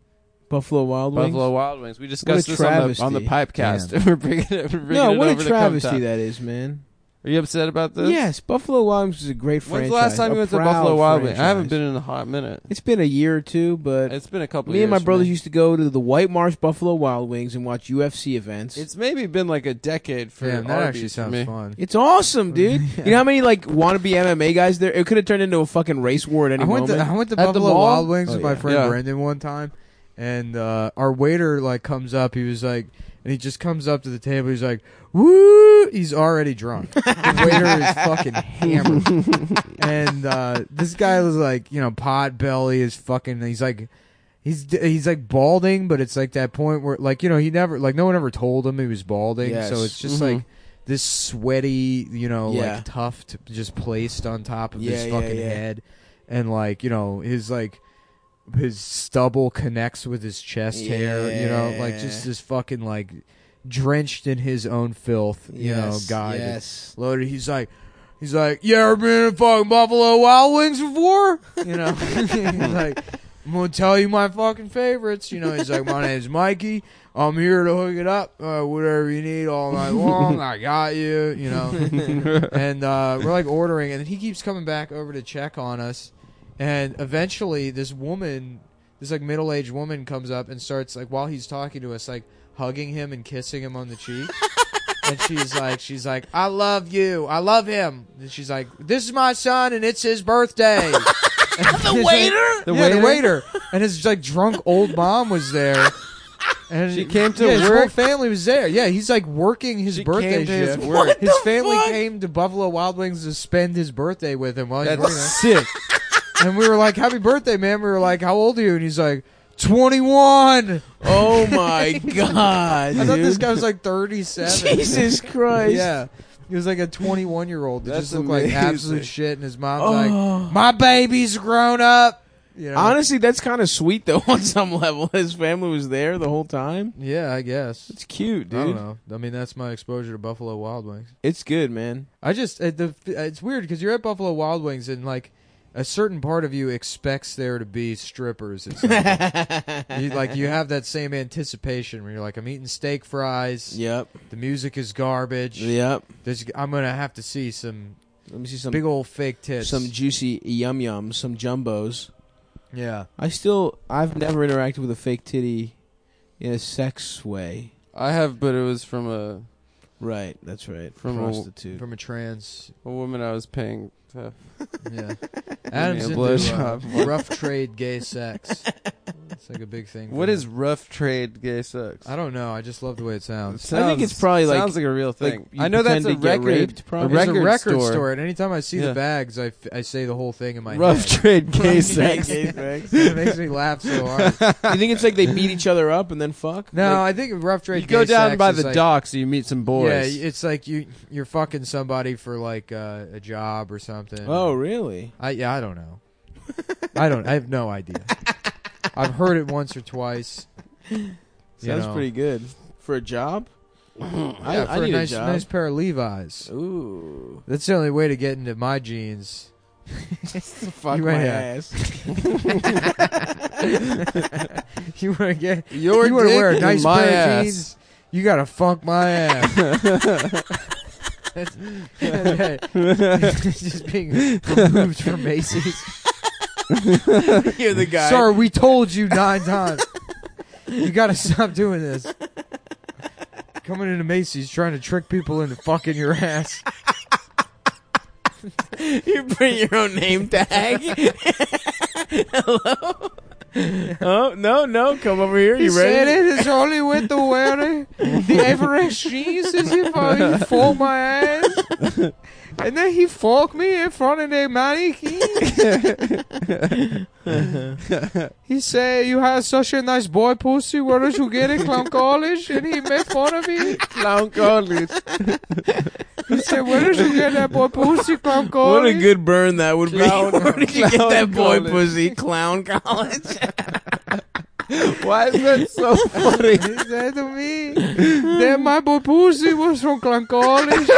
[SPEAKER 3] Buffalo Wild Wings.
[SPEAKER 2] Buffalo Wild Wings. We discussed this on the,
[SPEAKER 3] travesty.
[SPEAKER 2] on the Pipecast.
[SPEAKER 1] Damn.
[SPEAKER 2] we're bringing it. We're bringing
[SPEAKER 3] No,
[SPEAKER 2] it
[SPEAKER 3] what a
[SPEAKER 2] over to Cum
[SPEAKER 3] travesty
[SPEAKER 2] Time.
[SPEAKER 3] that is, man.
[SPEAKER 2] Are you upset about this?
[SPEAKER 3] Yes, Buffalo Wild Wings is a great franchise.
[SPEAKER 2] When's the last time
[SPEAKER 3] a
[SPEAKER 2] you went to
[SPEAKER 3] proud
[SPEAKER 2] Buffalo Wild Wings? I
[SPEAKER 3] franchise.
[SPEAKER 2] haven't been in a hot minute.
[SPEAKER 3] It's been a year or two, but
[SPEAKER 2] It's been a couple.
[SPEAKER 3] me and my
[SPEAKER 2] years for
[SPEAKER 3] brothers
[SPEAKER 2] me.
[SPEAKER 3] used to go to the White Marsh Buffalo Wild Wings and watch UFC events.
[SPEAKER 2] It's maybe been like a decade for
[SPEAKER 1] Damn, that
[SPEAKER 2] Arby's
[SPEAKER 1] actually
[SPEAKER 2] for me.
[SPEAKER 1] sounds fun.
[SPEAKER 3] It's awesome, dude. You know how many like wannabe MMA guys there? It could have turned into a fucking race war at any
[SPEAKER 1] I went
[SPEAKER 3] moment.
[SPEAKER 1] to I went to
[SPEAKER 2] At the
[SPEAKER 1] Buffalo
[SPEAKER 2] mall?
[SPEAKER 1] Wild Wings
[SPEAKER 3] Oh,
[SPEAKER 1] with
[SPEAKER 3] yeah.
[SPEAKER 1] my friend
[SPEAKER 2] Yeah.
[SPEAKER 1] Brendan one time, and uh, our waiter like comes up. He was like, and he just comes up to the table. He's like, "Woo!" He's already drunk. the waiter is fucking hammered, and uh, this guy was like, you know, pot belly is fucking. He's like. He's he's like balding, but it's like that point where like you know he never like no one ever told him he was balding,
[SPEAKER 3] Yes.
[SPEAKER 1] so it's just
[SPEAKER 2] Mhm.
[SPEAKER 1] like this sweaty you know
[SPEAKER 3] Yeah.
[SPEAKER 1] like tuft just placed on top of
[SPEAKER 3] Yeah,
[SPEAKER 1] his
[SPEAKER 3] yeah,
[SPEAKER 1] fucking
[SPEAKER 3] yeah.
[SPEAKER 1] head, and like you know his like his stubble connects with his chest hair you know like just
[SPEAKER 3] Yeah.
[SPEAKER 1] this fucking like drenched in his own filth you
[SPEAKER 3] Yes,
[SPEAKER 1] know guy that's
[SPEAKER 3] Yes.
[SPEAKER 1] loaded he's like he's like you ever been to fucking buffalo wild wings before you know he's like i'm gonna tell you my fucking favorites you know he's like my name's mikey i'm here to hook it up uh, whatever you need all night long i got you you know and uh, we're like ordering, and he keeps coming back over to check on us. And eventually, this woman, this like middle aged woman, comes up and starts like while he's talking to us, like hugging him and kissing him on the cheek. and she's like, she's like, I love you, I love him. And she's like, this is my son, and it's his birthday. the waiter,
[SPEAKER 2] The
[SPEAKER 1] yeah, the
[SPEAKER 2] waiter?
[SPEAKER 1] waiter, and his like drunk old mom was there. And
[SPEAKER 2] She came to
[SPEAKER 1] yeah, His whole
[SPEAKER 2] work?
[SPEAKER 1] family was there. Yeah, he's like working his
[SPEAKER 2] She
[SPEAKER 1] birthday
[SPEAKER 2] came to his
[SPEAKER 1] shift.
[SPEAKER 2] work.
[SPEAKER 1] His family
[SPEAKER 3] fuck?
[SPEAKER 1] came to Buffalo Wild Wings to spend his birthday with him while he's
[SPEAKER 2] That's
[SPEAKER 1] working there.
[SPEAKER 2] sick.
[SPEAKER 1] And we were like, "Happy birthday, man!" We were like, "How old are you?" And he's like, "21."
[SPEAKER 3] Oh my god.
[SPEAKER 1] I thought
[SPEAKER 3] dude.
[SPEAKER 1] this guy was like 37.
[SPEAKER 3] Jesus Christ.
[SPEAKER 1] Yeah, he was like a 21 year old that
[SPEAKER 2] That's
[SPEAKER 1] just looked like
[SPEAKER 2] amazing.
[SPEAKER 1] absolute shit. And his mom's
[SPEAKER 3] Oh.
[SPEAKER 1] like, "My baby's grown up." You know?
[SPEAKER 3] Honestly, that's kind of sweet though. On some level, his family was there the whole time.
[SPEAKER 1] Yeah, I guess.
[SPEAKER 3] It's cute,
[SPEAKER 1] I
[SPEAKER 2] Oh,
[SPEAKER 1] don't
[SPEAKER 3] dude.
[SPEAKER 1] know. I mean, that's my exposure to Buffalo Wild Wings.
[SPEAKER 3] It's good, man.
[SPEAKER 1] I just uh, the it's weird because you're at Buffalo Wild Wings and like a certain part of you expects there to be strippers. At some point. you, like you have that same anticipation where you're like, I'm eating steak fries.
[SPEAKER 3] Yep.
[SPEAKER 1] The music is garbage.
[SPEAKER 3] Yep.
[SPEAKER 1] There's, I'm gonna have to see some
[SPEAKER 3] Let me see some
[SPEAKER 1] big old fake tits.
[SPEAKER 3] some juicy yum yums, some jumbos.
[SPEAKER 1] yeah.
[SPEAKER 3] I still, I've never interacted with a fake titty in a sex way.
[SPEAKER 2] I have, but it was from a
[SPEAKER 3] Right. That's right.
[SPEAKER 2] From a-
[SPEAKER 3] prostitute.
[SPEAKER 1] From a trans,
[SPEAKER 2] a woman I was paying. To.
[SPEAKER 1] yeah. Adam's
[SPEAKER 2] a
[SPEAKER 1] into
[SPEAKER 2] blowjob.
[SPEAKER 1] uh, rough trade gay sex. It's like a big thing. for
[SPEAKER 2] What
[SPEAKER 1] him.
[SPEAKER 2] is rough trade gay sex?
[SPEAKER 1] I don't know. I just love the way it sounds.
[SPEAKER 2] Sounds-
[SPEAKER 3] I think it's probably like-
[SPEAKER 2] sounds like a real thing.
[SPEAKER 3] you
[SPEAKER 2] I know that's a
[SPEAKER 3] pretend to get
[SPEAKER 2] record,
[SPEAKER 3] raped,
[SPEAKER 2] a
[SPEAKER 3] probably.
[SPEAKER 1] There's
[SPEAKER 2] record,
[SPEAKER 1] a record store.
[SPEAKER 2] store.
[SPEAKER 1] and anytime I see
[SPEAKER 2] Yeah.
[SPEAKER 1] the bags, I, f- I say the whole thing in my
[SPEAKER 3] Rough
[SPEAKER 1] head.
[SPEAKER 3] trade gay
[SPEAKER 1] Gay
[SPEAKER 3] sex.
[SPEAKER 1] sex. it makes me laugh so hard.
[SPEAKER 3] you think it's like they beat each other up and then fuck?
[SPEAKER 1] No,
[SPEAKER 3] Like,
[SPEAKER 1] I think rough trade.
[SPEAKER 2] You go
[SPEAKER 1] gay
[SPEAKER 2] down
[SPEAKER 1] sex
[SPEAKER 2] by
[SPEAKER 1] is
[SPEAKER 2] the
[SPEAKER 1] like,
[SPEAKER 2] docks, you meet some boys.
[SPEAKER 1] Yeah, it's like you you're fucking somebody for like uh, a job or something.
[SPEAKER 3] oh, really?
[SPEAKER 1] I yeah, I don't know. I don't. I have no idea. I've heard it once or twice. You
[SPEAKER 3] Sounds
[SPEAKER 1] know.
[SPEAKER 3] pretty good for a job. I,
[SPEAKER 1] Yeah,
[SPEAKER 3] I
[SPEAKER 1] for
[SPEAKER 3] need
[SPEAKER 1] a nice
[SPEAKER 3] a job.
[SPEAKER 1] nice pair of Levi's.
[SPEAKER 3] Ooh,
[SPEAKER 1] That's the only way to get into my jeans.
[SPEAKER 3] fuck
[SPEAKER 1] You
[SPEAKER 3] my
[SPEAKER 1] might have-
[SPEAKER 3] ass.
[SPEAKER 1] You want to get
[SPEAKER 2] Your
[SPEAKER 1] you want to
[SPEAKER 2] dick
[SPEAKER 1] wear a
[SPEAKER 2] in
[SPEAKER 1] nice
[SPEAKER 2] my
[SPEAKER 1] pair
[SPEAKER 2] ass.
[SPEAKER 1] of jeans. You gotta funk my ass. That's- Just being removed from Macy's.
[SPEAKER 3] You're the guy.
[SPEAKER 1] Sir, we told you nine times. you gotta stop doing this. Coming into Macy's trying to trick people into fucking your ass.
[SPEAKER 3] You print your own name tag. Hello. Oh no no! Come over here.
[SPEAKER 1] He
[SPEAKER 3] You
[SPEAKER 1] said
[SPEAKER 3] ready?
[SPEAKER 1] it is only with the wearing the average jeans is if I fuck my ass. And then he fucked me in front of the mannequin. he said, You have such a nice boy pussy, where did you get it, clown college? And he made fun of me.
[SPEAKER 2] clown college.
[SPEAKER 1] He said, Where did you get that boy pussy, clown college?
[SPEAKER 3] What a good burn that would
[SPEAKER 2] Clown-
[SPEAKER 3] be. Where did you get
[SPEAKER 2] clown
[SPEAKER 3] that boy
[SPEAKER 2] college.
[SPEAKER 3] pussy? Clown college.
[SPEAKER 2] Why is that so funny?
[SPEAKER 1] He said to me that my boy Pussy was from Clan College.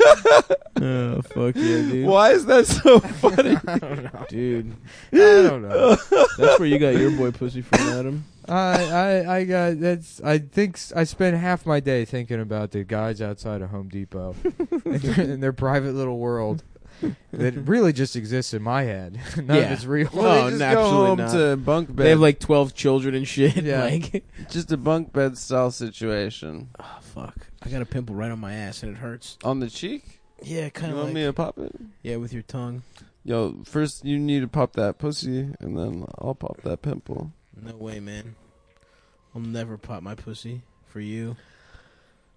[SPEAKER 3] oh fuck yeah, dude.
[SPEAKER 2] Why is that so funny?
[SPEAKER 3] Dude,
[SPEAKER 1] I don't know.
[SPEAKER 3] that's where you got your boy pussy from, Adam.
[SPEAKER 1] I I I got that's. I think s- I spent half my day thinking about the guys outside of Home Depot and their, and their private little world that really just exists in my head. None of
[SPEAKER 3] Yeah.
[SPEAKER 1] it's real.
[SPEAKER 3] Well, they
[SPEAKER 2] no,
[SPEAKER 3] just
[SPEAKER 2] no,
[SPEAKER 3] go
[SPEAKER 2] absolutely
[SPEAKER 3] home
[SPEAKER 2] not.
[SPEAKER 3] to
[SPEAKER 2] bunk bed.
[SPEAKER 3] They have like twelve children and shit.
[SPEAKER 1] Yeah.
[SPEAKER 3] Like,
[SPEAKER 2] just a bunk bed style situation
[SPEAKER 3] oh fuck, I got a pimple right on my ass and it hurts.
[SPEAKER 2] on the cheek.
[SPEAKER 3] Yeah, kind
[SPEAKER 2] you
[SPEAKER 3] of
[SPEAKER 2] want
[SPEAKER 3] like.
[SPEAKER 2] me to pop it?
[SPEAKER 3] yeah, with your tongue.
[SPEAKER 2] Yo, first you need to pop that pussy, and then I'll pop that pimple.
[SPEAKER 3] No way, man. I'll never pop my pussy for you.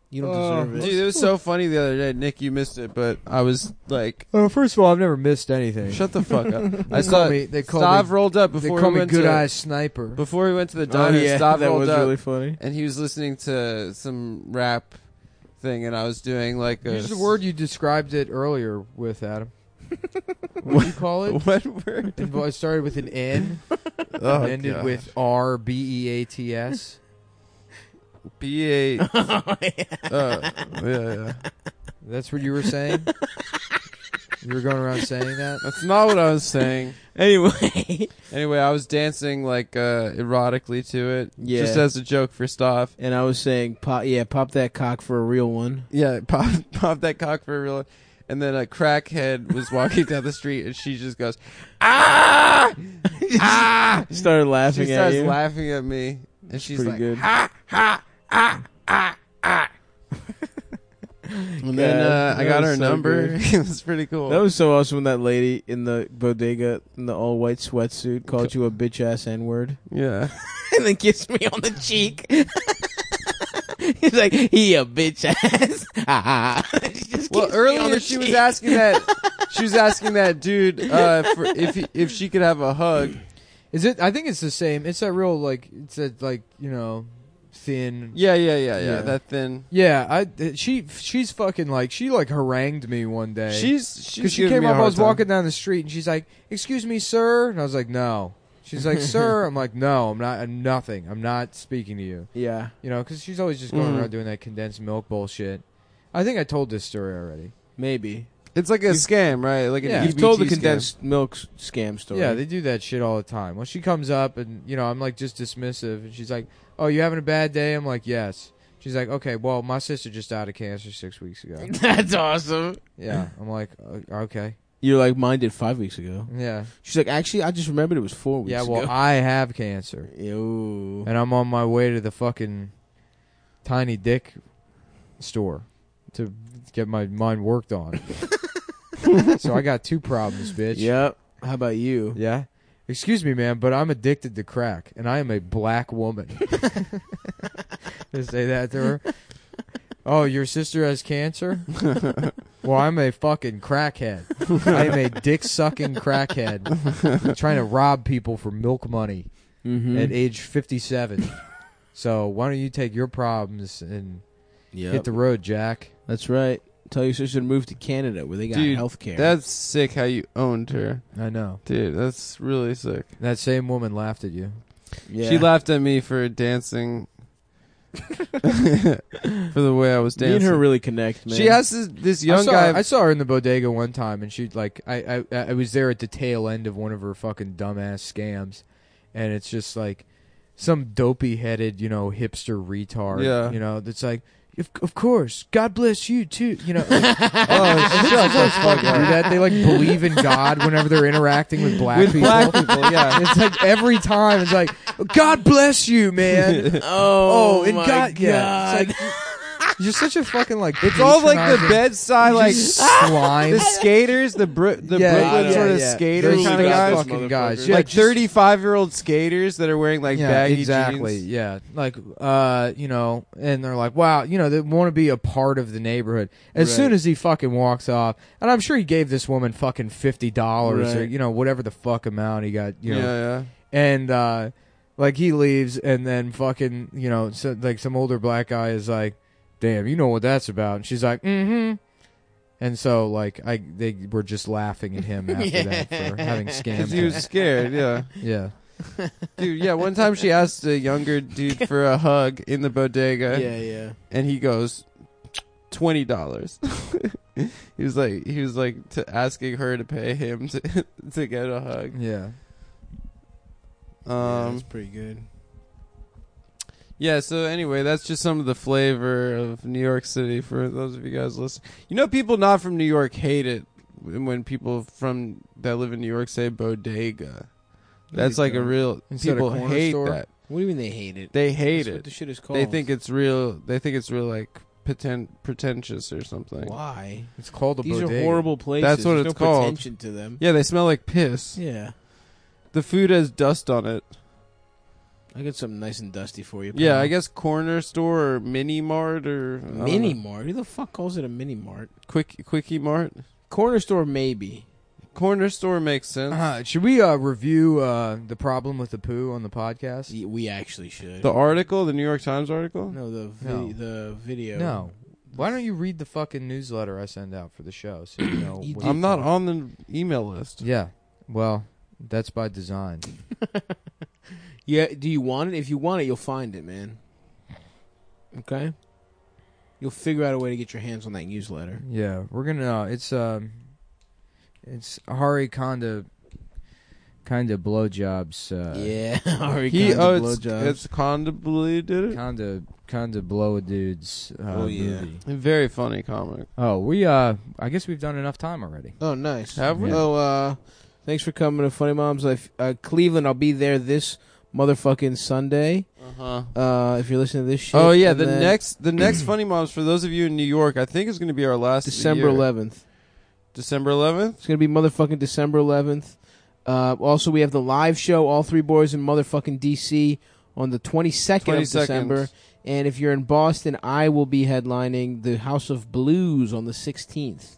[SPEAKER 3] You don't deserve it.
[SPEAKER 2] Dude, it was so funny the other day. Nick, you missed it, but I was like,
[SPEAKER 1] Oh, first of all, I've never missed anything.
[SPEAKER 2] "Shut the fuck up!"
[SPEAKER 1] They call
[SPEAKER 2] I saw
[SPEAKER 1] me. They call
[SPEAKER 2] Stav
[SPEAKER 1] me.
[SPEAKER 2] rolled up
[SPEAKER 1] They
[SPEAKER 2] before
[SPEAKER 1] call
[SPEAKER 2] we
[SPEAKER 1] me
[SPEAKER 2] went
[SPEAKER 1] Good Oh,
[SPEAKER 2] to
[SPEAKER 1] Eye Sniper.
[SPEAKER 2] before we went to the diner. Stav
[SPEAKER 3] Oh, that
[SPEAKER 2] rolled
[SPEAKER 3] was
[SPEAKER 2] up,
[SPEAKER 3] really funny.
[SPEAKER 2] and he was listening to some rap thing, and I was doing like a
[SPEAKER 1] Use the word you described it earlier with Adam. what do
[SPEAKER 2] What-
[SPEAKER 1] you call it?
[SPEAKER 2] What word?
[SPEAKER 1] It was- started with an N,
[SPEAKER 2] Oh,
[SPEAKER 1] and ended
[SPEAKER 2] God.
[SPEAKER 1] with R B E A T S.
[SPEAKER 2] B A.
[SPEAKER 3] Oh,
[SPEAKER 2] uh, yeah, yeah.
[SPEAKER 1] That's what you were saying. you were going around saying that.
[SPEAKER 2] That's not what I was saying.
[SPEAKER 3] Anyway,
[SPEAKER 2] Anyway, I was dancing like uh, erotically to it,
[SPEAKER 3] Yeah.
[SPEAKER 2] just as a joke for Stav.
[SPEAKER 3] and I was saying, pop, yeah, pop that cock for a real one.
[SPEAKER 2] Yeah, pop, pop that cock for real. And then a crackhead was walking down the street, and she just goes, "Ah, ah!"
[SPEAKER 3] Started laughing
[SPEAKER 2] She
[SPEAKER 3] at
[SPEAKER 2] starts
[SPEAKER 3] you.
[SPEAKER 2] laughing at me, and she's
[SPEAKER 3] pretty
[SPEAKER 2] like,
[SPEAKER 3] good.
[SPEAKER 2] "Ha, ha, ah, ah, ah." And then
[SPEAKER 3] God,
[SPEAKER 2] uh, I
[SPEAKER 3] that
[SPEAKER 2] got
[SPEAKER 3] was
[SPEAKER 2] her
[SPEAKER 3] so
[SPEAKER 2] number.
[SPEAKER 3] good.
[SPEAKER 2] it was pretty cool.
[SPEAKER 3] That was so awesome when that lady in the bodega in the all white sweatsuit called you a bitch ass n word
[SPEAKER 2] yeah.
[SPEAKER 3] and then kissed me on the cheek. He's like, he a bitch ass.
[SPEAKER 2] Well, earlier she was asking that she was asking that dude uh, for, if he, if she could have a hug.
[SPEAKER 1] Is it? I think it's the same. It's that real like it's that like you know thin.
[SPEAKER 2] Yeah, yeah, yeah, yeah.
[SPEAKER 1] Yeah.
[SPEAKER 2] That thin.
[SPEAKER 1] Yeah, I she she's fucking like she like harangued me one day.
[SPEAKER 2] She's she's
[SPEAKER 1] Because she
[SPEAKER 2] giving
[SPEAKER 1] came
[SPEAKER 2] me a
[SPEAKER 1] up, I
[SPEAKER 2] hard
[SPEAKER 1] was
[SPEAKER 2] time.
[SPEAKER 1] walking down the street, and she's like, "Excuse me, sir," and I was like, "No." She's like, "Sir," I'm like, "No, I'm not. I'm nothing. I'm not speaking to you."
[SPEAKER 3] Yeah.
[SPEAKER 1] You know, because she's always just going
[SPEAKER 2] Mhm.
[SPEAKER 3] Mm.
[SPEAKER 1] around doing that condensed milk bullshit. I think I told this story already.
[SPEAKER 3] Maybe.
[SPEAKER 2] It's like a scam, right? Like
[SPEAKER 1] Yeah.
[SPEAKER 2] an E
[SPEAKER 3] You've told the
[SPEAKER 2] EBT
[SPEAKER 3] condensed milk s- scam story.
[SPEAKER 1] Yeah, they do that shit all the time. Well, she comes up, and you know, I'm like just dismissive, and she's like, "Oh, you having a bad day?" I'm like, "Yes." She's like, "Okay, well, my sister just died of cancer six weeks ago."
[SPEAKER 3] That's awesome.
[SPEAKER 1] yeah, I'm like, "O- "Okay,
[SPEAKER 3] You're like, mine did five weeks ago.
[SPEAKER 1] yeah,
[SPEAKER 3] She's like, actually, I just remembered it was four weeks
[SPEAKER 1] yeah."
[SPEAKER 3] ago.
[SPEAKER 1] Well, I have cancer.
[SPEAKER 3] Yo.
[SPEAKER 1] and I'm on my way to the fucking tiny dick store to get my mind worked on. so I got two problems, bitch.
[SPEAKER 3] Yep. How about you?
[SPEAKER 1] Yeah. Excuse me, man, but I'm addicted to crack, and I am a black woman. to say that to her. Oh, your sister has cancer? well, I'm a fucking crackhead. I'm a dick sucking crackhead trying to rob people for milk money
[SPEAKER 3] Mm-hmm.
[SPEAKER 1] at age 57. so why don't you take your problems and hit the road, Jack?
[SPEAKER 3] That's right. Tell your sister to move to Canada where they got
[SPEAKER 2] Dude,
[SPEAKER 3] health care.
[SPEAKER 2] That's sick. How you owned her,
[SPEAKER 1] I know.
[SPEAKER 2] dude? That's really sick.
[SPEAKER 1] That same woman laughed at you.
[SPEAKER 3] yeah.
[SPEAKER 2] She laughed at me for dancing. for the way I was
[SPEAKER 3] Me
[SPEAKER 2] dancing.
[SPEAKER 3] and her really connect, man.
[SPEAKER 2] She has this, this
[SPEAKER 1] I
[SPEAKER 2] young
[SPEAKER 1] saw,
[SPEAKER 2] guy.
[SPEAKER 1] I saw her in the bodega one time, and she like I, I I was there at the tail end of one of her fucking dumbass scams, and it's just like some dopey headed you know hipster retard.
[SPEAKER 2] Yeah.
[SPEAKER 1] you know that's like. Of, of course, God bless you too. You know, like,
[SPEAKER 2] oh, shut the fuck
[SPEAKER 1] do that. They like believe in God whenever they're interacting with black
[SPEAKER 2] With
[SPEAKER 1] people.
[SPEAKER 2] black people, yeah.
[SPEAKER 1] It's like every time it's like, God bless you, man.
[SPEAKER 3] Oh,
[SPEAKER 1] Oh, and
[SPEAKER 3] my
[SPEAKER 1] God,
[SPEAKER 3] God.
[SPEAKER 1] yeah. It's like, you're such a fucking like.
[SPEAKER 2] It's all like the
[SPEAKER 1] patronizing-
[SPEAKER 2] bedside,
[SPEAKER 1] you
[SPEAKER 2] like
[SPEAKER 1] just slime.
[SPEAKER 2] the skaters, the Bru- the
[SPEAKER 1] Yeah,
[SPEAKER 2] Brooklyn
[SPEAKER 1] yeah,
[SPEAKER 2] sort of
[SPEAKER 1] yeah.
[SPEAKER 2] skaters
[SPEAKER 1] Those
[SPEAKER 2] kind of
[SPEAKER 1] those
[SPEAKER 2] guys,
[SPEAKER 1] fucking guys. Yeah,
[SPEAKER 2] like
[SPEAKER 1] just-
[SPEAKER 2] thirty-five year old skaters that are wearing like
[SPEAKER 1] yeah,
[SPEAKER 2] baggy
[SPEAKER 1] exactly.
[SPEAKER 2] jeans.
[SPEAKER 1] Yeah, like uh, you know, and they're like, wow, you know, they want to be a part of the neighborhood. As
[SPEAKER 2] Right.
[SPEAKER 1] soon as he fucking walks off, and I'm sure he gave this woman fucking fifty dollars or
[SPEAKER 3] Right.
[SPEAKER 1] you know whatever the fuck amount he got. You know,
[SPEAKER 2] yeah,
[SPEAKER 1] and uh like he leaves and then fucking you know so, like some older black guy is like damn you know what that's about and she's like mm-hmm and so like i they were just laughing at him after that for having scammed
[SPEAKER 2] because he
[SPEAKER 1] her.
[SPEAKER 2] was scared. Yeah,
[SPEAKER 1] yeah
[SPEAKER 2] dude. Yeah, one time she asked a younger dude for a hug in the bodega,
[SPEAKER 3] Yeah, yeah.
[SPEAKER 2] and he goes twenty dollars. he was like, he was like to asking her to pay him to to get a hug.
[SPEAKER 1] yeah
[SPEAKER 3] yeah.
[SPEAKER 2] Um,
[SPEAKER 3] That's pretty good.
[SPEAKER 2] Yeah, so anyway, that's just some of the flavor of New York City for those of you guys listening. You know, people not from New York hate it when when people from that live in New York say bodega. That's like a real
[SPEAKER 1] Instead of
[SPEAKER 2] people
[SPEAKER 1] corner
[SPEAKER 2] hate
[SPEAKER 1] store?
[SPEAKER 2] that.
[SPEAKER 3] What do you mean they hate it?
[SPEAKER 2] They hate
[SPEAKER 3] That's What
[SPEAKER 2] it.
[SPEAKER 3] the shit is called.
[SPEAKER 2] They think it's real. They think it's real like pretend pretentious or something.
[SPEAKER 3] Why?
[SPEAKER 1] it's called a
[SPEAKER 3] These
[SPEAKER 1] bodega.
[SPEAKER 3] are horrible places.
[SPEAKER 2] That's what
[SPEAKER 3] There's
[SPEAKER 2] it's
[SPEAKER 3] no
[SPEAKER 2] called.
[SPEAKER 3] Attention to them.
[SPEAKER 2] Yeah, they smell like piss.
[SPEAKER 3] Yeah.
[SPEAKER 2] The food has dust on it.
[SPEAKER 3] I got something nice and dusty for you.
[SPEAKER 2] Yeah,
[SPEAKER 3] pal.
[SPEAKER 2] I guess corner store or mini mart or I don't
[SPEAKER 3] mini
[SPEAKER 2] know.
[SPEAKER 3] mart. Who the fuck calls it a mini mart?
[SPEAKER 2] quick quickie mart.
[SPEAKER 3] Corner store, maybe.
[SPEAKER 2] Corner store makes sense.
[SPEAKER 3] Uh-huh.
[SPEAKER 1] uh, should we uh, review uh, the problem with the poo on the podcast
[SPEAKER 3] Y- We actually should.
[SPEAKER 2] The article, the New York Times article.
[SPEAKER 3] no, the vi-
[SPEAKER 1] No.
[SPEAKER 3] the video.
[SPEAKER 1] no why don't you read the fucking newsletter i send out for the show so you know
[SPEAKER 3] You
[SPEAKER 1] what-
[SPEAKER 3] did.
[SPEAKER 2] I'm not on the email list.
[SPEAKER 1] yeah well that's by design
[SPEAKER 3] Yeah. Do you want it? If you want it, you'll find it, man. Okay. You'll figure out a way to get your hands on that newsletter.
[SPEAKER 1] Yeah, we're gonna. Uh, it's um, it's Hari Konda, kind of blowjobs. Uh,
[SPEAKER 3] yeah. Ari
[SPEAKER 2] He
[SPEAKER 3] Konda
[SPEAKER 2] oh, it's,
[SPEAKER 3] blowjobs.
[SPEAKER 2] it's Condably did it.
[SPEAKER 1] kind of kind of blow a dude's. Uh,
[SPEAKER 3] Oh, yeah.
[SPEAKER 1] Movie.
[SPEAKER 2] Very funny comic.
[SPEAKER 1] Oh, we uh, I guess we've done enough time already.
[SPEAKER 3] Oh, nice.
[SPEAKER 2] Have we?
[SPEAKER 3] Oh, uh, thanks for coming to Funny Moms. Life. Uh, Cleveland, I'll be there this motherfucking Sunday.
[SPEAKER 2] Uh huh.
[SPEAKER 3] Uh, if you're listening to this shit.
[SPEAKER 2] Oh yeah,
[SPEAKER 3] And
[SPEAKER 2] the
[SPEAKER 3] then
[SPEAKER 2] next the next funny moms for those of you in New York, I think is going to be our last of the
[SPEAKER 3] December
[SPEAKER 2] year.
[SPEAKER 3] 11th.
[SPEAKER 2] December 11th.
[SPEAKER 3] It's gonna be motherfucking December 11th. Uh, also, we have the live show, all three boys in motherfucking DC, on the 22nd, of
[SPEAKER 2] 22nd.
[SPEAKER 3] December. And if you're in Boston, I will be headlining the House of Blues on the 16th.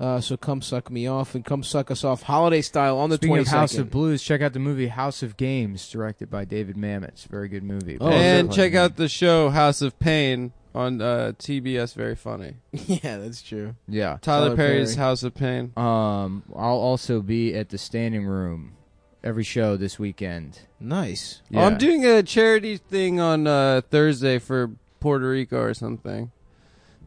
[SPEAKER 3] Uh, so come suck me off and come suck us off holiday style on the
[SPEAKER 1] Speaking
[SPEAKER 3] twenty
[SPEAKER 1] of House of
[SPEAKER 3] second.
[SPEAKER 1] Blues, check out the movie House of Games, directed by David Mamet. It's a very good movie.
[SPEAKER 3] Oh,
[SPEAKER 2] and
[SPEAKER 3] certainly.
[SPEAKER 2] check out the show House of Pain on uh, TBS. Very funny.
[SPEAKER 3] yeah, that's true.
[SPEAKER 1] yeah.
[SPEAKER 2] Tyler,
[SPEAKER 3] Tyler
[SPEAKER 2] Perry's
[SPEAKER 3] Perry.
[SPEAKER 2] House of Pain.
[SPEAKER 1] Um, I'll also be at the Standing Room every show this weekend.
[SPEAKER 3] Nice.
[SPEAKER 2] Oh,
[SPEAKER 1] Yeah.
[SPEAKER 2] I'm doing a charity thing on uh, Thursday for Puerto Rico or something.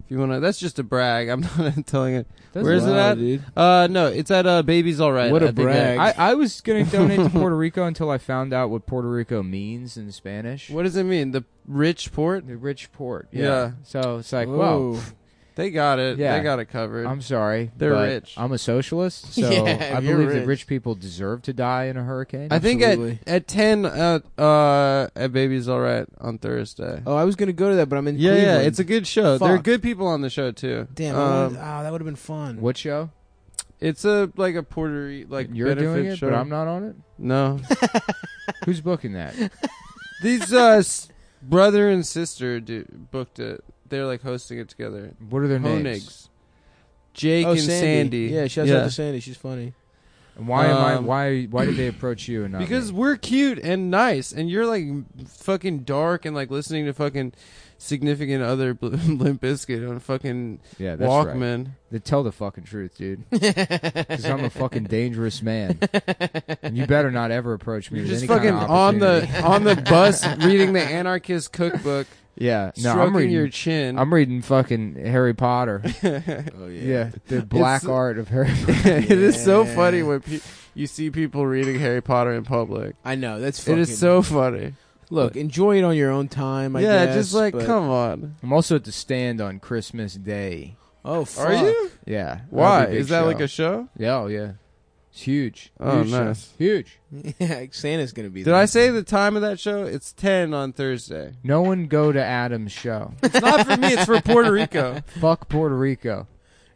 [SPEAKER 2] If you want to, that's just a brag. I'm not telling it. Where is it
[SPEAKER 3] Wow,
[SPEAKER 2] at?
[SPEAKER 3] dude?
[SPEAKER 2] Uh, no, it's at uh, Babies All Right.
[SPEAKER 3] What a
[SPEAKER 2] I think that-
[SPEAKER 3] brag.
[SPEAKER 1] I, I was going to donate to Puerto Rico until I found out what Puerto Rico means in Spanish.
[SPEAKER 2] what does it mean? The rich port?
[SPEAKER 1] The rich port.
[SPEAKER 2] Yeah.
[SPEAKER 1] So it's like,
[SPEAKER 3] Whoa.
[SPEAKER 1] well,
[SPEAKER 2] They got it.
[SPEAKER 1] Yeah.
[SPEAKER 2] They got it covered.
[SPEAKER 1] I'm sorry.
[SPEAKER 2] They're
[SPEAKER 1] but
[SPEAKER 2] rich.
[SPEAKER 1] I'm a socialist, so
[SPEAKER 3] Yeah,
[SPEAKER 1] I
[SPEAKER 3] you're
[SPEAKER 1] believe
[SPEAKER 3] rich.
[SPEAKER 1] that rich people deserve to die in a hurricane.
[SPEAKER 2] I think at,
[SPEAKER 3] Absolutely.
[SPEAKER 2] at 10 at, uh, at Babies All Right on Thursday.
[SPEAKER 3] Oh, I was gonna go to that, but I'm in.
[SPEAKER 2] yeah, yeah.
[SPEAKER 3] Cleveland.
[SPEAKER 2] It's a good show. There are
[SPEAKER 3] Fuck.
[SPEAKER 2] good people on the show, too.
[SPEAKER 3] damn. I
[SPEAKER 2] Um,
[SPEAKER 3] wanted- oh, that would have been fun.
[SPEAKER 1] what show?
[SPEAKER 2] It's a like a Puerto Rico like
[SPEAKER 1] You're
[SPEAKER 2] benefit
[SPEAKER 1] doing it,
[SPEAKER 2] show.
[SPEAKER 1] but I'm not on it.
[SPEAKER 2] No,
[SPEAKER 1] Who's booking that?
[SPEAKER 2] these uh, s- brother and sister do, booked it. They're like hosting it together.
[SPEAKER 1] What are their names?
[SPEAKER 2] Honigs, Jake
[SPEAKER 3] Oh,
[SPEAKER 2] and
[SPEAKER 3] Sandy.
[SPEAKER 2] Sandy.
[SPEAKER 3] Yeah, shouts out to Sandy. She's funny.
[SPEAKER 1] And why am I?
[SPEAKER 2] Um,
[SPEAKER 1] Why? Why did they approach you and not
[SPEAKER 2] because
[SPEAKER 1] me?
[SPEAKER 2] we're cute and nice, and you're like fucking dark and like listening to fucking significant other Bl- Limp Bizkit on fucking
[SPEAKER 1] yeah, that's right.
[SPEAKER 2] Walkman.
[SPEAKER 1] Then tell the fucking truth, dude. Because I'm a fucking dangerous man. And you better not ever approach me.
[SPEAKER 2] You're
[SPEAKER 1] with
[SPEAKER 2] just
[SPEAKER 1] any
[SPEAKER 2] fucking
[SPEAKER 1] kind of
[SPEAKER 2] on the
[SPEAKER 1] opportunity.
[SPEAKER 2] on the bus reading the anarchist cookbook,
[SPEAKER 1] yeah. No,
[SPEAKER 2] stroking
[SPEAKER 1] I'm reading.
[SPEAKER 2] your chin.
[SPEAKER 1] I'm reading fucking Harry Potter.
[SPEAKER 3] Oh
[SPEAKER 1] yeah, the black
[SPEAKER 2] It's-
[SPEAKER 1] art of Harry. Potter.
[SPEAKER 2] it is so
[SPEAKER 3] Yeah.
[SPEAKER 2] funny when pe- you see people reading Harry Potter in public.
[SPEAKER 3] I know. That's
[SPEAKER 2] It
[SPEAKER 3] fucking,
[SPEAKER 2] is so funny.
[SPEAKER 3] Look, enjoy it on your own time. I
[SPEAKER 2] yeah,
[SPEAKER 3] guess,
[SPEAKER 2] just like
[SPEAKER 3] but-
[SPEAKER 2] come on.
[SPEAKER 1] I'm also at the stand on Christmas Day.
[SPEAKER 3] Oh, fuck.
[SPEAKER 2] Are you?
[SPEAKER 1] Yeah. that'll be
[SPEAKER 2] Why
[SPEAKER 1] a big
[SPEAKER 2] is that
[SPEAKER 1] show.
[SPEAKER 2] like a show?
[SPEAKER 1] Yeah, oh, yeah. It's huge.
[SPEAKER 2] Oh,
[SPEAKER 1] huge show.
[SPEAKER 2] nice.
[SPEAKER 1] Huge.
[SPEAKER 3] Yeah, Santa's gonna be.
[SPEAKER 2] Did
[SPEAKER 3] there.
[SPEAKER 2] I say the time of that show? It's ten on Thursday.
[SPEAKER 1] No one go to Adam's show.
[SPEAKER 2] It's not for me. It's for Puerto Rico.
[SPEAKER 1] Fuck Puerto Rico.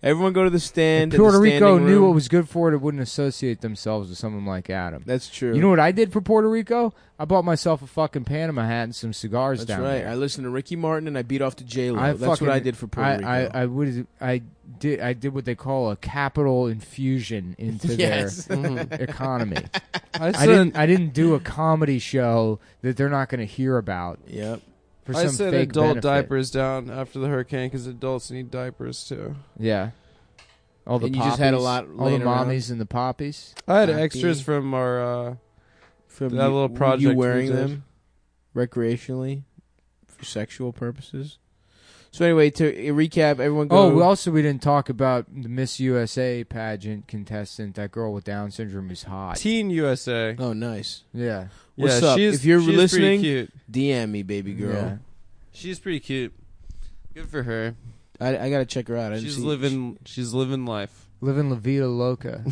[SPEAKER 3] Everyone go to the stand.
[SPEAKER 1] If Puerto
[SPEAKER 3] at the
[SPEAKER 1] Rico
[SPEAKER 3] standing
[SPEAKER 1] knew
[SPEAKER 3] room.
[SPEAKER 1] what was good for it, it wouldn't associate themselves with someone like Adam.
[SPEAKER 3] That's true.
[SPEAKER 1] You know what I did for Puerto Rico? I bought myself a fucking Panama hat and some cigars
[SPEAKER 3] That's
[SPEAKER 1] down
[SPEAKER 3] right. I
[SPEAKER 1] there.
[SPEAKER 3] listened to Ricky Martin and I beat off to J Lo.
[SPEAKER 1] I
[SPEAKER 3] That's
[SPEAKER 1] fucking-
[SPEAKER 3] what I did for Puerto Rico.
[SPEAKER 1] I, I, I would I did I did what they call a capital infusion into
[SPEAKER 3] yes.
[SPEAKER 2] Mhm.
[SPEAKER 1] their economy.
[SPEAKER 2] I,
[SPEAKER 1] I
[SPEAKER 2] said,
[SPEAKER 1] didn't I didn't do a comedy show that they're not going to hear about
[SPEAKER 3] Yep.
[SPEAKER 1] for
[SPEAKER 2] I
[SPEAKER 1] some
[SPEAKER 2] said
[SPEAKER 1] fake
[SPEAKER 2] adult
[SPEAKER 1] benefit.
[SPEAKER 2] diapers down after the hurricane because adults need diapers too.
[SPEAKER 1] Yeah. All the
[SPEAKER 3] And you just had a
[SPEAKER 1] poppies,
[SPEAKER 3] lot
[SPEAKER 1] all the
[SPEAKER 3] laying around.
[SPEAKER 1] mommies and the poppies.
[SPEAKER 2] I had
[SPEAKER 3] Happy.
[SPEAKER 2] extras from our. Uh,
[SPEAKER 3] From
[SPEAKER 2] That
[SPEAKER 3] you-
[SPEAKER 2] little
[SPEAKER 3] were
[SPEAKER 2] project
[SPEAKER 3] You wearing
[SPEAKER 2] we did.
[SPEAKER 3] them recreationally for sexual purposes. So anyway, to recap, everyone go.
[SPEAKER 1] Oh, we also we didn't talk about the Miss USA pageant contestant, that girl with Down syndrome who's hot.
[SPEAKER 2] Teen USA.
[SPEAKER 3] Oh, nice.
[SPEAKER 1] Yeah.
[SPEAKER 3] What's
[SPEAKER 2] yeah,
[SPEAKER 3] up?
[SPEAKER 2] She's,
[SPEAKER 3] If you're
[SPEAKER 2] she's pretty
[SPEAKER 3] listening-
[SPEAKER 2] cute.
[SPEAKER 3] DM me, baby girl.
[SPEAKER 1] Yeah.
[SPEAKER 2] She's pretty cute. Good for her.
[SPEAKER 3] I, I gotta check her out. I didn't
[SPEAKER 2] She's
[SPEAKER 3] see-
[SPEAKER 2] living. She's living life.
[SPEAKER 1] Living La Vida Loca.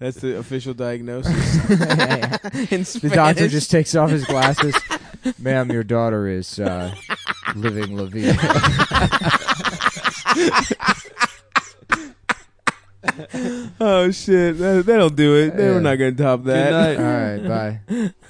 [SPEAKER 3] That's the official diagnosis.
[SPEAKER 1] the
[SPEAKER 3] In
[SPEAKER 1] doctor
[SPEAKER 3] Spanish.
[SPEAKER 1] just takes off his glasses. Ma'am, your daughter is uh, living La Vida.
[SPEAKER 3] Oh shit! That, that'll do it.
[SPEAKER 1] Yeah. Oh,
[SPEAKER 3] We're not gonna top that.
[SPEAKER 2] Good night.
[SPEAKER 1] All right, bye.